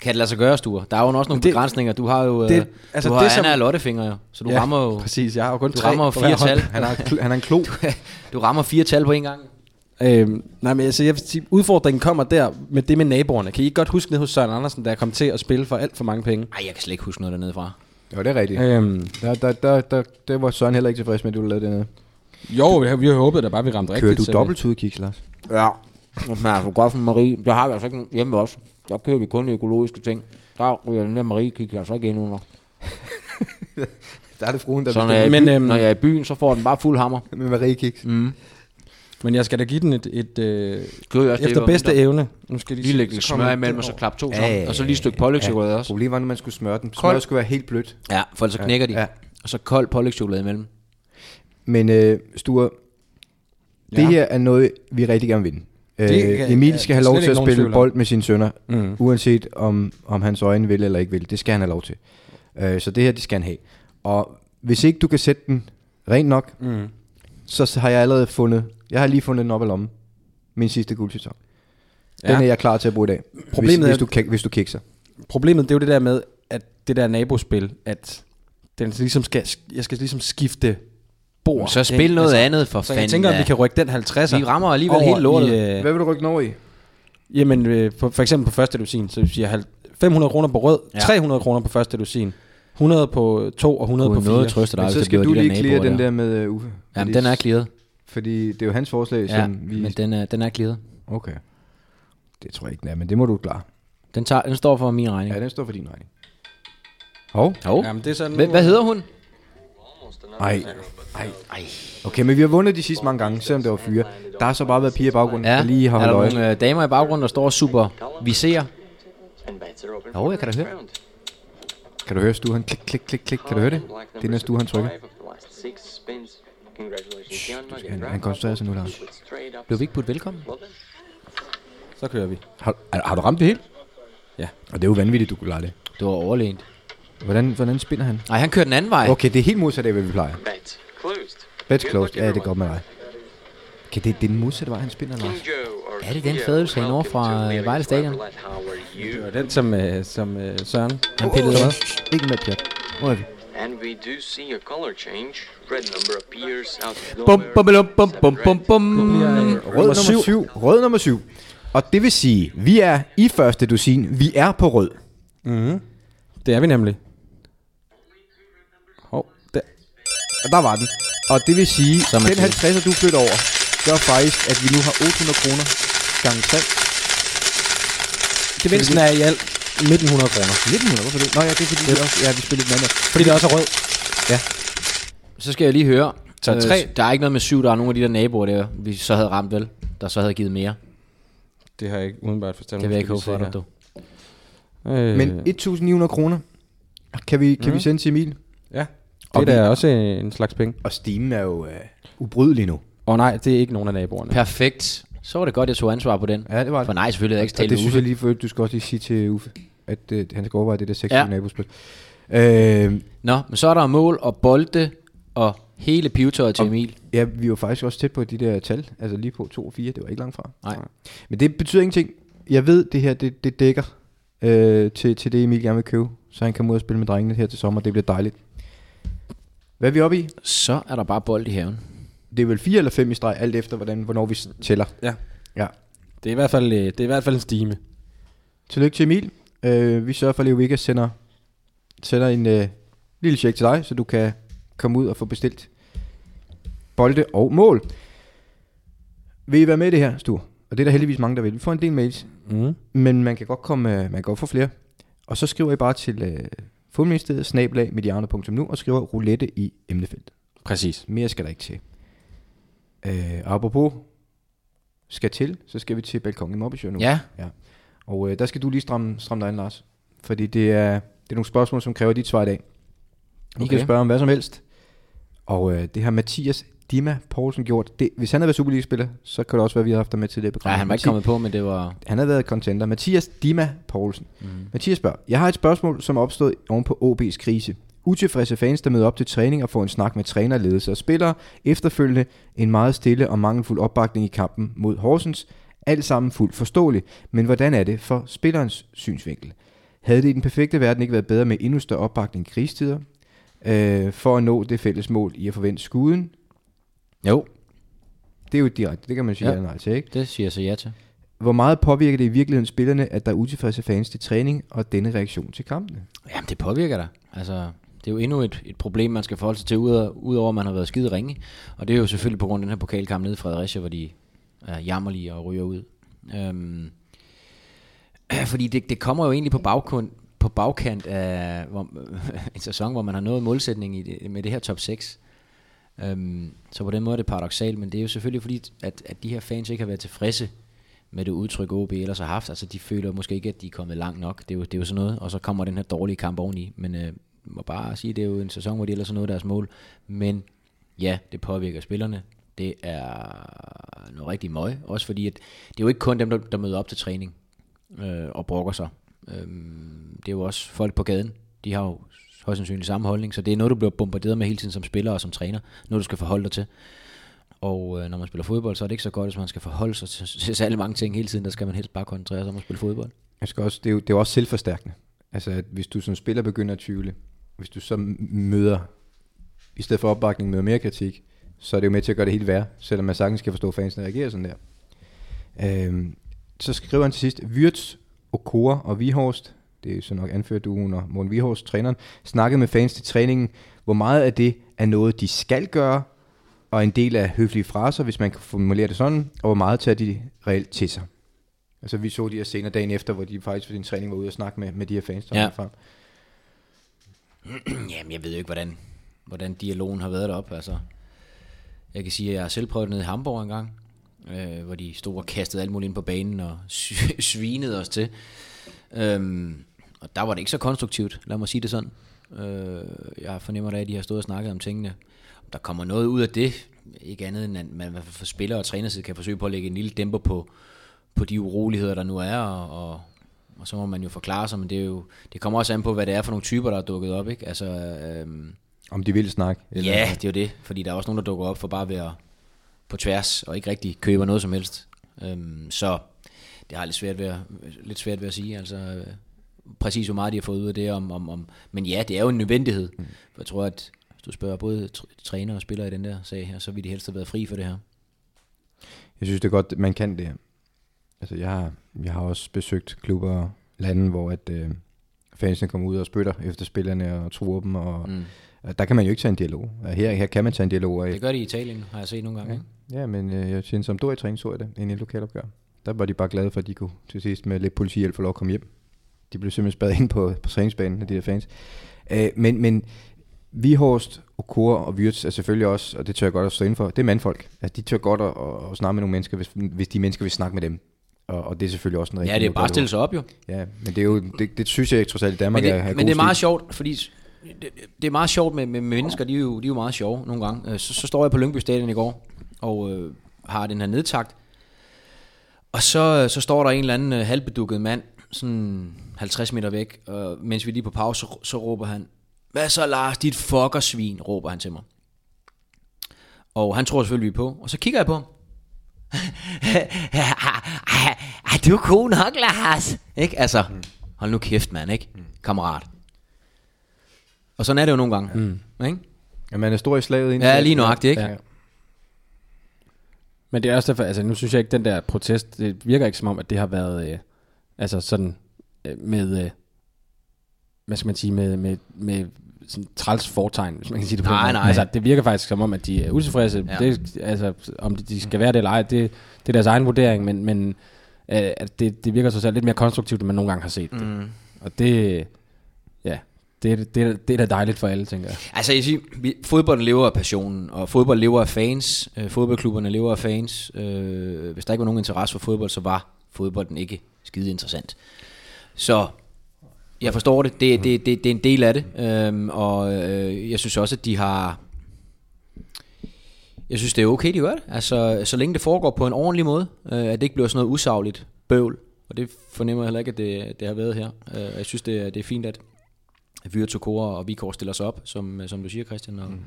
Speaker 3: Kan det lade sig gøre, Sture? Der er jo også nogle
Speaker 4: Det-
Speaker 3: det, begrænsninger. Du har jo det,
Speaker 4: det-
Speaker 3: altså
Speaker 4: altså,
Speaker 3: du har
Speaker 4: det,
Speaker 3: Anna
Speaker 4: som-
Speaker 3: og Lottefingre, jo. så du ja. rammer jo
Speaker 4: Præcis, jeg har jo kun
Speaker 3: du
Speaker 4: tre.
Speaker 3: rammer
Speaker 4: på
Speaker 3: fire
Speaker 4: hver hånd.
Speaker 3: tal.
Speaker 2: Han har, kl- han har en klo.
Speaker 3: Du rammer fire tal på en gang.
Speaker 4: Øhm, nej, men altså, jeg vil sige, udfordringen kommer der med det med naboerne. Kan I ikke godt huske nede hos Søren Andersen, der kom til at spille for alt for mange penge?
Speaker 3: Nej, jeg kan slet ikke huske noget dernede fra.
Speaker 2: Jo, det er rigtigt.
Speaker 4: Øhm,
Speaker 2: Der, der, der, der, det var Søren heller ikke tilfreds med, at du lavede dernede.
Speaker 4: jo, vi har, vi har håbet, at bare vi ramte
Speaker 2: Kører
Speaker 4: rigtigt.
Speaker 2: du
Speaker 4: så vi-
Speaker 2: dobbelt udkiks, Lars?
Speaker 3: Ja, men altså godt for Marie. Det har vi altså ikke hjemme også. Der kører vi kun økologiske ting. Der ryger den der Marie kigger altså ikke ind under.
Speaker 2: Der er det fruen, der
Speaker 3: Så når jeg, er i
Speaker 4: Men,
Speaker 3: byen,
Speaker 4: øhm,
Speaker 3: når jeg er i byen, så får den bare fuld hammer.
Speaker 2: med Marie Kiks. Mm.
Speaker 4: Men jeg skal da give den et, et
Speaker 3: Altså,
Speaker 4: øh,
Speaker 3: Kører jeg også
Speaker 4: efter bedste evne. Nu skal jeg
Speaker 3: Lige
Speaker 4: se-
Speaker 3: lægge lidt
Speaker 4: så kommer
Speaker 3: smør
Speaker 4: den
Speaker 3: imellem, og så
Speaker 4: over.
Speaker 3: klap to
Speaker 2: Ja,
Speaker 3: sammen. Og så lige et stykke pålægtschokolade også.
Speaker 2: Problemet var, når man skulle smøre den. Smøret skulle være helt blødt.
Speaker 3: Ja, for ellers så knækker de.
Speaker 2: Ja.
Speaker 3: Og så kold pålægtschokolade imellem.
Speaker 2: Men øh, Sture, ja. det
Speaker 4: Ja.
Speaker 2: her er noget, vi rigtig gerne vil vinde. Øh,
Speaker 4: kan-
Speaker 2: Emil
Speaker 4: ja,
Speaker 2: skal have
Speaker 4: slet
Speaker 2: lov til
Speaker 4: ikke
Speaker 2: at
Speaker 4: nogen
Speaker 2: spille
Speaker 4: tvivl om.
Speaker 2: bold med sine sønner, mm. uanset om, om hans øjne vil eller ikke vil. Det skal han have lov til. Øh, så det her, det skal han have. Og hvis ikke du kan sætte den rent nok,
Speaker 4: Mm.
Speaker 2: så s- har jeg allerede fundet, jeg har lige fundet den op af lommen. Min sidste guldsæson. Ja. Den er jeg klar til at bruge i dag. Problemet
Speaker 4: Problemet
Speaker 2: hvis,
Speaker 4: er-
Speaker 2: hvis, du, kik- hvis du kikser.
Speaker 4: Problemet det er jo det der med, at det der nabospil, at den ligesom skal, jeg skal ligesom skifte bord.
Speaker 3: Så spil
Speaker 4: ikke? Altså,
Speaker 3: noget andet for
Speaker 4: Så
Speaker 3: fanden.
Speaker 4: jeg tænker, at
Speaker 3: da.
Speaker 4: vi kan rykke den 50'er.
Speaker 3: Vi rammer alligevel
Speaker 4: over
Speaker 3: helt lortet.
Speaker 4: I, øh,
Speaker 2: vil du rykke den over i?
Speaker 4: jamen, øh, for, for eksempel på første dusin, så hvis jeg har 500 kroner på rød,
Speaker 3: Ja.
Speaker 4: ja. 300 kroner på første dusin, 100 på 2 og 100
Speaker 3: Gud,
Speaker 4: på 4.
Speaker 3: noget at trøste dig,
Speaker 2: Men
Speaker 3: hvis
Speaker 2: så
Speaker 3: det
Speaker 2: skal
Speaker 3: bliver
Speaker 2: du
Speaker 3: de
Speaker 2: lige
Speaker 3: der
Speaker 2: klire
Speaker 3: naboer
Speaker 2: den
Speaker 3: der.
Speaker 2: der med uh, Uffe.
Speaker 3: Jamen,
Speaker 2: fordi-
Speaker 3: den er clearet.
Speaker 2: Fordi det er jo hans forslag,
Speaker 3: Ja,
Speaker 2: som vi...
Speaker 3: men den er, den er clearet.
Speaker 2: Okay. Det tror jeg ikke, den er, men det må du klare.
Speaker 3: Den, tager, den står for min regning.
Speaker 2: Ja, den står for din regning. Hov.
Speaker 3: Hov.
Speaker 4: Jamen, det er sådan,
Speaker 3: Hvem- Hvad hedder hun?
Speaker 2: Ej. Ej. Okay, men vi har vundet de sidste mange gange, selvom det var fyre. Der har så bare været piger i baggrunden, ja.
Speaker 3: Ja,
Speaker 2: der lige har
Speaker 3: er der
Speaker 2: holdt øje.
Speaker 3: nogle øh, damer i baggrunden, der står og super viserer? Jo, jeg kan da høre.
Speaker 2: Kan du høre stueren? Klik, klik, klik, klik. Kan du høre det? Det er den stue, han trykker. Shh, du skal- Han, han koncentrerer sig nu, Lars.
Speaker 3: Blev vi ikke budt velkommen?
Speaker 4: Så kører vi.
Speaker 2: Har, har, har du ramt det helt?
Speaker 4: Ja.
Speaker 2: Og det er jo vanvittigt, du kunne klare det.
Speaker 3: Det var overlænt.
Speaker 2: Hvordan, hvordan spinner han?
Speaker 3: Nej, han kører den anden vej.
Speaker 2: Okay, det er helt modsat af, hvad vi plejer.
Speaker 10: Bets closed.
Speaker 2: Bets closed. Ja, det går med dig. Okay, det, det er den modsatte vej, han spinner, Lars.
Speaker 10: Er det den fadelse henover fra øh, Vejle Stadion?
Speaker 4: Det var den, som, øh, som øh, Søren
Speaker 2: Han pillede med. Ikke med pjat. Hvor er vi?
Speaker 10: And we do see a color change. Red number appears out of
Speaker 3: Bum,
Speaker 10: nowhere.
Speaker 3: bum, bum, bum, bum, bum, bum. øh,
Speaker 2: Rød nummer 7. Rød nummer 7. Og det vil sige, vi er i første dusin. Vi er på rød.
Speaker 4: Det er vi nemlig. Hov, der.
Speaker 2: Og der var den. Og det vil sige,
Speaker 3: Som man
Speaker 2: den
Speaker 3: siger.
Speaker 2: 50, du flytter over, gør faktisk, at vi nu har 800 kroner gange 3.
Speaker 4: Gevinsten er i alt 1900 kroner.
Speaker 2: 1900, hvorfor det? Nå ja, det er fordi, vi også, ja, vi spillede den anden.
Speaker 4: Fordi det også er rød.
Speaker 3: Så skal jeg lige høre.
Speaker 4: Så
Speaker 3: Øh,
Speaker 4: tre.
Speaker 3: Der er ikke noget med syv, der er nogle af de der naboer der, vi så havde ramt vel, der så havde givet mere.
Speaker 4: Det har jeg ikke udenbart forstand.
Speaker 3: Det vil jeg ikke håbe for dig, du.
Speaker 4: Øh,
Speaker 2: Men
Speaker 4: Men et,
Speaker 2: 1900 kroner kan vi, kan mm. vi sende til Emil.
Speaker 4: ja,
Speaker 2: Og
Speaker 4: det er
Speaker 2: vi-
Speaker 4: da også en slags penge.
Speaker 2: Og Steam er jo øh, ubrydelig nu.
Speaker 4: Og nej, det er ikke nogen af naboerne.
Speaker 3: Perfekt. Så var det godt, jeg tog ansvar på den.
Speaker 2: Ja, det var
Speaker 3: For nej, selvfølgelig havde jeg ikke
Speaker 2: Og
Speaker 3: talt
Speaker 2: det
Speaker 3: med
Speaker 2: synes jeg
Speaker 3: Uffe.
Speaker 2: lige for, du skal også lige sige til Uffe, at øh, han skal overveje det der 6
Speaker 3: Ja.
Speaker 2: ja. nabospil. Øh,
Speaker 3: Nå, men så er der mål og bolde og hele pivetøjet til Emil.
Speaker 2: Ja, vi var faktisk også tæt på de der tal, altså lige på 2 og 4, det var ikke langt fra.
Speaker 3: Nej.
Speaker 2: Men det betyder ingenting. Jeg ved, det her, det, det dækker øh, til, til det, Emil gerne vil købe, så han kan komme ud og spille med drengene her til sommer, det bliver dejligt. Hvad er vi oppe i?
Speaker 3: Så er der bare bold i haven.
Speaker 2: Det er vel 4 eller 5 i streg, alt efter, hvordan, hvornår vi s- tæller.
Speaker 4: Ja.
Speaker 2: ja.
Speaker 4: Det er i hvert fald, øh, det er i hvert fald en stime.
Speaker 2: Tillykke til Emil. Øh, vi sørger for, at Leo Vegas sender, sender en øh, lille check til dig, så du kan komme ud og få bestilt bolde og mål. Vil I være med i det her, Stur? Og det er der heldigvis mange, der vil. Vi får en del mails,
Speaker 4: Mm.
Speaker 2: men man kan godt komme, øh, man kan godt få flere. Og så skriver I bare til øh, fodministeriet, snablag, mediano.nu og skriver roulette i emnefeltet.
Speaker 4: Præcis.
Speaker 2: Mere skal der ikke til. Øh, apropos skal til, så skal vi til balkongen i Mobbesjø nu.
Speaker 3: Ja,
Speaker 2: Og øh, der skal du lige stramme, stramme dig ind, Lars. Fordi det er, det er nogle spørgsmål, som kræver dit svar i dag. I okay.
Speaker 3: Okay.
Speaker 2: kan spørge om hvad som helst. Og øh, det har Mathias Dima Poulsen gjort. Det, hvis han havde været Superliga-spiller, så kan det også være, at vi havde haft ham med til det program.
Speaker 3: Nej, han var ikke
Speaker 2: Mathi-
Speaker 3: kommet på, men det var...
Speaker 2: han har været contender. Mathias Dima Poulsen. Mm. Mathias spørger, jeg har et spørgsmål, som opstod oven på OB's krise. Utilfredse fans, der møder op til træning og får en snak med træner, ledelse og spillere. Efterfølgende en meget stille og mangelfuld opbakning i kampen mod Horsens. Alt sammen fuldt forståeligt, men hvordan er det for spillerens synsvinkel? Havde det i den perfekte verden ikke været bedre med endnu større opbakning i krigstider? Øh, for at nå det fælles mål i at forvente skuden?
Speaker 3: Jo,
Speaker 2: Det er jo direkte, det kan man sige
Speaker 3: Ja.
Speaker 2: ja. eller nej til, altså ikke?
Speaker 3: det siger jeg så ja til.
Speaker 2: Hvor meget påvirker det i virkeligheden spillerne, at der er utilfredse fans til træning og denne reaktion til kampene?
Speaker 3: Jamen, det påvirker dig. Altså, det er jo endnu et, et problem, man skal forholde sig til, udo- udover at man har været skide ringe. Og det er jo selvfølgelig på grund af den her pokalkamp nede i Fredericia, hvor de er jammerlige og ryger ud. Øhm, fordi det, det kommer jo egentlig på bagkant, på bagkant af hvor, en sæson, hvor man har nået målsætningen i det, med det her top 6. Øhm, så på den måde er det paradoxalt, men det er jo selvfølgelig fordi, at, at de her fans ikke har været tilfredse med det udtryk, OB ellers har haft. Altså, de føler måske ikke, at de er kommet langt nok. Det er jo, det er jo sådan noget. Og så kommer den her dårlige kamp oveni. Men øh, må bare sige, det er jo en sæson, hvor de ellers har nået deres mål. Men ja, det påvirker spillerne. Det er noget rigtig møg. Også fordi, at det er jo ikke kun dem, der, der møder op til Øhm, træning øh, og brokker sig. Øh, det er jo også folk på gaden. De har jo højst sandsynligt samme holdning, så det er noget, du bliver bombarderet med hele tiden som spiller og som træner, noget du skal forholde dig til. Og øh, når man spiller fodbold, så er det ikke så godt, hvis man skal forholde sig til, til særlig mange ting hele tiden, der skal man helst bare koncentrere sig om at spille fodbold.
Speaker 2: Jeg skal også, det, er jo, det er jo også selvforstærkende. Altså, at hvis du som spiller begynder at tvivle, hvis du så møder, i stedet for opbakning, møder mere kritik, så er det jo med til at gøre det helt værre, selvom man sagtens kan forstå, at fansene reagerer sådan der. Øhm, så skriver han til sidst, Wirtz, Okora og Vihorst, det er så nok anført du under Morten Vihorst, træneren, snakkede med fans til træningen, hvor meget af det er noget, de skal gøre, og en del af høflige fraser, hvis man kan formulere det sådan, og hvor meget tager de reelt til sig. Altså vi så de her scener dagen efter, hvor de faktisk ved sin træning var ude og snakke med, med de her fans, der
Speaker 3: Ja.
Speaker 2: ja. frem.
Speaker 3: Jamen, jeg ved jo ikke, hvordan, hvordan dialogen har været deroppe. Altså, jeg kan sige, at jeg har selv prøvet det nede i Hamburg engang, øh, hvor de stod og kastede alt muligt ind på banen og sy- svinede os til. Øhm, og der var det ikke så konstruktivt, lad mig sige det sådan. Øh, jeg fornemmer da, at de har stået og snakket om tingene. Om der kommer noget ud af det, ikke andet end at man i hvert fald fra spiller og trænerside kan forsøge på at lægge en lille dæmper på, på de uroligheder, der nu er, og, og, og så må man jo forklare sig, men det, er jo, det kommer også an på, hvad det er for nogle typer, der er dukket op, ikke? Altså, øhm,
Speaker 2: Om de vil snakke.
Speaker 3: Eller ja, det er jo det, fordi der er også nogen, der dukker op for bare ved at på tværs og ikke rigtig køber noget som helst. Øhm, så det har jeg lidt svært ved at, lidt svært ved at sige, altså øh, præcis hvor meget de har fået ud af det. Om, om, om. Men ja, det er jo en nødvendighed. Mm. For jeg tror, at hvis du spørger både tr- træner og spillere i den der sag her, så vil de helst have været fri for det her.
Speaker 2: Jeg synes det er godt, at man kan det her. Altså jeg har, jeg har også besøgt klubber og lande, hvor at, øh, fansene kommer ud og spytter efter spillerne og truer dem. Og,
Speaker 3: Mm.
Speaker 2: mm. Der kan man jo ikke tage en dialog. Og Her, her kan man tage en dialog. Og,
Speaker 3: Det gør de i Italien, har jeg set nogle gange.
Speaker 2: ja.
Speaker 3: ikke?
Speaker 2: ja, men øh, jeg synes, som Doria Træning så jeg det, inde i et lokalopgør. Der var de bare glade for, at de kunne til sidst med lidt politihjælp få lov at komme hjem. De blev simpelthen spadet ind på, på træningsbanen af de der fans. Øh, men, men Vihorst, Okura og Wirtz er selvfølgelig også, og det tør jeg godt at stå indenfor, det er mandfolk. Altså, de tør godt at, at, at snakke med nogle mennesker, hvis, hvis de mennesker vil snakke med dem. Og, og det er selvfølgelig også en rigtig
Speaker 3: Ja, det er
Speaker 2: måde
Speaker 3: bare at
Speaker 2: gøre
Speaker 3: stille sig op jo.
Speaker 2: Ja, men det, er jo, det, det synes jeg trods alt i Danmark
Speaker 3: men det,
Speaker 2: er, er
Speaker 3: men det er
Speaker 2: god
Speaker 3: meget
Speaker 2: stil.
Speaker 3: sjovt, fordi s- det, det er meget sjovt med, med, med mennesker, de er, jo, de er jo meget sjove nogle gange. Øh, Så, så står jeg på Lyngby Stadion i går, og øh, har den her nedtagt, og så, så står der en eller anden øh, halvbedukket mand, sådan 50 meter væk, og mens vi er lige på pause, så, så råber han, hvad så Lars, dit fuckersvin, råber han til mig. Og han tror selvfølgelig vi er på, og så kigger jeg på ham, Ej, du er god nok, Lars. Ikke? Altså, hold nu kæft, mand, ikke? Kammerat. Og sådan er det jo nogle gange. Mm. Ikke?
Speaker 2: Ja, man er stor i slaget. indtil-
Speaker 3: Ja, lige nøjagtigt, ikke?
Speaker 2: Ja.
Speaker 4: Men det er også derfor, altså nu synes jeg ikke, den der protest, det virker ikke som om, at det har været, øh, altså sådan øh, med, øh, hvad skal man sige, med, med, med sådan træls fortegn, hvis man kan sige det på den
Speaker 3: Nej,
Speaker 4: måde.
Speaker 3: nej.
Speaker 4: Altså, det virker faktisk som om, at de er utilfredse.
Speaker 3: Ja.
Speaker 4: Ja. Det, altså, om de, de skal være det eller ej, det, det er deres egen vurdering, men, men øh, at det, det virker så lidt mere konstruktivt, end man nogle gange har set det.
Speaker 3: Mm.
Speaker 4: Og det, ja, det, det, det er da dejligt for alle, tænker jeg.
Speaker 3: Altså, jeg siger, vi- fodbolden lever af passionen, og fodbold lever af fans. Øh, fodboldklubberne lever af fans. Øh, hvis der ikke var nogen interesse for fodbold, så var fodbolden ikke skide interessant. Så jeg forstår det. Det, det, det, det er en del af det. Øhm, og øh, jeg synes også, at de har... Jeg synes, det er okay, de gør det. Altså, så længe det foregår på en ordentlig måde, øh, at det ikke bliver sådan noget usagligt bøvl. Og det fornemmer jeg heller ikke, at det, det har været her. Øh, og jeg synes, det, er- det er fint, at Vyre Tokora og Vikor stiller sig op, som, som du siger, Christian, og, mm.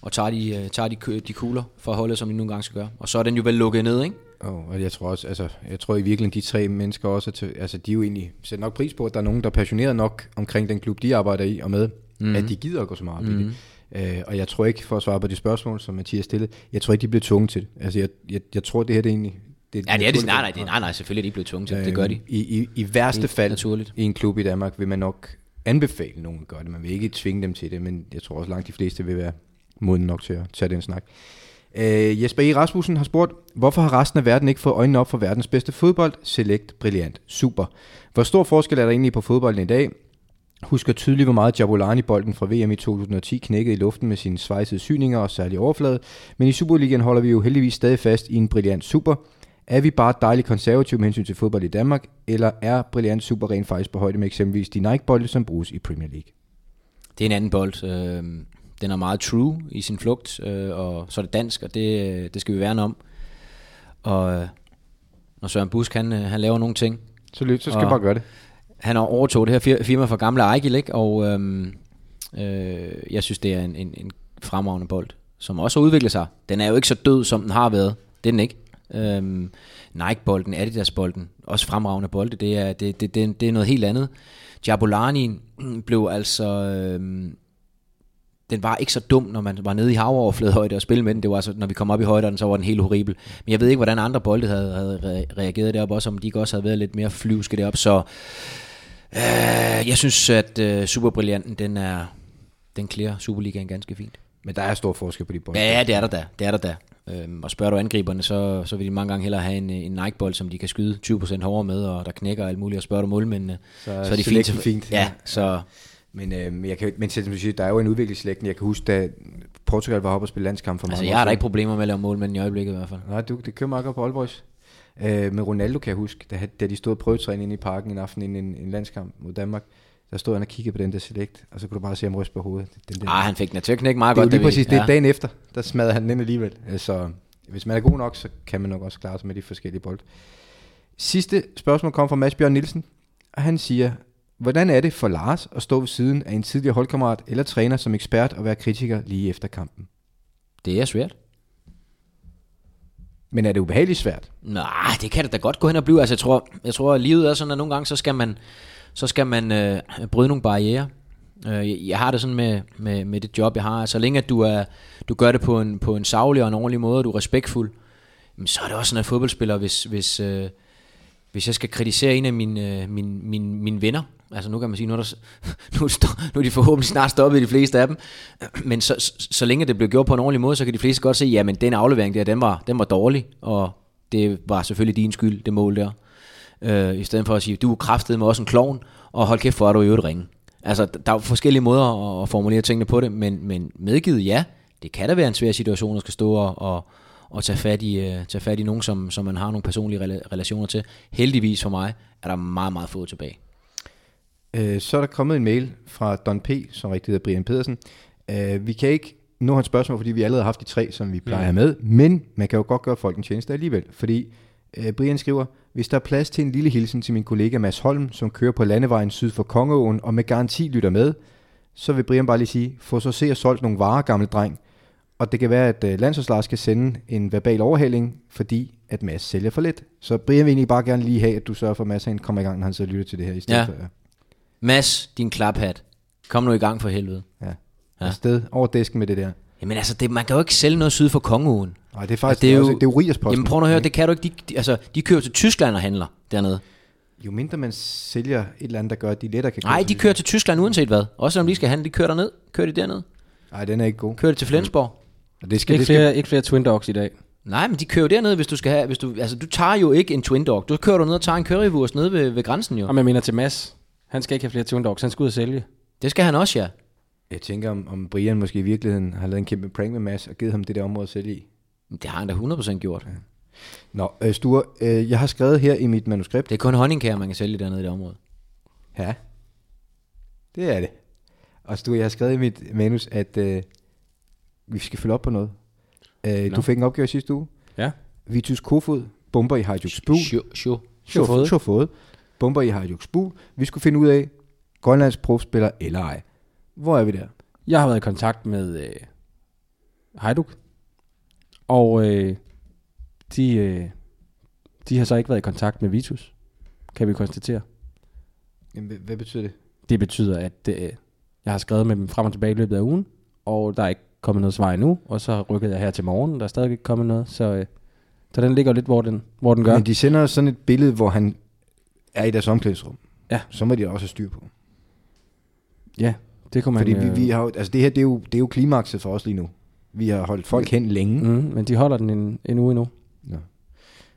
Speaker 3: og tager, de, øh, tager de, kø- de kugler for holdet, som de nogle gange skal gøre. Og så er den jo vel lukket ned, ikke?
Speaker 2: Oh, og jeg tror også, altså, jeg tror i virkeligheden, de tre mennesker også, er til, altså, de er jo egentlig sætter nok pris på, at der er nogen, der er passioneret nok omkring den klub, de arbejder i og med,
Speaker 3: Mhm.
Speaker 2: mm. at de gider at gå så meget op mm. i det. Øh, og jeg tror ikke, for at svare på de spørgsmål, som Mathias stillede, jeg tror ikke, de bliver tvunget til det. Altså, jeg, jeg, jeg tror, det her det er egentlig...
Speaker 3: Ja, det er det. Nej, nej, det, nej, nej, selvfølgelig er de ikke blevet tvunget til det. Det gør de.
Speaker 2: Øhm, I, i, i værste
Speaker 3: Det er
Speaker 2: fald
Speaker 3: naturligt.
Speaker 2: naturligt. i en klub i Danmark vil man nok anbefale nogen at gøre det. Man vil ikke tvinge dem til det, men jeg tror også langt de fleste vil være modne nok til at tage den snak. Øh, Jesper E. Rasmussen har spurgt, hvorfor har resten af verden ikke fået øjnene op for verdens bedste fodbold? Select, brilliant, super. Hvor stor forskel er der egentlig på fodbolden i dag? Husker tydeligt, hvor meget Jabulani-bolden fra VM i 2010 knækkede i luften med sine svejsede syninger og særlig overflade. Men i Superligaen holder vi jo heldigvis stadig fast i en brillant super. Er vi bare dejligt konservative med hensyn til fodbold i Danmark, eller er brillant super rent faktisk på højde med eksempelvis de Nike-bolde, som bruges i Premier League?
Speaker 3: Det er en anden bold. Øh, den er meget true i sin flugt, øh, og så er det dansk, og det, øh, det skal vi værne om. Og øh, når Søren Busk, han, øh, han laver nogle ting,
Speaker 2: Så, løb, så
Speaker 3: skal Og- bare
Speaker 2: gøre det.
Speaker 3: han overtog det her fir- firma fra gamle Ejgil, ikke? Og øhm, Øh, jeg synes, det er en, en, en fremragende bold, som også har udviklet sig. Den er jo ikke så død, som den har været. Det er den ikke. Øhm, Nike-bolden, Adidas-bolden, også fremragende bolde, det er, det, det, det, det er noget helt andet. Jabulani blev altså... Øhm, den var ikke så dum, når man var nede i havoverfladehøjde og spille med den. Det var altså, når vi kom op i højderne, så var den helt horribel. Men jeg ved ikke, hvordan andre bolde havde, havde re- reageret deroppe, også om de ikke også havde været lidt mere flyvske deroppe. Så øh, jeg synes, at øh, Superbrillianten, den er den klæder Superligaen ganske fint.
Speaker 2: Men der er stor forskel på de bolde.
Speaker 3: Ja, det er der da. Det er der da. Øhm, og spørger du angriberne, så, så vil de mange gange hellere have en, en Nike-bold, som de kan skyde 20% hårdere med, og der knækker og alt muligt. Og spørger du målmændene, så, så er de fint.
Speaker 2: selekten fint.
Speaker 3: Ja, så
Speaker 2: Men, øh, men jeg kan, men selv som du siger, der er jo en udviklingslægten. Jeg kan huske, da Portugal var oppe og spille landskamp for mig.
Speaker 3: altså, jeg har da ikke problemer med at lave målmænd i øjeblikket i hvert fald.
Speaker 2: Nej, du, det kører meget godt på Aalborgs. Øh, men Ronaldo kan jeg huske, da, han- da de stod og prøvetræne inde i parken en aften inden en, en landskamp mod Danmark, der stod han og kiggede på den der select, og så kunne du bare se ham ryste på hovedet. Den der.
Speaker 3: Ah, han fik den til at knække meget
Speaker 2: det er jo
Speaker 3: godt.
Speaker 2: lige præcis det.
Speaker 3: ja.
Speaker 2: Dagen efter, der smadrede han den ind alligevel. Øh, Så hvis man er god nok, så kan man nok også klare sig med de forskellige bold. Sidste spørgsmål kom fra Mads Bjørn Nielsen, og han siger, hvordan er det for Lars at stå ved siden af en tidligere holdkammerat eller træner som ekspert og være kritiker lige efter kampen?
Speaker 3: Det er svært.
Speaker 2: Men er det ubehageligt svært?
Speaker 3: Nej, det kan det da godt gå hen og blive. Altså, jeg tror, jeg tror at livet er sådan, at nogle gange, så skal man, så skal man øh, bryde nogle barriere. Øh, jeg, jeg har det sådan med, med, med det job, jeg har. Altså, Så længe at du, er, du gør det på en, på en savlig og en ordentlig måde, og du er respektfuld, jamen, så er det også sådan, at fodboldspiller, hvis, hvis, øh, hvis jeg skal kritisere en af mine, øh, mine, mine, mine venner, altså nu kan man sige, nu er, der, s- nu, er sto- nu er de forhåbentlig snart stoppet de fleste af dem, men så, så, så længe det blev gjort på en ordentlig måde, så kan de fleste godt se, jamen den aflevering der, den var, den var dårlig, og det var selvfølgelig din skyld, det mål der. Øh, I stedet for at sige, du er kraftet med også en klovn, og hold kæft, hvor er du i øvrigt ringe. Altså, d- der er jo forskellige måder at, at formulere tingene på det, men, men medgivet ja, det kan da være en svær situation at skal stå og, og, og tage, fat i, øh, tage fat i nogen, som, som man har nogle personlige rela- relationer til. Heldigvis for mig er der meget, meget få tilbage.
Speaker 2: Øh, så er der kommet en mail fra Don P., som rigtig hedder Brian Pedersen. Øh, vi kan ikke nå hans spørgsmål, fordi vi allerede har haft de tre, som vi plejer mm. med, men man kan jo godt gøre folk en tjeneste alligevel, fordi øh, Brian skriver, hvis der er plads til en lille hilsen til min kollega Mads Holm, som kører på landevejen syd for Kongeåen og med garanti lytter med, så vil Brian bare lige sige, få så se og solgt nogle varer, gamle dreng. Og det kan være, at øh, landsholdslars skal sende en verbal overhaling, fordi at Mads sælger for lidt. Så Brian vil egentlig bare gerne lige have, at du sørger for, at Mads han kommer i gang, når han så lytter til det her i stedet
Speaker 3: Ja.
Speaker 2: for. øh, Ja.
Speaker 3: Mads, din klaphat. Kom nu i gang for helvede.
Speaker 2: Ja.
Speaker 3: Ja.
Speaker 2: ja. Afsted over disken med det der.
Speaker 3: Jamen altså, det, man kan jo ikke sælge noget syd for kongeuen.
Speaker 2: Nej, det er faktisk det er jo, også, det er jo Rigersposten.
Speaker 3: Jamen prøv nu at høre, det kan du ikke. De, de, altså, de kører til Tyskland og handler dernede.
Speaker 2: Jo mindre man sælger et eller andet, der gør, at de lettere kan
Speaker 3: Nej, de kører til Tyskland uanset hvad. Også selvom de skal handle, de kører derned. Kører de derned?
Speaker 2: Nej, den er ikke god.
Speaker 3: Kører de til Flensborg?
Speaker 2: Og det skal,
Speaker 4: Ikke
Speaker 2: det skal,
Speaker 4: flere, ikke flere Twin Dogs i dag.
Speaker 3: Nej, men de kører jo derned, hvis du skal have... Hvis du, altså, du tager jo ikke en Twin Dog. Du kører du ned og tager en currywurst nede ved, ved grænsen jo.
Speaker 4: Om jeg mener til Mads. Han skal ikke have flere Twin Dogs. Han skal ud og sælge.
Speaker 3: Det skal han også, ja.
Speaker 2: jeg tænker, om, om Brian måske i virkeligheden har lavet en kæmpe prank med Mads og givet ham det der område at sælge i.
Speaker 3: Det har han da 100% gjort.
Speaker 2: Nå, øh, Sture, øh, jeg har skrevet her i mit manuskript.
Speaker 3: Det er kun honningkager, man kan sælge dernede i det område.
Speaker 2: Ja, det er det. Og Sture, jeg har skrevet i mit manus, at øh, vi skal følge op på noget. Øh, du fik en opgave sidste uge.
Speaker 4: Ja.
Speaker 2: Vitus Kofod bomber i Hajduk
Speaker 3: Sjo, sjo.
Speaker 4: Sjofod.
Speaker 2: Sjofod. Bomber i Hajduk Spul. Vi skulle finde ud af, Grønlands profspiller eller ej. Hvor er vi der?
Speaker 4: Jeg har været i kontakt med øh, Heiduk, og øh, de, øh, de har så ikke været i kontakt med Vitus, kan vi konstatere.
Speaker 2: Jamen, hvad- hvad betyder det?
Speaker 4: Det betyder, at øh, jeg har skrevet med dem frem og tilbage i løbet af ugen, og der er ikke kommet noget svar endnu, og så rykkede jeg her til morgen, og der er stadig ikke kommet noget, så, øh, så den ligger jo lidt, hvor den, hvor den gør.
Speaker 2: Men de sender os sådan et billede, hvor han er i deres omklædningsrum.
Speaker 4: Ja.
Speaker 2: Så må de da også have styr på.
Speaker 4: ja, det kunne man...
Speaker 2: Fordi vi,
Speaker 4: øh,
Speaker 2: vi har, jo- altså det her, det er, jo, det er jo klimakset for os lige nu. Vi har holdt folk hen længe. Mm.
Speaker 4: mm, men de holder den en, en uge endnu.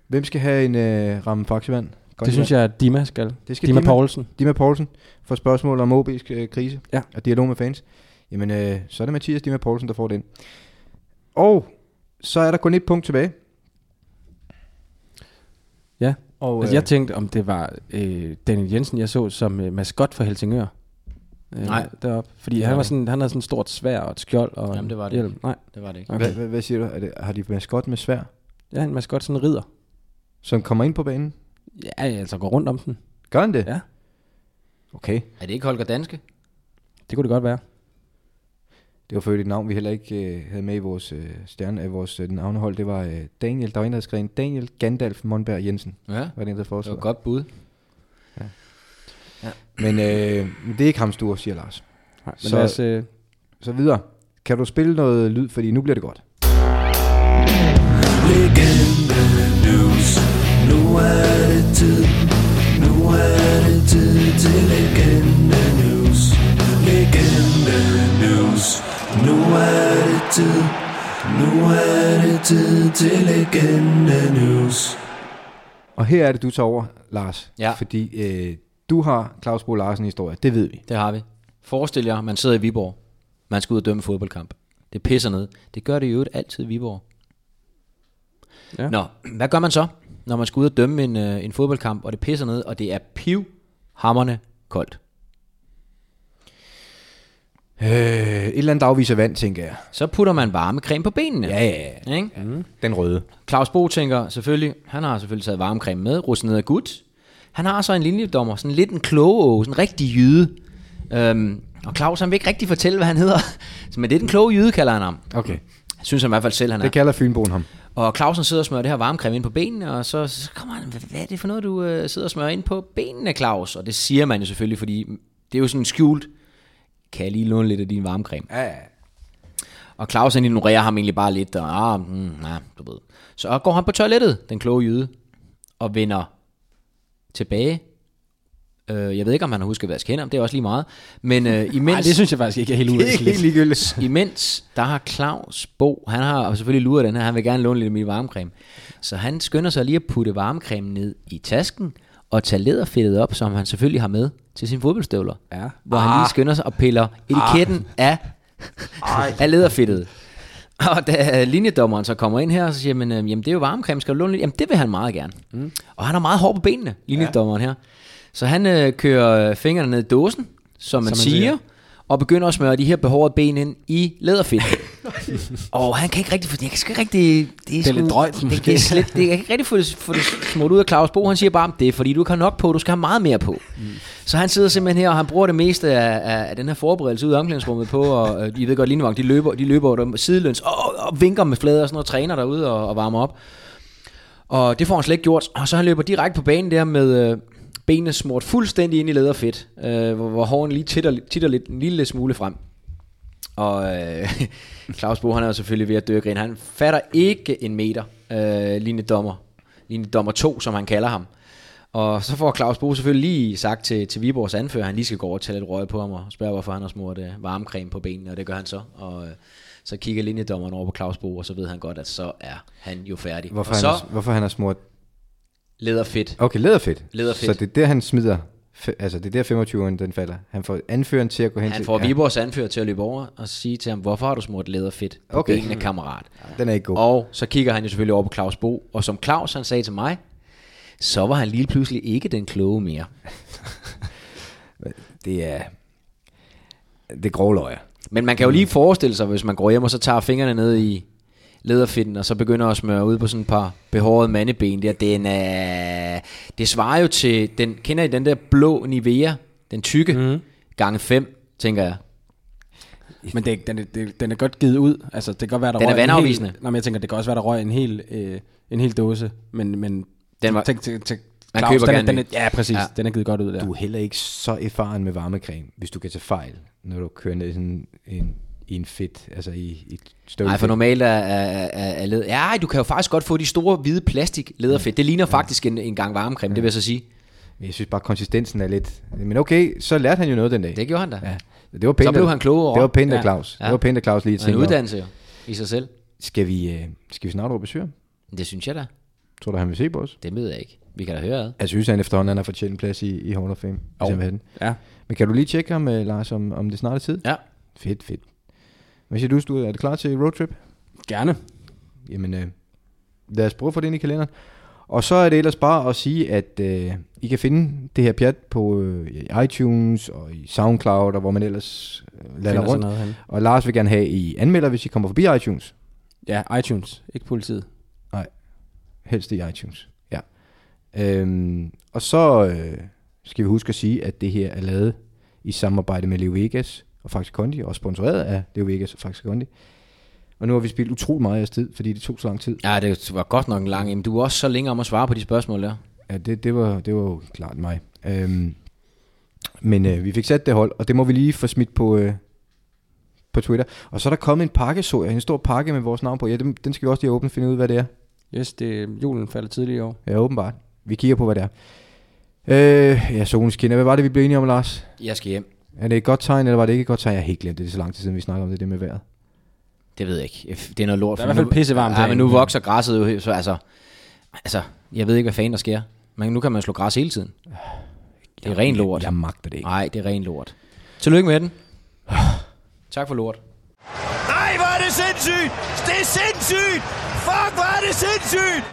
Speaker 2: Hvem skal have en øh, ramme faksevand?
Speaker 4: Det synes jeg, at Dima skal.
Speaker 2: Det skal
Speaker 4: Dima,
Speaker 2: Dima.
Speaker 4: Poulsen.
Speaker 2: Dima Poulsen for spørgsmål om OB's øh, krise
Speaker 4: Ja.
Speaker 2: og dialog med fans. Jamen, øh, så er det Mathias Dima Poulsen, der får den. Og så er der kun et punkt tilbage.
Speaker 4: Ja.
Speaker 2: Og,
Speaker 4: Altså,
Speaker 3: øh,
Speaker 4: jeg tænkte, om det var øh, Daniel Jensen, jeg så som øh, maskot for Helsingør. Øh,
Speaker 3: Nej.
Speaker 4: Deroppe. Fordi
Speaker 3: Det var
Speaker 4: han, var
Speaker 3: det
Speaker 4: sådan, han havde sådan et stort svær og et skjold. Og
Speaker 3: Jamen, det var det
Speaker 4: hjelm. Nej,
Speaker 3: Det var det ikke.
Speaker 2: øh,
Speaker 4: okay.
Speaker 2: hvad, hvad, hvad siger du? Er det, har de maskot med svær,
Speaker 4: Ja, en maskot, sådan en ridder.
Speaker 2: som kommer ind på banen?
Speaker 4: Ja, altså går rundt om den.
Speaker 2: Gør han det?
Speaker 4: Ja.
Speaker 2: Okay.
Speaker 3: Er det ikke Holger Danske?
Speaker 4: Det kunne det godt være.
Speaker 2: Det var for øvrigt et navn, vi heller ikke øh, havde med i vores øh, stjerne af vores øh, navnehold. Det var øh, Daniel, der var en, der havde skrevet en Daniel Gandalf Monberg Jensen.
Speaker 3: Ja.
Speaker 2: Var det en, der foreslog.
Speaker 3: Det var et godt bud.
Speaker 2: Ja. ja. Men øh, men det er ikke ham store, siger Lars.
Speaker 4: Nej, men lad os, øh,
Speaker 2: så videre. Kan du spille noget lyd, fordi nu bliver det godt.
Speaker 11: Legende news. Nu er det tid. Nu er det tid til legende news. Legende news. Nu er det tid. Nu er det tid til legende news.
Speaker 2: Og her er det, du tager over, Lars.
Speaker 3: Ja.
Speaker 2: Fordi øh, du har Claus Bo Larsen historie. Det ved vi.
Speaker 3: Det har vi. Forestil jer, man sidder i Viborg. Man skal ud og dømme fodboldkamp. Det pisser ned. Det gør det i øvrigt altid i Viborg.
Speaker 4: Ja.
Speaker 3: Nå, hvad gør man så, når man skal ud og dømme en, øh, en fodboldkamp, og det pisser ned, og det er pivhammerne koldt?
Speaker 2: Øh, et eller andet afviser vand, tænker jeg.
Speaker 3: Så putter man varmecreme på benene.
Speaker 2: Ja, ja,
Speaker 3: ja. Ikke?
Speaker 2: Mm. Den røde.
Speaker 3: Claus Bo tænker selvfølgelig, han har selvfølgelig taget varmecreme med, russet ned af gut. Han har så en linjedommer, sådan lidt en kloge, sådan en rigtig jyde. Øhm, og Claus han vil ikke rigtig fortælle, hvad han hedder. Så, Men det er den kloge jyde, kalder han ham.
Speaker 2: Okay.
Speaker 3: Synes han i hvert fald selv, han er.
Speaker 2: Det kalder Fynboen ham.
Speaker 3: Og Clausen sidder og smører det her varmecreme ind på benene, og så, så kommer han, "Hvad- hvad er det for noget, du øh, sidder og smører ind på benene, Claus? Og det siger man jo selvfølgelig, fordi det er jo sådan skjult. Kan jeg lige låne lidt af din varmecreme?
Speaker 2: Ja, ja.
Speaker 3: Og Claus han ignorerer ham egentlig bare lidt, og ah, mm, nej, du ved. Så går han på toilettet, den kloge jyde, og vender tilbage. Øh, jeg ved ikke, om han har husket at vaske hænder, det er også lige meget. Men øh, imens...
Speaker 4: Ej, det synes jeg faktisk ikke er helt uvæsentligt.
Speaker 2: ligegyldigt.
Speaker 3: Imens, der har Claus Bo, han har selvfølgelig luret den her, han vil gerne låne lidt af min varmecreme. Så han skynder sig lige at putte varmecremen ned i tasken, og tage læderfedtet op, som han selvfølgelig har med til sine fodboldstøvler.
Speaker 4: Ja. Ah.
Speaker 3: Hvor han lige skynder sig og piller etiketten af, af læderfedtet. Og da linjedommeren så kommer ind her, så siger man, øh, jamen det er jo varmecreme, skal du låne lidt? Jamen det vil han meget gerne. Mm. Og han har meget hår på benene, linjedommeren her. Så han øh, kører fingrene ned i dåsen, som man,
Speaker 4: man
Speaker 3: siger,
Speaker 4: siger.
Speaker 3: og begynder at smøre de her behårede ben ind i læderfedt. og han kan ikke rigtig, for jeg kan sgu ikke rigtig, det er,
Speaker 4: Det er lidt
Speaker 3: sgu-
Speaker 4: drøjt,
Speaker 3: det, det
Speaker 4: måske.
Speaker 3: er slet, det, jeg kan ikke rigtig få det, få det smurt ud af Claus Bo. Han siger bare, det er fordi, du kan nok på, du skal have meget mere på. Mm. Så han sidder simpelthen her, og han bruger det meste af, af, af den her forberedelse ud af omklædningsrummet på, og øh, I ved godt, Linevang, de løber, de løber der sideløns, og, og, vinker med flader og sådan noget, træner derude og, og varmer op. Og det får han slet ikke gjort. Og så han løber direkte på banen der med øh, benene smurt fuldstændig ind i læderfedt, øh, hvor, hvor hården lige titter, titter lidt, en lille smule frem. Og øh, Claus Bo, han er jo selvfølgelig ved at dø af grin. Han fatter ikke en meter, øh, linje dommer. Linje dommer 2, som han kalder ham. Og så får Claus Bo selvfølgelig lige sagt til, til Viborgs anfører, at han lige skal gå over og tage lidt røg på ham og spørge, hvorfor han har smurt øh, varmecreme på benene, og det gør han så. Og øh, så kigger linjedommeren over på Claus Bo, og så ved han godt, at så er han jo færdig.
Speaker 2: Hvorfor,
Speaker 3: og
Speaker 2: han,
Speaker 3: så
Speaker 2: har, hvorfor han har smurt...
Speaker 3: leder fedt.
Speaker 2: Okay, læderfedt.
Speaker 3: Læderfedt.
Speaker 2: Så det er der, han smider... fe- Altså, det er der 25'eren, den falder. Han får anføreren til at gå hen
Speaker 3: Han
Speaker 2: til...
Speaker 3: får Viborgs anfører til at løbe over og sige til ham, hvorfor har du smurt læderfedt på
Speaker 2: Okay.
Speaker 3: okay. benene, kammerat?
Speaker 2: Den er ikke god.
Speaker 3: Og så kigger han jo selvfølgelig over på Claus Bo, og som Claus han sagde til mig, så var han lige pludselig ikke den kloge mere.
Speaker 2: Det er... Det er grove løjer.
Speaker 3: Men man kan jo lige forestille sig, hvis man går hjem og så tager fingrene ned i læderfinden, og så begynder at smøre ud på sådan et par behårede mandeben der. Den er, det svarer jo til, den, kender I den der blå Nivea, den tykke,
Speaker 2: Mhm.
Speaker 3: mm. gange 5, tænker jeg.
Speaker 4: Men det, er- den, er- det, den er godt givet ud. Altså, det kan godt være, der
Speaker 3: Den er
Speaker 4: røg en hel-
Speaker 3: vandafvisende.
Speaker 4: Nå, men jeg tænker, det kan også være, der røg en hel, øh, en hel dåse. Men, men
Speaker 3: Den var-
Speaker 4: tænk, tænk, tænk,
Speaker 3: Man
Speaker 4: Claus,
Speaker 3: køber
Speaker 4: den, er-
Speaker 3: gerne
Speaker 4: den er,
Speaker 3: ny.
Speaker 4: Ja, præcis.
Speaker 3: Ja.
Speaker 4: Ja. Den er givet godt ud der.
Speaker 2: Du er heller ikke så erfaren med varmecreme, hvis du kan tage fejl, når du kører ned i sådan en, i en fedt, altså i, i et støvfedt.
Speaker 3: Nej, for normalt er, er, er, er led... Ja, du kan jo faktisk godt få de store hvide plastik læderfedt. Det ligner faktisk en, en gang varmecreme, det vil jeg så sige.
Speaker 2: Men jeg synes bare, konsistensen er lidt... Men okay, så lærte han jo noget den dag.
Speaker 3: Det gjorde han da. Ja.
Speaker 2: Det var pænt,
Speaker 3: Så blev
Speaker 2: af-
Speaker 3: han klogere.
Speaker 2: Det var pænt af
Speaker 3: Ja.
Speaker 2: Claus. Ja.
Speaker 3: Ja.
Speaker 2: Det var pænt af Claus lige at
Speaker 3: Og en
Speaker 2: tænke over.
Speaker 3: uddannelse jo, i sig selv.
Speaker 2: Skal vi, øh, skal vi snart over besøge ham?
Speaker 3: Det synes jeg da.
Speaker 2: Tror du, han vil se på os?
Speaker 3: Det ved jeg ikke. Vi kan da høre ad.
Speaker 2: Jeg synes, han efterhånden han har fortjent en plads i, i Hall of Fame. Hvis han vil have den.
Speaker 4: Ja.
Speaker 2: Men kan du lige tjekke ham, øh, Lars, om, om det snart er tid?
Speaker 3: Ja.
Speaker 2: Fedt, fedt. Hvad siger du, Sture? Er du klar til roadtrip?
Speaker 4: Gerne.
Speaker 2: Jamen, øh, lad os prøve at få det ind i kalenderen. Og så er det ellers bare at sige, at øh, I kan finde det her pjat på øh, i iTunes og i SoundCloud, og hvor man ellers øh, lader
Speaker 4: Finder sådan
Speaker 2: rundt.
Speaker 4: noget henne.
Speaker 2: Og Lars vil gerne have, at I anmelder, hvis I kommer forbi iTunes.
Speaker 4: Ja, iTunes. Ikke politiet.
Speaker 2: Helst i iTunes. Ja. Øhm, og så øh, skal vi huske at sige, at det her er lavet i samarbejde med Leo Vegas og Faxe Kondi, og sponsoreret af Leo Vegas og Faxe Kondi. Og nu har vi spildt utrolig meget af jeres tid, fordi det tog så lang tid.
Speaker 3: Ja, det var godt nok en lang, men du var også så længe om at svare på de spørgsmål der.
Speaker 2: Ja, det, det, var, det var jo klart mig. Øhm, men øh, vi fik sat det hold, og det må vi lige få smidt på, øh, på Twitter. Og så er der kommet en pakke, så jeg. En stor pakke med vores navn på. Ja, den, den skal vi også lige åbne og finde ud af, hvad det er.
Speaker 4: Yes, det, julen falder tidligere i år.
Speaker 2: Ja, åbenbart. Vi kigger på, hvad det er. Øh, ja, solen skinner. Hvad var det, vi blev enige om, Lars?
Speaker 3: Jeg skal hjem.
Speaker 2: Er det et godt tegn, eller var det ikke et godt tegn? Jeg har helt glemt det. Det er så lang tid siden, vi snakker om det, det med vejret.
Speaker 3: Det ved jeg ikke. F- Det er noget lort.
Speaker 4: Der er i hvert fald pissevarmt
Speaker 3: Ja, men
Speaker 4: derinde.
Speaker 3: nu vokser græsset jo, så altså, altså, jeg ved ikke, hvad fanden der sker. Men nu kan man slå græs hele tiden. Det er ren lort. Jeg
Speaker 2: magter det ikke.
Speaker 3: Nej, det er ren lort. Tillykke med den. Tak for lort.
Speaker 11: Nej, hvor er det sindssygt! Det er sindssygt! Fuck, hvor er det sindssygt!